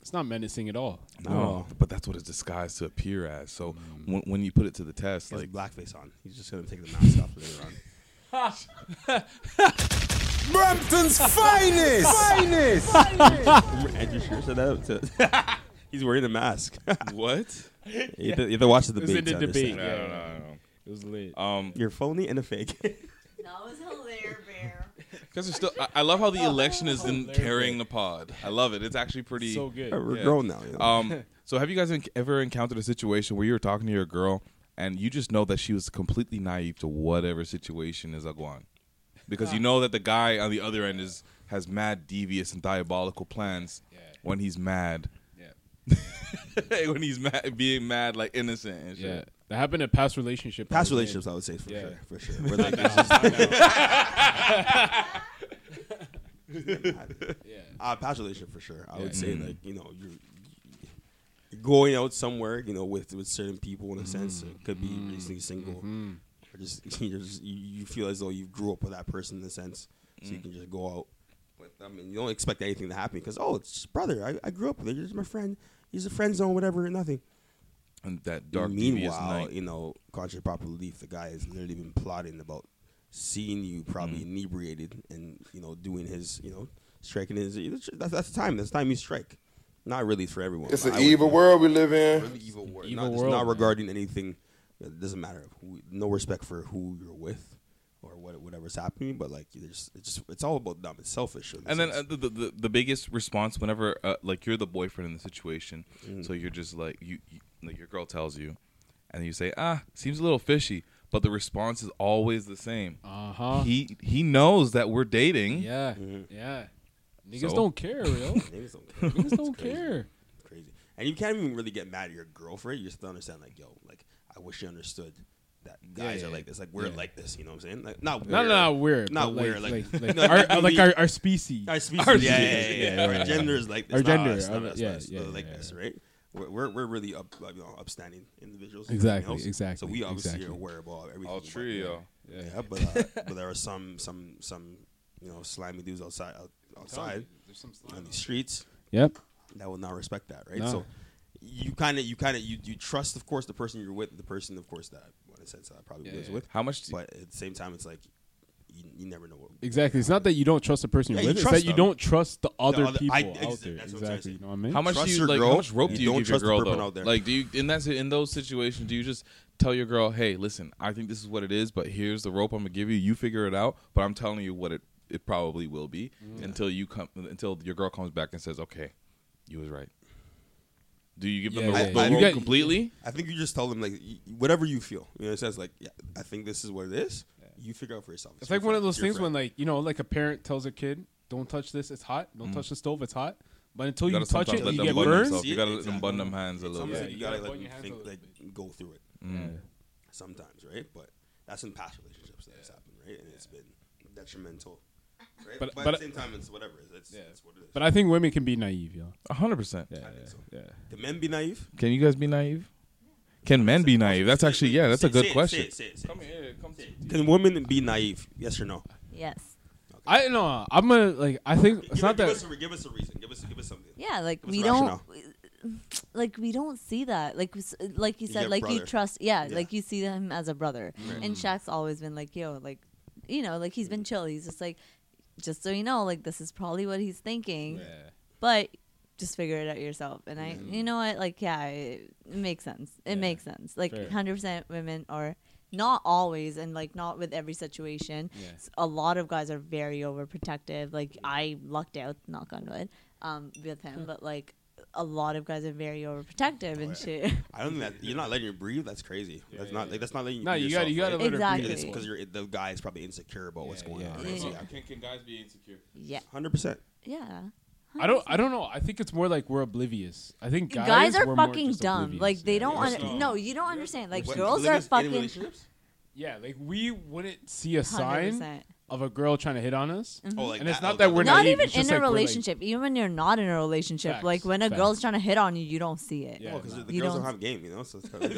[SPEAKER 2] It's not menacing at all.
[SPEAKER 3] No, Mm. but that's what it's disguised to appear as. So when, when you put it to the test,
[SPEAKER 1] He has
[SPEAKER 3] like
[SPEAKER 1] blackface on. He's just gonna take the mask off later on.
[SPEAKER 4] Brampton's finest. finest.
[SPEAKER 1] Remember Andrew Shearer said that to- [laughs] He's wearing a mask. [laughs]
[SPEAKER 3] [laughs] what?
[SPEAKER 1] You have, to, you have to watch the
[SPEAKER 2] It
[SPEAKER 1] debate.
[SPEAKER 2] was in the
[SPEAKER 1] to
[SPEAKER 2] debate.
[SPEAKER 1] understand.
[SPEAKER 2] Yeah, yeah,
[SPEAKER 3] I
[SPEAKER 2] yeah.
[SPEAKER 3] don't know.
[SPEAKER 2] It was lit.
[SPEAKER 3] Um,
[SPEAKER 1] You're phony and a fake. [laughs]
[SPEAKER 8] That was hilarious, Bear.
[SPEAKER 3] because there's still. I, I love how the election is in carrying the pod. I love it. It's actually pretty.
[SPEAKER 2] So good.
[SPEAKER 1] We're grown now, you know.
[SPEAKER 3] [laughs] Um, so have you guys en- ever encountered a situation where you were talking to your girl and you just know that she was completely naive to whatever situation is going, because you know that the guy on the other end is has mad devious and diabolical plans when he's mad. Yeah. [laughs] when he's mad, being mad like innocent and shit.
[SPEAKER 2] Yeah. That happened in past relationship. I was
[SPEAKER 1] Past
[SPEAKER 2] in.
[SPEAKER 1] relationships, I would say for
[SPEAKER 2] Yeah.
[SPEAKER 1] sure, for sure. We're like, this is- uh, past relationship for sure. I would say
[SPEAKER 3] Mhm.
[SPEAKER 1] like you know you're, you're going out somewhere you know with with certain people in a sense it could be [laughs] recently single. Or just, you're just you, you feel as though you grew up with that person in a sense. so you can just go out with them, and you don't expect anything to happen because oh, it's brother, I, I grew up with it. He's my friend. He's a friend zone, whatever, nothing.
[SPEAKER 3] And that dark, devious
[SPEAKER 1] Meanwhile,
[SPEAKER 3] night.
[SPEAKER 1] you know, contrary to proper belief, the guy has literally been plotting about seeing you probably
[SPEAKER 3] Mm-hmm.
[SPEAKER 1] inebriated and you know doing his you know striking his. That's, that's the time. That's the time you strike. Not really for everyone.
[SPEAKER 4] It's
[SPEAKER 1] but
[SPEAKER 4] an
[SPEAKER 1] I would
[SPEAKER 4] evil
[SPEAKER 1] think.
[SPEAKER 4] world we live in.
[SPEAKER 1] Really evil world.
[SPEAKER 4] Evil
[SPEAKER 1] not, it's
[SPEAKER 4] world,
[SPEAKER 1] not
[SPEAKER 4] man.
[SPEAKER 1] regarding anything. It doesn't matter. Who, no respect for who you're with or what whatever's happening. But like, there's it's just it's all about them. It's selfish. in a
[SPEAKER 3] And then
[SPEAKER 1] sense.
[SPEAKER 3] uh, the, the- the the biggest response whenever uh, like you're the boyfriend in the situation, so you're just like you, you like your girl tells you, and you say ah seems a little fishy, but the response is always the same. Uh
[SPEAKER 2] Uh-huh.
[SPEAKER 3] He he knows that we're dating.
[SPEAKER 2] Yeah, yeah. Niggas
[SPEAKER 3] So?
[SPEAKER 2] don't care, yo.
[SPEAKER 3] uh,
[SPEAKER 1] Niggas
[SPEAKER 3] [laughs]
[SPEAKER 1] don't care.
[SPEAKER 2] Niggas
[SPEAKER 1] It's
[SPEAKER 2] don't
[SPEAKER 1] crazy.
[SPEAKER 2] care.
[SPEAKER 1] It's crazy. And you can't even really get mad at your girlfriend. You just have to understand, like, yo, like, I wish you understood that guys
[SPEAKER 2] yeah,
[SPEAKER 1] are like this. Like, we're
[SPEAKER 2] yeah.
[SPEAKER 1] like this. You know what I'm saying? Like, not weird.
[SPEAKER 2] Not- not weird,
[SPEAKER 1] Not
[SPEAKER 2] but like-
[SPEAKER 1] weird. Like,
[SPEAKER 2] like-
[SPEAKER 1] you
[SPEAKER 2] like
[SPEAKER 1] know,
[SPEAKER 2] our- like
[SPEAKER 1] you leave-
[SPEAKER 2] our- our species.
[SPEAKER 1] Our
[SPEAKER 2] [laughs]
[SPEAKER 1] species.
[SPEAKER 2] Our
[SPEAKER 1] yeah, yeah,
[SPEAKER 2] species,
[SPEAKER 1] yeah,
[SPEAKER 2] yeah,
[SPEAKER 1] Our
[SPEAKER 2] yeah.
[SPEAKER 1] gender is like this.
[SPEAKER 2] Our
[SPEAKER 1] Nah,
[SPEAKER 2] gender,
[SPEAKER 1] it's not
[SPEAKER 2] uh,
[SPEAKER 1] us,
[SPEAKER 2] yeah,
[SPEAKER 1] us.
[SPEAKER 2] yeah,
[SPEAKER 1] They're like
[SPEAKER 2] yeah,
[SPEAKER 1] this, right? We're, we're, we're really up, like, you know, upstanding individuals. and everything
[SPEAKER 2] Exactly,
[SPEAKER 1] else.
[SPEAKER 2] exactly,
[SPEAKER 1] So we obviously
[SPEAKER 2] exactly.
[SPEAKER 1] are aware of all everything.
[SPEAKER 3] All
[SPEAKER 1] about
[SPEAKER 3] true,
[SPEAKER 1] that.
[SPEAKER 3] yo.
[SPEAKER 1] Yeah, but
[SPEAKER 2] [laughs]
[SPEAKER 1] uh, but there are some some some you know slimy dudes outside out, outside
[SPEAKER 2] there's some
[SPEAKER 1] on the streets
[SPEAKER 2] Yep.
[SPEAKER 1] that will not respect that, right?
[SPEAKER 2] No.
[SPEAKER 1] So you kind of you kind of you, you trust, of course, the person you're with, the person, of course, that in a sense that I probably
[SPEAKER 3] Yeah,
[SPEAKER 1] was
[SPEAKER 3] yeah.
[SPEAKER 1] with.
[SPEAKER 3] How much?
[SPEAKER 1] but at the same time, it's like you, you never know what.
[SPEAKER 2] Exactly. It's not that you don't trust the person you're
[SPEAKER 1] Yeah, you
[SPEAKER 2] with. It's
[SPEAKER 1] trust
[SPEAKER 2] that you
[SPEAKER 1] them.
[SPEAKER 2] don't trust the
[SPEAKER 1] The
[SPEAKER 2] other
[SPEAKER 1] other-
[SPEAKER 2] people
[SPEAKER 1] I-
[SPEAKER 2] out
[SPEAKER 1] ex-
[SPEAKER 2] there.
[SPEAKER 1] that's what I'm
[SPEAKER 2] Exactly.
[SPEAKER 1] saying.
[SPEAKER 2] You know what I mean?
[SPEAKER 3] How much
[SPEAKER 1] Trust
[SPEAKER 3] do you
[SPEAKER 1] your
[SPEAKER 3] like?
[SPEAKER 1] girl.
[SPEAKER 3] How much rope
[SPEAKER 1] You
[SPEAKER 3] do you
[SPEAKER 1] don't
[SPEAKER 3] give your
[SPEAKER 1] trust the
[SPEAKER 3] girl
[SPEAKER 1] perp
[SPEAKER 3] though?
[SPEAKER 1] out there.
[SPEAKER 3] Like, do you in that si- in those situations do you just tell your girl, "Hey, listen, I think this is what it is, but here's the rope I'm gonna give you. You figure it out, but I'm telling you what it it probably will be
[SPEAKER 2] Mm.
[SPEAKER 3] until you come until your girl comes back and says, "Okay, you was right." Do you give
[SPEAKER 1] Yeah,
[SPEAKER 3] them the,
[SPEAKER 1] I-
[SPEAKER 3] rope- the
[SPEAKER 1] I-
[SPEAKER 3] rope
[SPEAKER 1] you get-
[SPEAKER 3] completely?
[SPEAKER 1] I think you just tell them like y- whatever you feel. You know, it says like yeah, I think this is what it is. You figure out for yourself.
[SPEAKER 2] It's
[SPEAKER 1] your
[SPEAKER 2] like one of
[SPEAKER 1] friend.
[SPEAKER 2] those
[SPEAKER 1] It's your
[SPEAKER 2] things
[SPEAKER 1] friend.
[SPEAKER 2] when, like, you know, like a parent tells a kid, "Don't touch this; it's hot. Don't
[SPEAKER 3] Mm.
[SPEAKER 2] touch the stove; it's hot." But until
[SPEAKER 3] You
[SPEAKER 2] you,
[SPEAKER 3] gotta
[SPEAKER 2] touch
[SPEAKER 3] sometimes
[SPEAKER 2] it,
[SPEAKER 3] let
[SPEAKER 2] and you
[SPEAKER 3] them
[SPEAKER 2] get
[SPEAKER 3] button
[SPEAKER 2] burned.
[SPEAKER 3] themselves. You gotta let them bun them hands a little
[SPEAKER 1] Sometimes
[SPEAKER 3] bit.
[SPEAKER 1] You
[SPEAKER 2] Yeah,
[SPEAKER 1] gotta,
[SPEAKER 2] you
[SPEAKER 1] let
[SPEAKER 2] gotta
[SPEAKER 1] them
[SPEAKER 2] bun your
[SPEAKER 1] think,
[SPEAKER 2] hands a
[SPEAKER 1] like go through it.
[SPEAKER 3] Mm.
[SPEAKER 1] Sometimes, right? But that's in past relationships that has happened, right? And it's been detrimental. Right?
[SPEAKER 2] But-
[SPEAKER 1] But,
[SPEAKER 2] but-
[SPEAKER 1] at the same time, it's whatever. It's, it's, it's what it is.
[SPEAKER 2] But I think women can be naive, yo.
[SPEAKER 3] A hundred percent.
[SPEAKER 2] Yeah, yeah, yeah.
[SPEAKER 1] Can men be naive?
[SPEAKER 3] Can you guys be naive? Can men be naive? That's actually yeah. That's a
[SPEAKER 1] Say- say
[SPEAKER 3] good
[SPEAKER 1] it,
[SPEAKER 3] question.
[SPEAKER 1] say it, say it, say it.
[SPEAKER 3] Come here, come to
[SPEAKER 1] Can women be naive? Yes or no?
[SPEAKER 8] Yes.
[SPEAKER 2] I know. I'm gonna like. I think it's
[SPEAKER 1] Give,
[SPEAKER 2] not
[SPEAKER 1] give,
[SPEAKER 2] that.
[SPEAKER 1] us a, give us a reason. Give us, give us something.
[SPEAKER 8] Yeah, like
[SPEAKER 1] Give us
[SPEAKER 8] we
[SPEAKER 1] a
[SPEAKER 8] don't,
[SPEAKER 1] rationale.
[SPEAKER 8] [sniffs] like we don't see that. Like we s- like you
[SPEAKER 1] You
[SPEAKER 8] said,
[SPEAKER 1] get
[SPEAKER 8] like you
[SPEAKER 1] brother.
[SPEAKER 8] trust. Yeah,
[SPEAKER 1] Yeah.
[SPEAKER 8] like you see him as a brother.
[SPEAKER 1] Right. Mm-hmm.
[SPEAKER 8] And
[SPEAKER 1] Mm.
[SPEAKER 8] Shaq's always been like, yo, like, you know, like he's been chill. He's just like, just so you know, like this is probably what he's thinking.
[SPEAKER 2] Yeah.
[SPEAKER 8] But just figure it out yourself. And I,
[SPEAKER 2] Mhm.
[SPEAKER 8] you know what, like, yeah, it, it makes sense. It makes sense. Like,
[SPEAKER 2] Fair.
[SPEAKER 8] hundred percent women are. Not always, and like not with every situation.
[SPEAKER 2] Yeah.
[SPEAKER 8] S- A lot of guys are very overprotective. Like I lucked out, knock on wood, um,
[SPEAKER 2] [laughs]
[SPEAKER 8] with him. But like a lot of guys are very overprotective
[SPEAKER 2] Oh,
[SPEAKER 8] and
[SPEAKER 2] [laughs]
[SPEAKER 8] shit.
[SPEAKER 1] I don't think that you're not letting you breathe. That's crazy. that's not like that's not letting you.
[SPEAKER 2] No,
[SPEAKER 1] be
[SPEAKER 2] you
[SPEAKER 1] yourself,
[SPEAKER 2] gotta- you gotta
[SPEAKER 1] right?
[SPEAKER 2] let her
[SPEAKER 8] Exactly. breathe.
[SPEAKER 1] Because you're the guy is probably insecure about what's going on. Right? So,
[SPEAKER 8] Yeah.
[SPEAKER 3] Can, can guys be insecure?
[SPEAKER 8] Yeah.
[SPEAKER 1] Hundred percent.
[SPEAKER 8] Yeah.
[SPEAKER 2] I don't. I don't know. I think it's more like we're oblivious. I think guys,
[SPEAKER 8] Guys,
[SPEAKER 2] were
[SPEAKER 8] are
[SPEAKER 2] more
[SPEAKER 8] fucking
[SPEAKER 2] just
[SPEAKER 8] dumb.
[SPEAKER 2] oblivious.
[SPEAKER 8] Like they
[SPEAKER 2] Yeah.
[SPEAKER 8] don't.
[SPEAKER 2] Yes,
[SPEAKER 8] under- no, you don't understand. Like
[SPEAKER 2] What,
[SPEAKER 8] girls are
[SPEAKER 2] oblivious in
[SPEAKER 8] fucking.
[SPEAKER 2] relationships? Yeah, like we wouldn't see a sign
[SPEAKER 8] 100%.
[SPEAKER 2] of a girl trying to hit on us.
[SPEAKER 8] Mhm. Oh, like
[SPEAKER 2] and it's
[SPEAKER 1] that-
[SPEAKER 2] not
[SPEAKER 1] oh,
[SPEAKER 2] that
[SPEAKER 1] that-
[SPEAKER 2] we're
[SPEAKER 8] Not
[SPEAKER 2] naive,
[SPEAKER 8] even
[SPEAKER 2] it's
[SPEAKER 8] in
[SPEAKER 2] just
[SPEAKER 8] a
[SPEAKER 2] like we're, like-
[SPEAKER 8] relationship. even when you're not in a relationship,
[SPEAKER 2] Facts,
[SPEAKER 8] like when a
[SPEAKER 2] facts.
[SPEAKER 8] girl's trying to hit on you, you don't see it.
[SPEAKER 1] Yeah, because the
[SPEAKER 8] you
[SPEAKER 1] girls
[SPEAKER 8] don't
[SPEAKER 1] don't have game, you know. So it's
[SPEAKER 8] [laughs]
[SPEAKER 1] kind of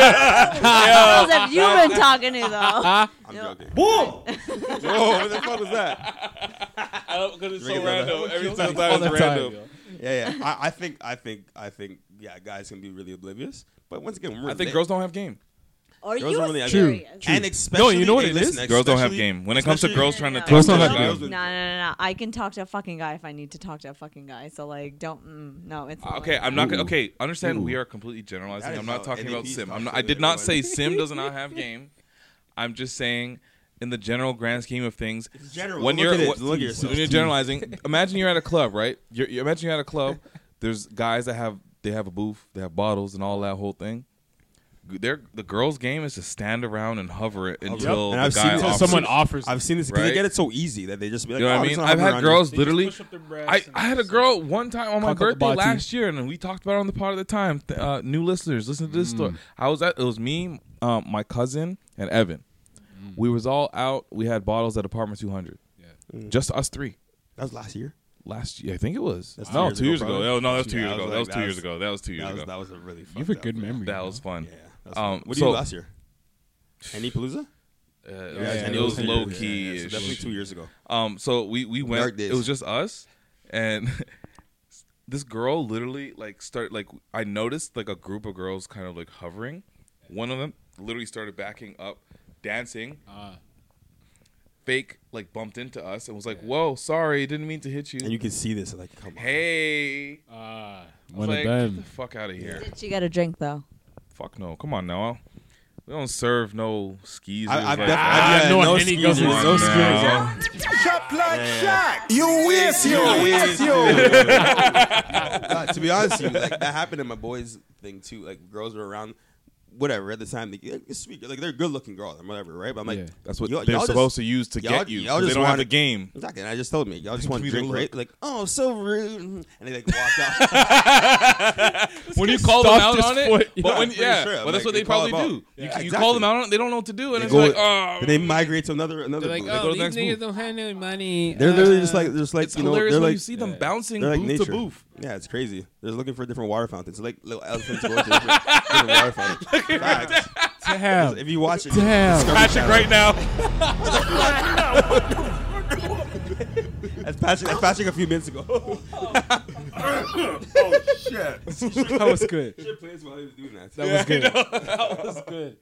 [SPEAKER 8] What girls have you been talking to though?
[SPEAKER 1] I'm
[SPEAKER 8] Yo.
[SPEAKER 1] joking.
[SPEAKER 8] [laughs]
[SPEAKER 3] Whoa,
[SPEAKER 1] what the fuck was
[SPEAKER 3] [laughs]
[SPEAKER 1] that?
[SPEAKER 3] I love because Oh, it's
[SPEAKER 1] Drink another-
[SPEAKER 3] so random. Every
[SPEAKER 1] All
[SPEAKER 3] single
[SPEAKER 1] the
[SPEAKER 3] time it's
[SPEAKER 1] time,
[SPEAKER 3] random.
[SPEAKER 1] yo. yeah, yeah. I, I think, I think, I think, yeah, guys can be really oblivious. But once again, we're
[SPEAKER 3] I think
[SPEAKER 1] lit.
[SPEAKER 3] girls don't have game.
[SPEAKER 8] Are
[SPEAKER 1] Girls
[SPEAKER 8] you
[SPEAKER 1] don't really have
[SPEAKER 3] True,
[SPEAKER 1] game.
[SPEAKER 3] true.
[SPEAKER 1] And
[SPEAKER 3] No,
[SPEAKER 1] especially,
[SPEAKER 3] you know what
[SPEAKER 1] hey,
[SPEAKER 3] it
[SPEAKER 1] listen,
[SPEAKER 3] is? Girls don't have
[SPEAKER 1] especially-
[SPEAKER 3] game. When it comes to
[SPEAKER 1] especially-
[SPEAKER 3] girls trying to
[SPEAKER 1] No,
[SPEAKER 3] talk
[SPEAKER 1] no,
[SPEAKER 3] to
[SPEAKER 1] no,
[SPEAKER 3] guys.
[SPEAKER 1] girls
[SPEAKER 8] No,
[SPEAKER 1] with-
[SPEAKER 8] no, no, no. I can talk to a fucking guy if I need to talk to a fucking guy. So like, don't. Mm, no, it's not
[SPEAKER 3] Okay,
[SPEAKER 8] like
[SPEAKER 3] I'm
[SPEAKER 8] that.
[SPEAKER 3] not gonna. Okay, understand
[SPEAKER 1] Ooh.
[SPEAKER 3] we are completely generalizing.
[SPEAKER 1] That
[SPEAKER 3] I'm
[SPEAKER 1] is
[SPEAKER 3] not
[SPEAKER 1] how
[SPEAKER 3] talking about
[SPEAKER 1] NAPs
[SPEAKER 3] Sim.
[SPEAKER 1] talk
[SPEAKER 3] I'm not,
[SPEAKER 1] to
[SPEAKER 3] I did not say
[SPEAKER 1] everyone.
[SPEAKER 3] Sim
[SPEAKER 1] [laughs]
[SPEAKER 3] does not have game. I'm just saying, in the general grand scheme of things,
[SPEAKER 1] general.
[SPEAKER 3] when
[SPEAKER 1] Look
[SPEAKER 3] you're
[SPEAKER 1] at it.
[SPEAKER 3] what-
[SPEAKER 1] Look at yourself.
[SPEAKER 3] when you're generalizing, imagine you're at a club, right? You're, you imagine you're at
[SPEAKER 1] [laughs]
[SPEAKER 3] a club. There's guys that have they have a booth, they have bottles, and all that whole thing. They're, the girls' game is to stand around and hover it until
[SPEAKER 1] and
[SPEAKER 3] the
[SPEAKER 1] I've
[SPEAKER 3] guy
[SPEAKER 1] seen this-
[SPEAKER 3] offers
[SPEAKER 2] someone
[SPEAKER 3] it.
[SPEAKER 2] offers
[SPEAKER 1] I've seen this because
[SPEAKER 3] Right?
[SPEAKER 1] they get it so easy that they just be like,
[SPEAKER 3] you know
[SPEAKER 1] oh,
[SPEAKER 3] what I
[SPEAKER 1] it's
[SPEAKER 3] mean?
[SPEAKER 1] not
[SPEAKER 3] I've
[SPEAKER 1] happening
[SPEAKER 3] had
[SPEAKER 1] around
[SPEAKER 3] girls
[SPEAKER 1] you.
[SPEAKER 3] literally. I, I had a girl one time on
[SPEAKER 2] Cock
[SPEAKER 3] my
[SPEAKER 2] up the
[SPEAKER 3] birthday
[SPEAKER 2] body.
[SPEAKER 3] last year, and we talked about it on the pod at the time. Th- Uh, new listeners, listen to this story. I was at it was me, um, my cousin, and Evan. We was all out. We had bottles at apartment two hundred.
[SPEAKER 1] Mm.
[SPEAKER 3] Just us three.
[SPEAKER 1] That was last year.
[SPEAKER 3] Last year, I think it was.
[SPEAKER 1] That's
[SPEAKER 3] no, two years ago.
[SPEAKER 1] probably.
[SPEAKER 3] Oh, no, that was two
[SPEAKER 1] Yeah,
[SPEAKER 3] years
[SPEAKER 1] I
[SPEAKER 3] ago.
[SPEAKER 1] like,
[SPEAKER 3] That was two years ago. That was two years
[SPEAKER 1] that was-
[SPEAKER 3] ago.
[SPEAKER 1] That was a really.
[SPEAKER 2] You have
[SPEAKER 1] fucked
[SPEAKER 2] a good
[SPEAKER 1] up-
[SPEAKER 2] memory.
[SPEAKER 3] That
[SPEAKER 2] yo.
[SPEAKER 3] was fun.
[SPEAKER 1] Yeah. that's
[SPEAKER 3] Um,
[SPEAKER 1] fun. What do
[SPEAKER 3] so-
[SPEAKER 1] you do last year? Any palooza?
[SPEAKER 3] Uh, it,
[SPEAKER 1] Yeah,
[SPEAKER 3] was,
[SPEAKER 1] yeah,
[SPEAKER 3] it
[SPEAKER 1] it
[SPEAKER 3] was
[SPEAKER 1] was
[SPEAKER 3] low
[SPEAKER 1] two years ago.
[SPEAKER 3] key.
[SPEAKER 1] Yeah, yeah, so definitely two years ago.
[SPEAKER 3] Um, so we we
[SPEAKER 1] Dark
[SPEAKER 3] went.
[SPEAKER 1] days.
[SPEAKER 3] It was just us, and [laughs] this girl literally like start like I noticed like a group of girls kind of like hovering. One of them literally started backing up, dancing. Fake like bumped into us and was like, "Whoa, sorry, didn't mean to hit you."
[SPEAKER 1] And you can see this, like, come on.
[SPEAKER 3] Hey, uh, I
[SPEAKER 2] One
[SPEAKER 3] was
[SPEAKER 2] of
[SPEAKER 3] like,
[SPEAKER 2] them. [laughs]
[SPEAKER 3] Get the fuck out of here.
[SPEAKER 8] Did she get a drink though?
[SPEAKER 3] Fuck no. Come on now. We don't serve no skis.
[SPEAKER 1] I- I've def-
[SPEAKER 3] "Ah."
[SPEAKER 1] I've had no skeezers, no
[SPEAKER 4] Shop like
[SPEAKER 3] Yeah.
[SPEAKER 4] Shaq. You waste you. Waste you.
[SPEAKER 3] [laughs]
[SPEAKER 1] Nah, to be honest, with you, like that happened in my boys' thing too. Like girls were around, whatever. At the time, they, yeah, it's sweet. Like they're good-looking girls and whatever, right? But I'm like,
[SPEAKER 3] Yeah. That's what
[SPEAKER 1] y'all-
[SPEAKER 3] they're
[SPEAKER 1] y'all just-
[SPEAKER 3] supposed to use to
[SPEAKER 1] y'all-
[SPEAKER 3] get you,
[SPEAKER 1] Y'all
[SPEAKER 3] 'cause they
[SPEAKER 1] just
[SPEAKER 3] don't have
[SPEAKER 1] wanna-
[SPEAKER 3] the game.
[SPEAKER 1] Exactly. And I just told me, y'all just
[SPEAKER 3] Give
[SPEAKER 1] want
[SPEAKER 3] me
[SPEAKER 1] to
[SPEAKER 3] the
[SPEAKER 1] drink,
[SPEAKER 3] look.
[SPEAKER 1] right? Like, oh, so rude, and they like
[SPEAKER 3] [laughs]
[SPEAKER 1] walk out.
[SPEAKER 3] when you call them out on it, but when, yeah, well, that's what they probably do. You, you call them out on it, they don't know what to do, and
[SPEAKER 1] They
[SPEAKER 3] it's
[SPEAKER 1] go-
[SPEAKER 3] like, oh,
[SPEAKER 1] They migrate to another another.
[SPEAKER 3] They're like,
[SPEAKER 1] booth.
[SPEAKER 3] oh, They go to the these
[SPEAKER 2] Niggas
[SPEAKER 3] next
[SPEAKER 2] don't have no money. Uh,
[SPEAKER 1] They're literally
[SPEAKER 2] [laughs]
[SPEAKER 1] just like, just like
[SPEAKER 3] it's
[SPEAKER 1] you know,
[SPEAKER 3] hilarious
[SPEAKER 1] they're
[SPEAKER 3] when
[SPEAKER 1] like
[SPEAKER 3] you see them bouncing
[SPEAKER 1] they're like
[SPEAKER 3] booth to
[SPEAKER 1] nature.
[SPEAKER 3] booth.
[SPEAKER 1] Yeah, it's crazy. They're looking for different water fountains. Like little elephants going to different, different [laughs] water fountains. Facts. [laughs]
[SPEAKER 2] Damn.
[SPEAKER 1] If you watch it,
[SPEAKER 2] Damn.
[SPEAKER 1] Discovery
[SPEAKER 2] Patrick
[SPEAKER 1] Channel.
[SPEAKER 2] right now.
[SPEAKER 1] [laughs] that's Patrick. That's Patrick a few minutes ago. [laughs]
[SPEAKER 4] oh shit!
[SPEAKER 2] That was good.
[SPEAKER 1] Shit plays while he was doing that.
[SPEAKER 2] That
[SPEAKER 1] Yeah,
[SPEAKER 2] was
[SPEAKER 1] I
[SPEAKER 2] good.
[SPEAKER 1] know.
[SPEAKER 2] [laughs] that was good.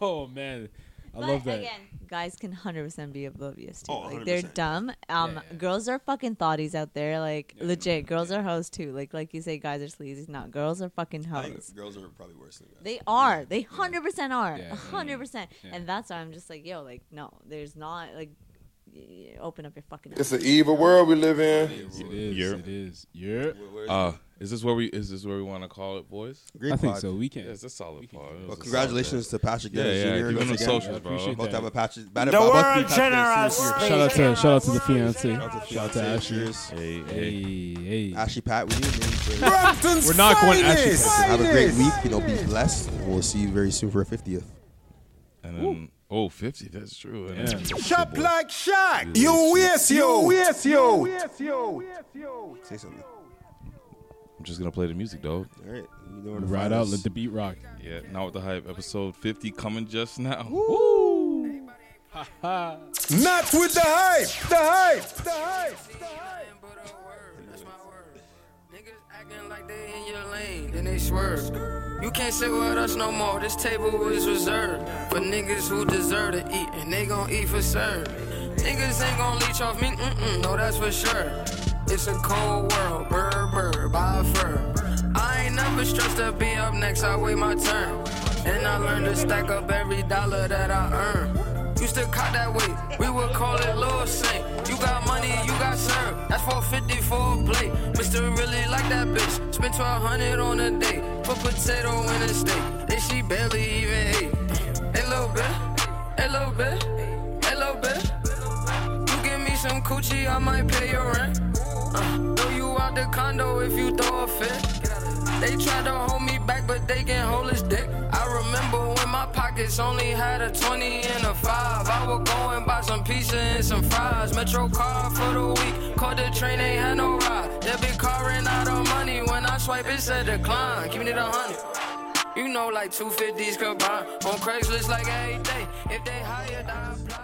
[SPEAKER 2] Oh man, I
[SPEAKER 8] But
[SPEAKER 2] love that.
[SPEAKER 8] Again, guys can hundred percent be oblivious to.
[SPEAKER 2] Oh,
[SPEAKER 8] like they're
[SPEAKER 2] 100%.
[SPEAKER 8] dumb. Um, girls are fucking thotties out there. Like legit, girls are hoes too. Like like you say, guys are sleazy. Not girls are fucking
[SPEAKER 1] I think
[SPEAKER 8] hoes.
[SPEAKER 1] girls are probably worse than guys.
[SPEAKER 8] They are. They hundred percent are.
[SPEAKER 1] Yeah.
[SPEAKER 8] hundred percent.
[SPEAKER 1] Yeah.
[SPEAKER 8] And that's why I'm just like, yo, like no, there's not like, y- y- open up your fucking.
[SPEAKER 4] It's
[SPEAKER 8] eyes.
[SPEAKER 4] an evil world we live in.
[SPEAKER 3] It
[SPEAKER 2] is, it is. Yeah.
[SPEAKER 3] Uh, is this where we? Is this where we want to call it, boys?
[SPEAKER 1] Great I think pod. so.
[SPEAKER 2] We can.
[SPEAKER 3] Yeah, it's a solid pod. It was
[SPEAKER 1] Well,
[SPEAKER 3] a
[SPEAKER 1] congratulations
[SPEAKER 3] solid
[SPEAKER 1] to Patrick
[SPEAKER 3] Yeah,
[SPEAKER 1] Dennis Jr.
[SPEAKER 3] yeah. Give him the
[SPEAKER 1] once again.
[SPEAKER 3] socials,
[SPEAKER 1] I
[SPEAKER 3] bro.
[SPEAKER 1] appreciate Both that. have a Patrick- bad-
[SPEAKER 7] The
[SPEAKER 1] both be
[SPEAKER 7] world
[SPEAKER 1] Patrick
[SPEAKER 7] generous.
[SPEAKER 1] Dennis Jr.
[SPEAKER 2] Shout out to shout out to the fiance.
[SPEAKER 1] Shout out to Ashley.
[SPEAKER 3] Hey,
[SPEAKER 2] hey, hey.
[SPEAKER 1] Ashley Pat, we need you. [laughs]
[SPEAKER 4] Brampton's We're not going finest. Ashley Pat.
[SPEAKER 1] Have a great week.
[SPEAKER 4] Finest.
[SPEAKER 1] You know, be blessed. We'll see you very soon for a 50th.
[SPEAKER 3] And then, oh, 50, that's true. And then-
[SPEAKER 4] Shop like Shaq.
[SPEAKER 3] You
[SPEAKER 4] You
[SPEAKER 3] waste
[SPEAKER 4] waste
[SPEAKER 3] you.
[SPEAKER 4] you. Waste you.
[SPEAKER 1] Say something.
[SPEAKER 3] I'm just gonna play the music, though.
[SPEAKER 1] All right, you know where to
[SPEAKER 2] Right
[SPEAKER 1] find
[SPEAKER 2] out.
[SPEAKER 1] us.
[SPEAKER 2] Let the beat rock.
[SPEAKER 3] Yeah, not with the hype. Episode 50 coming just now.
[SPEAKER 4] Not with the hype. The hype. The hype.
[SPEAKER 6] in your lane, then they swerve. You can't sit with us no more. This table is reserved for niggas who deserve to eat, and they gon' eat for serve. Niggas ain't gon' leech off me, mm-mm, no, that's for sure. It's a cold world, burr, burr, by a fur. I ain't never stressed to be up next, I wait my turn. And I learned to stack up every dollar that I earn. Used to cop that way, we would call it Lil Saint. You got money, you got served. That's 450 for a plate. Mister really like that bitch. Spent 1200 on a date for potato and a steak. And she barely even ate. Hey, little bit, hey, little bit, hey, little bit. You give me some coochie, I might pay your rent. Uh, throw you out the condo if you throw a fit. They tried to hold me back, but they can hold his dick. I remember when my pockets only had a 20 and a 5. I would go and buy some pizza and some fries. Metro car for the week. Caught the train, ain't had no ride. Debit card ran out of money. When I swipe, it said decline. Give me the 100. You know, like 250s combined. On Craigslist, like every day. If they hired, I apply.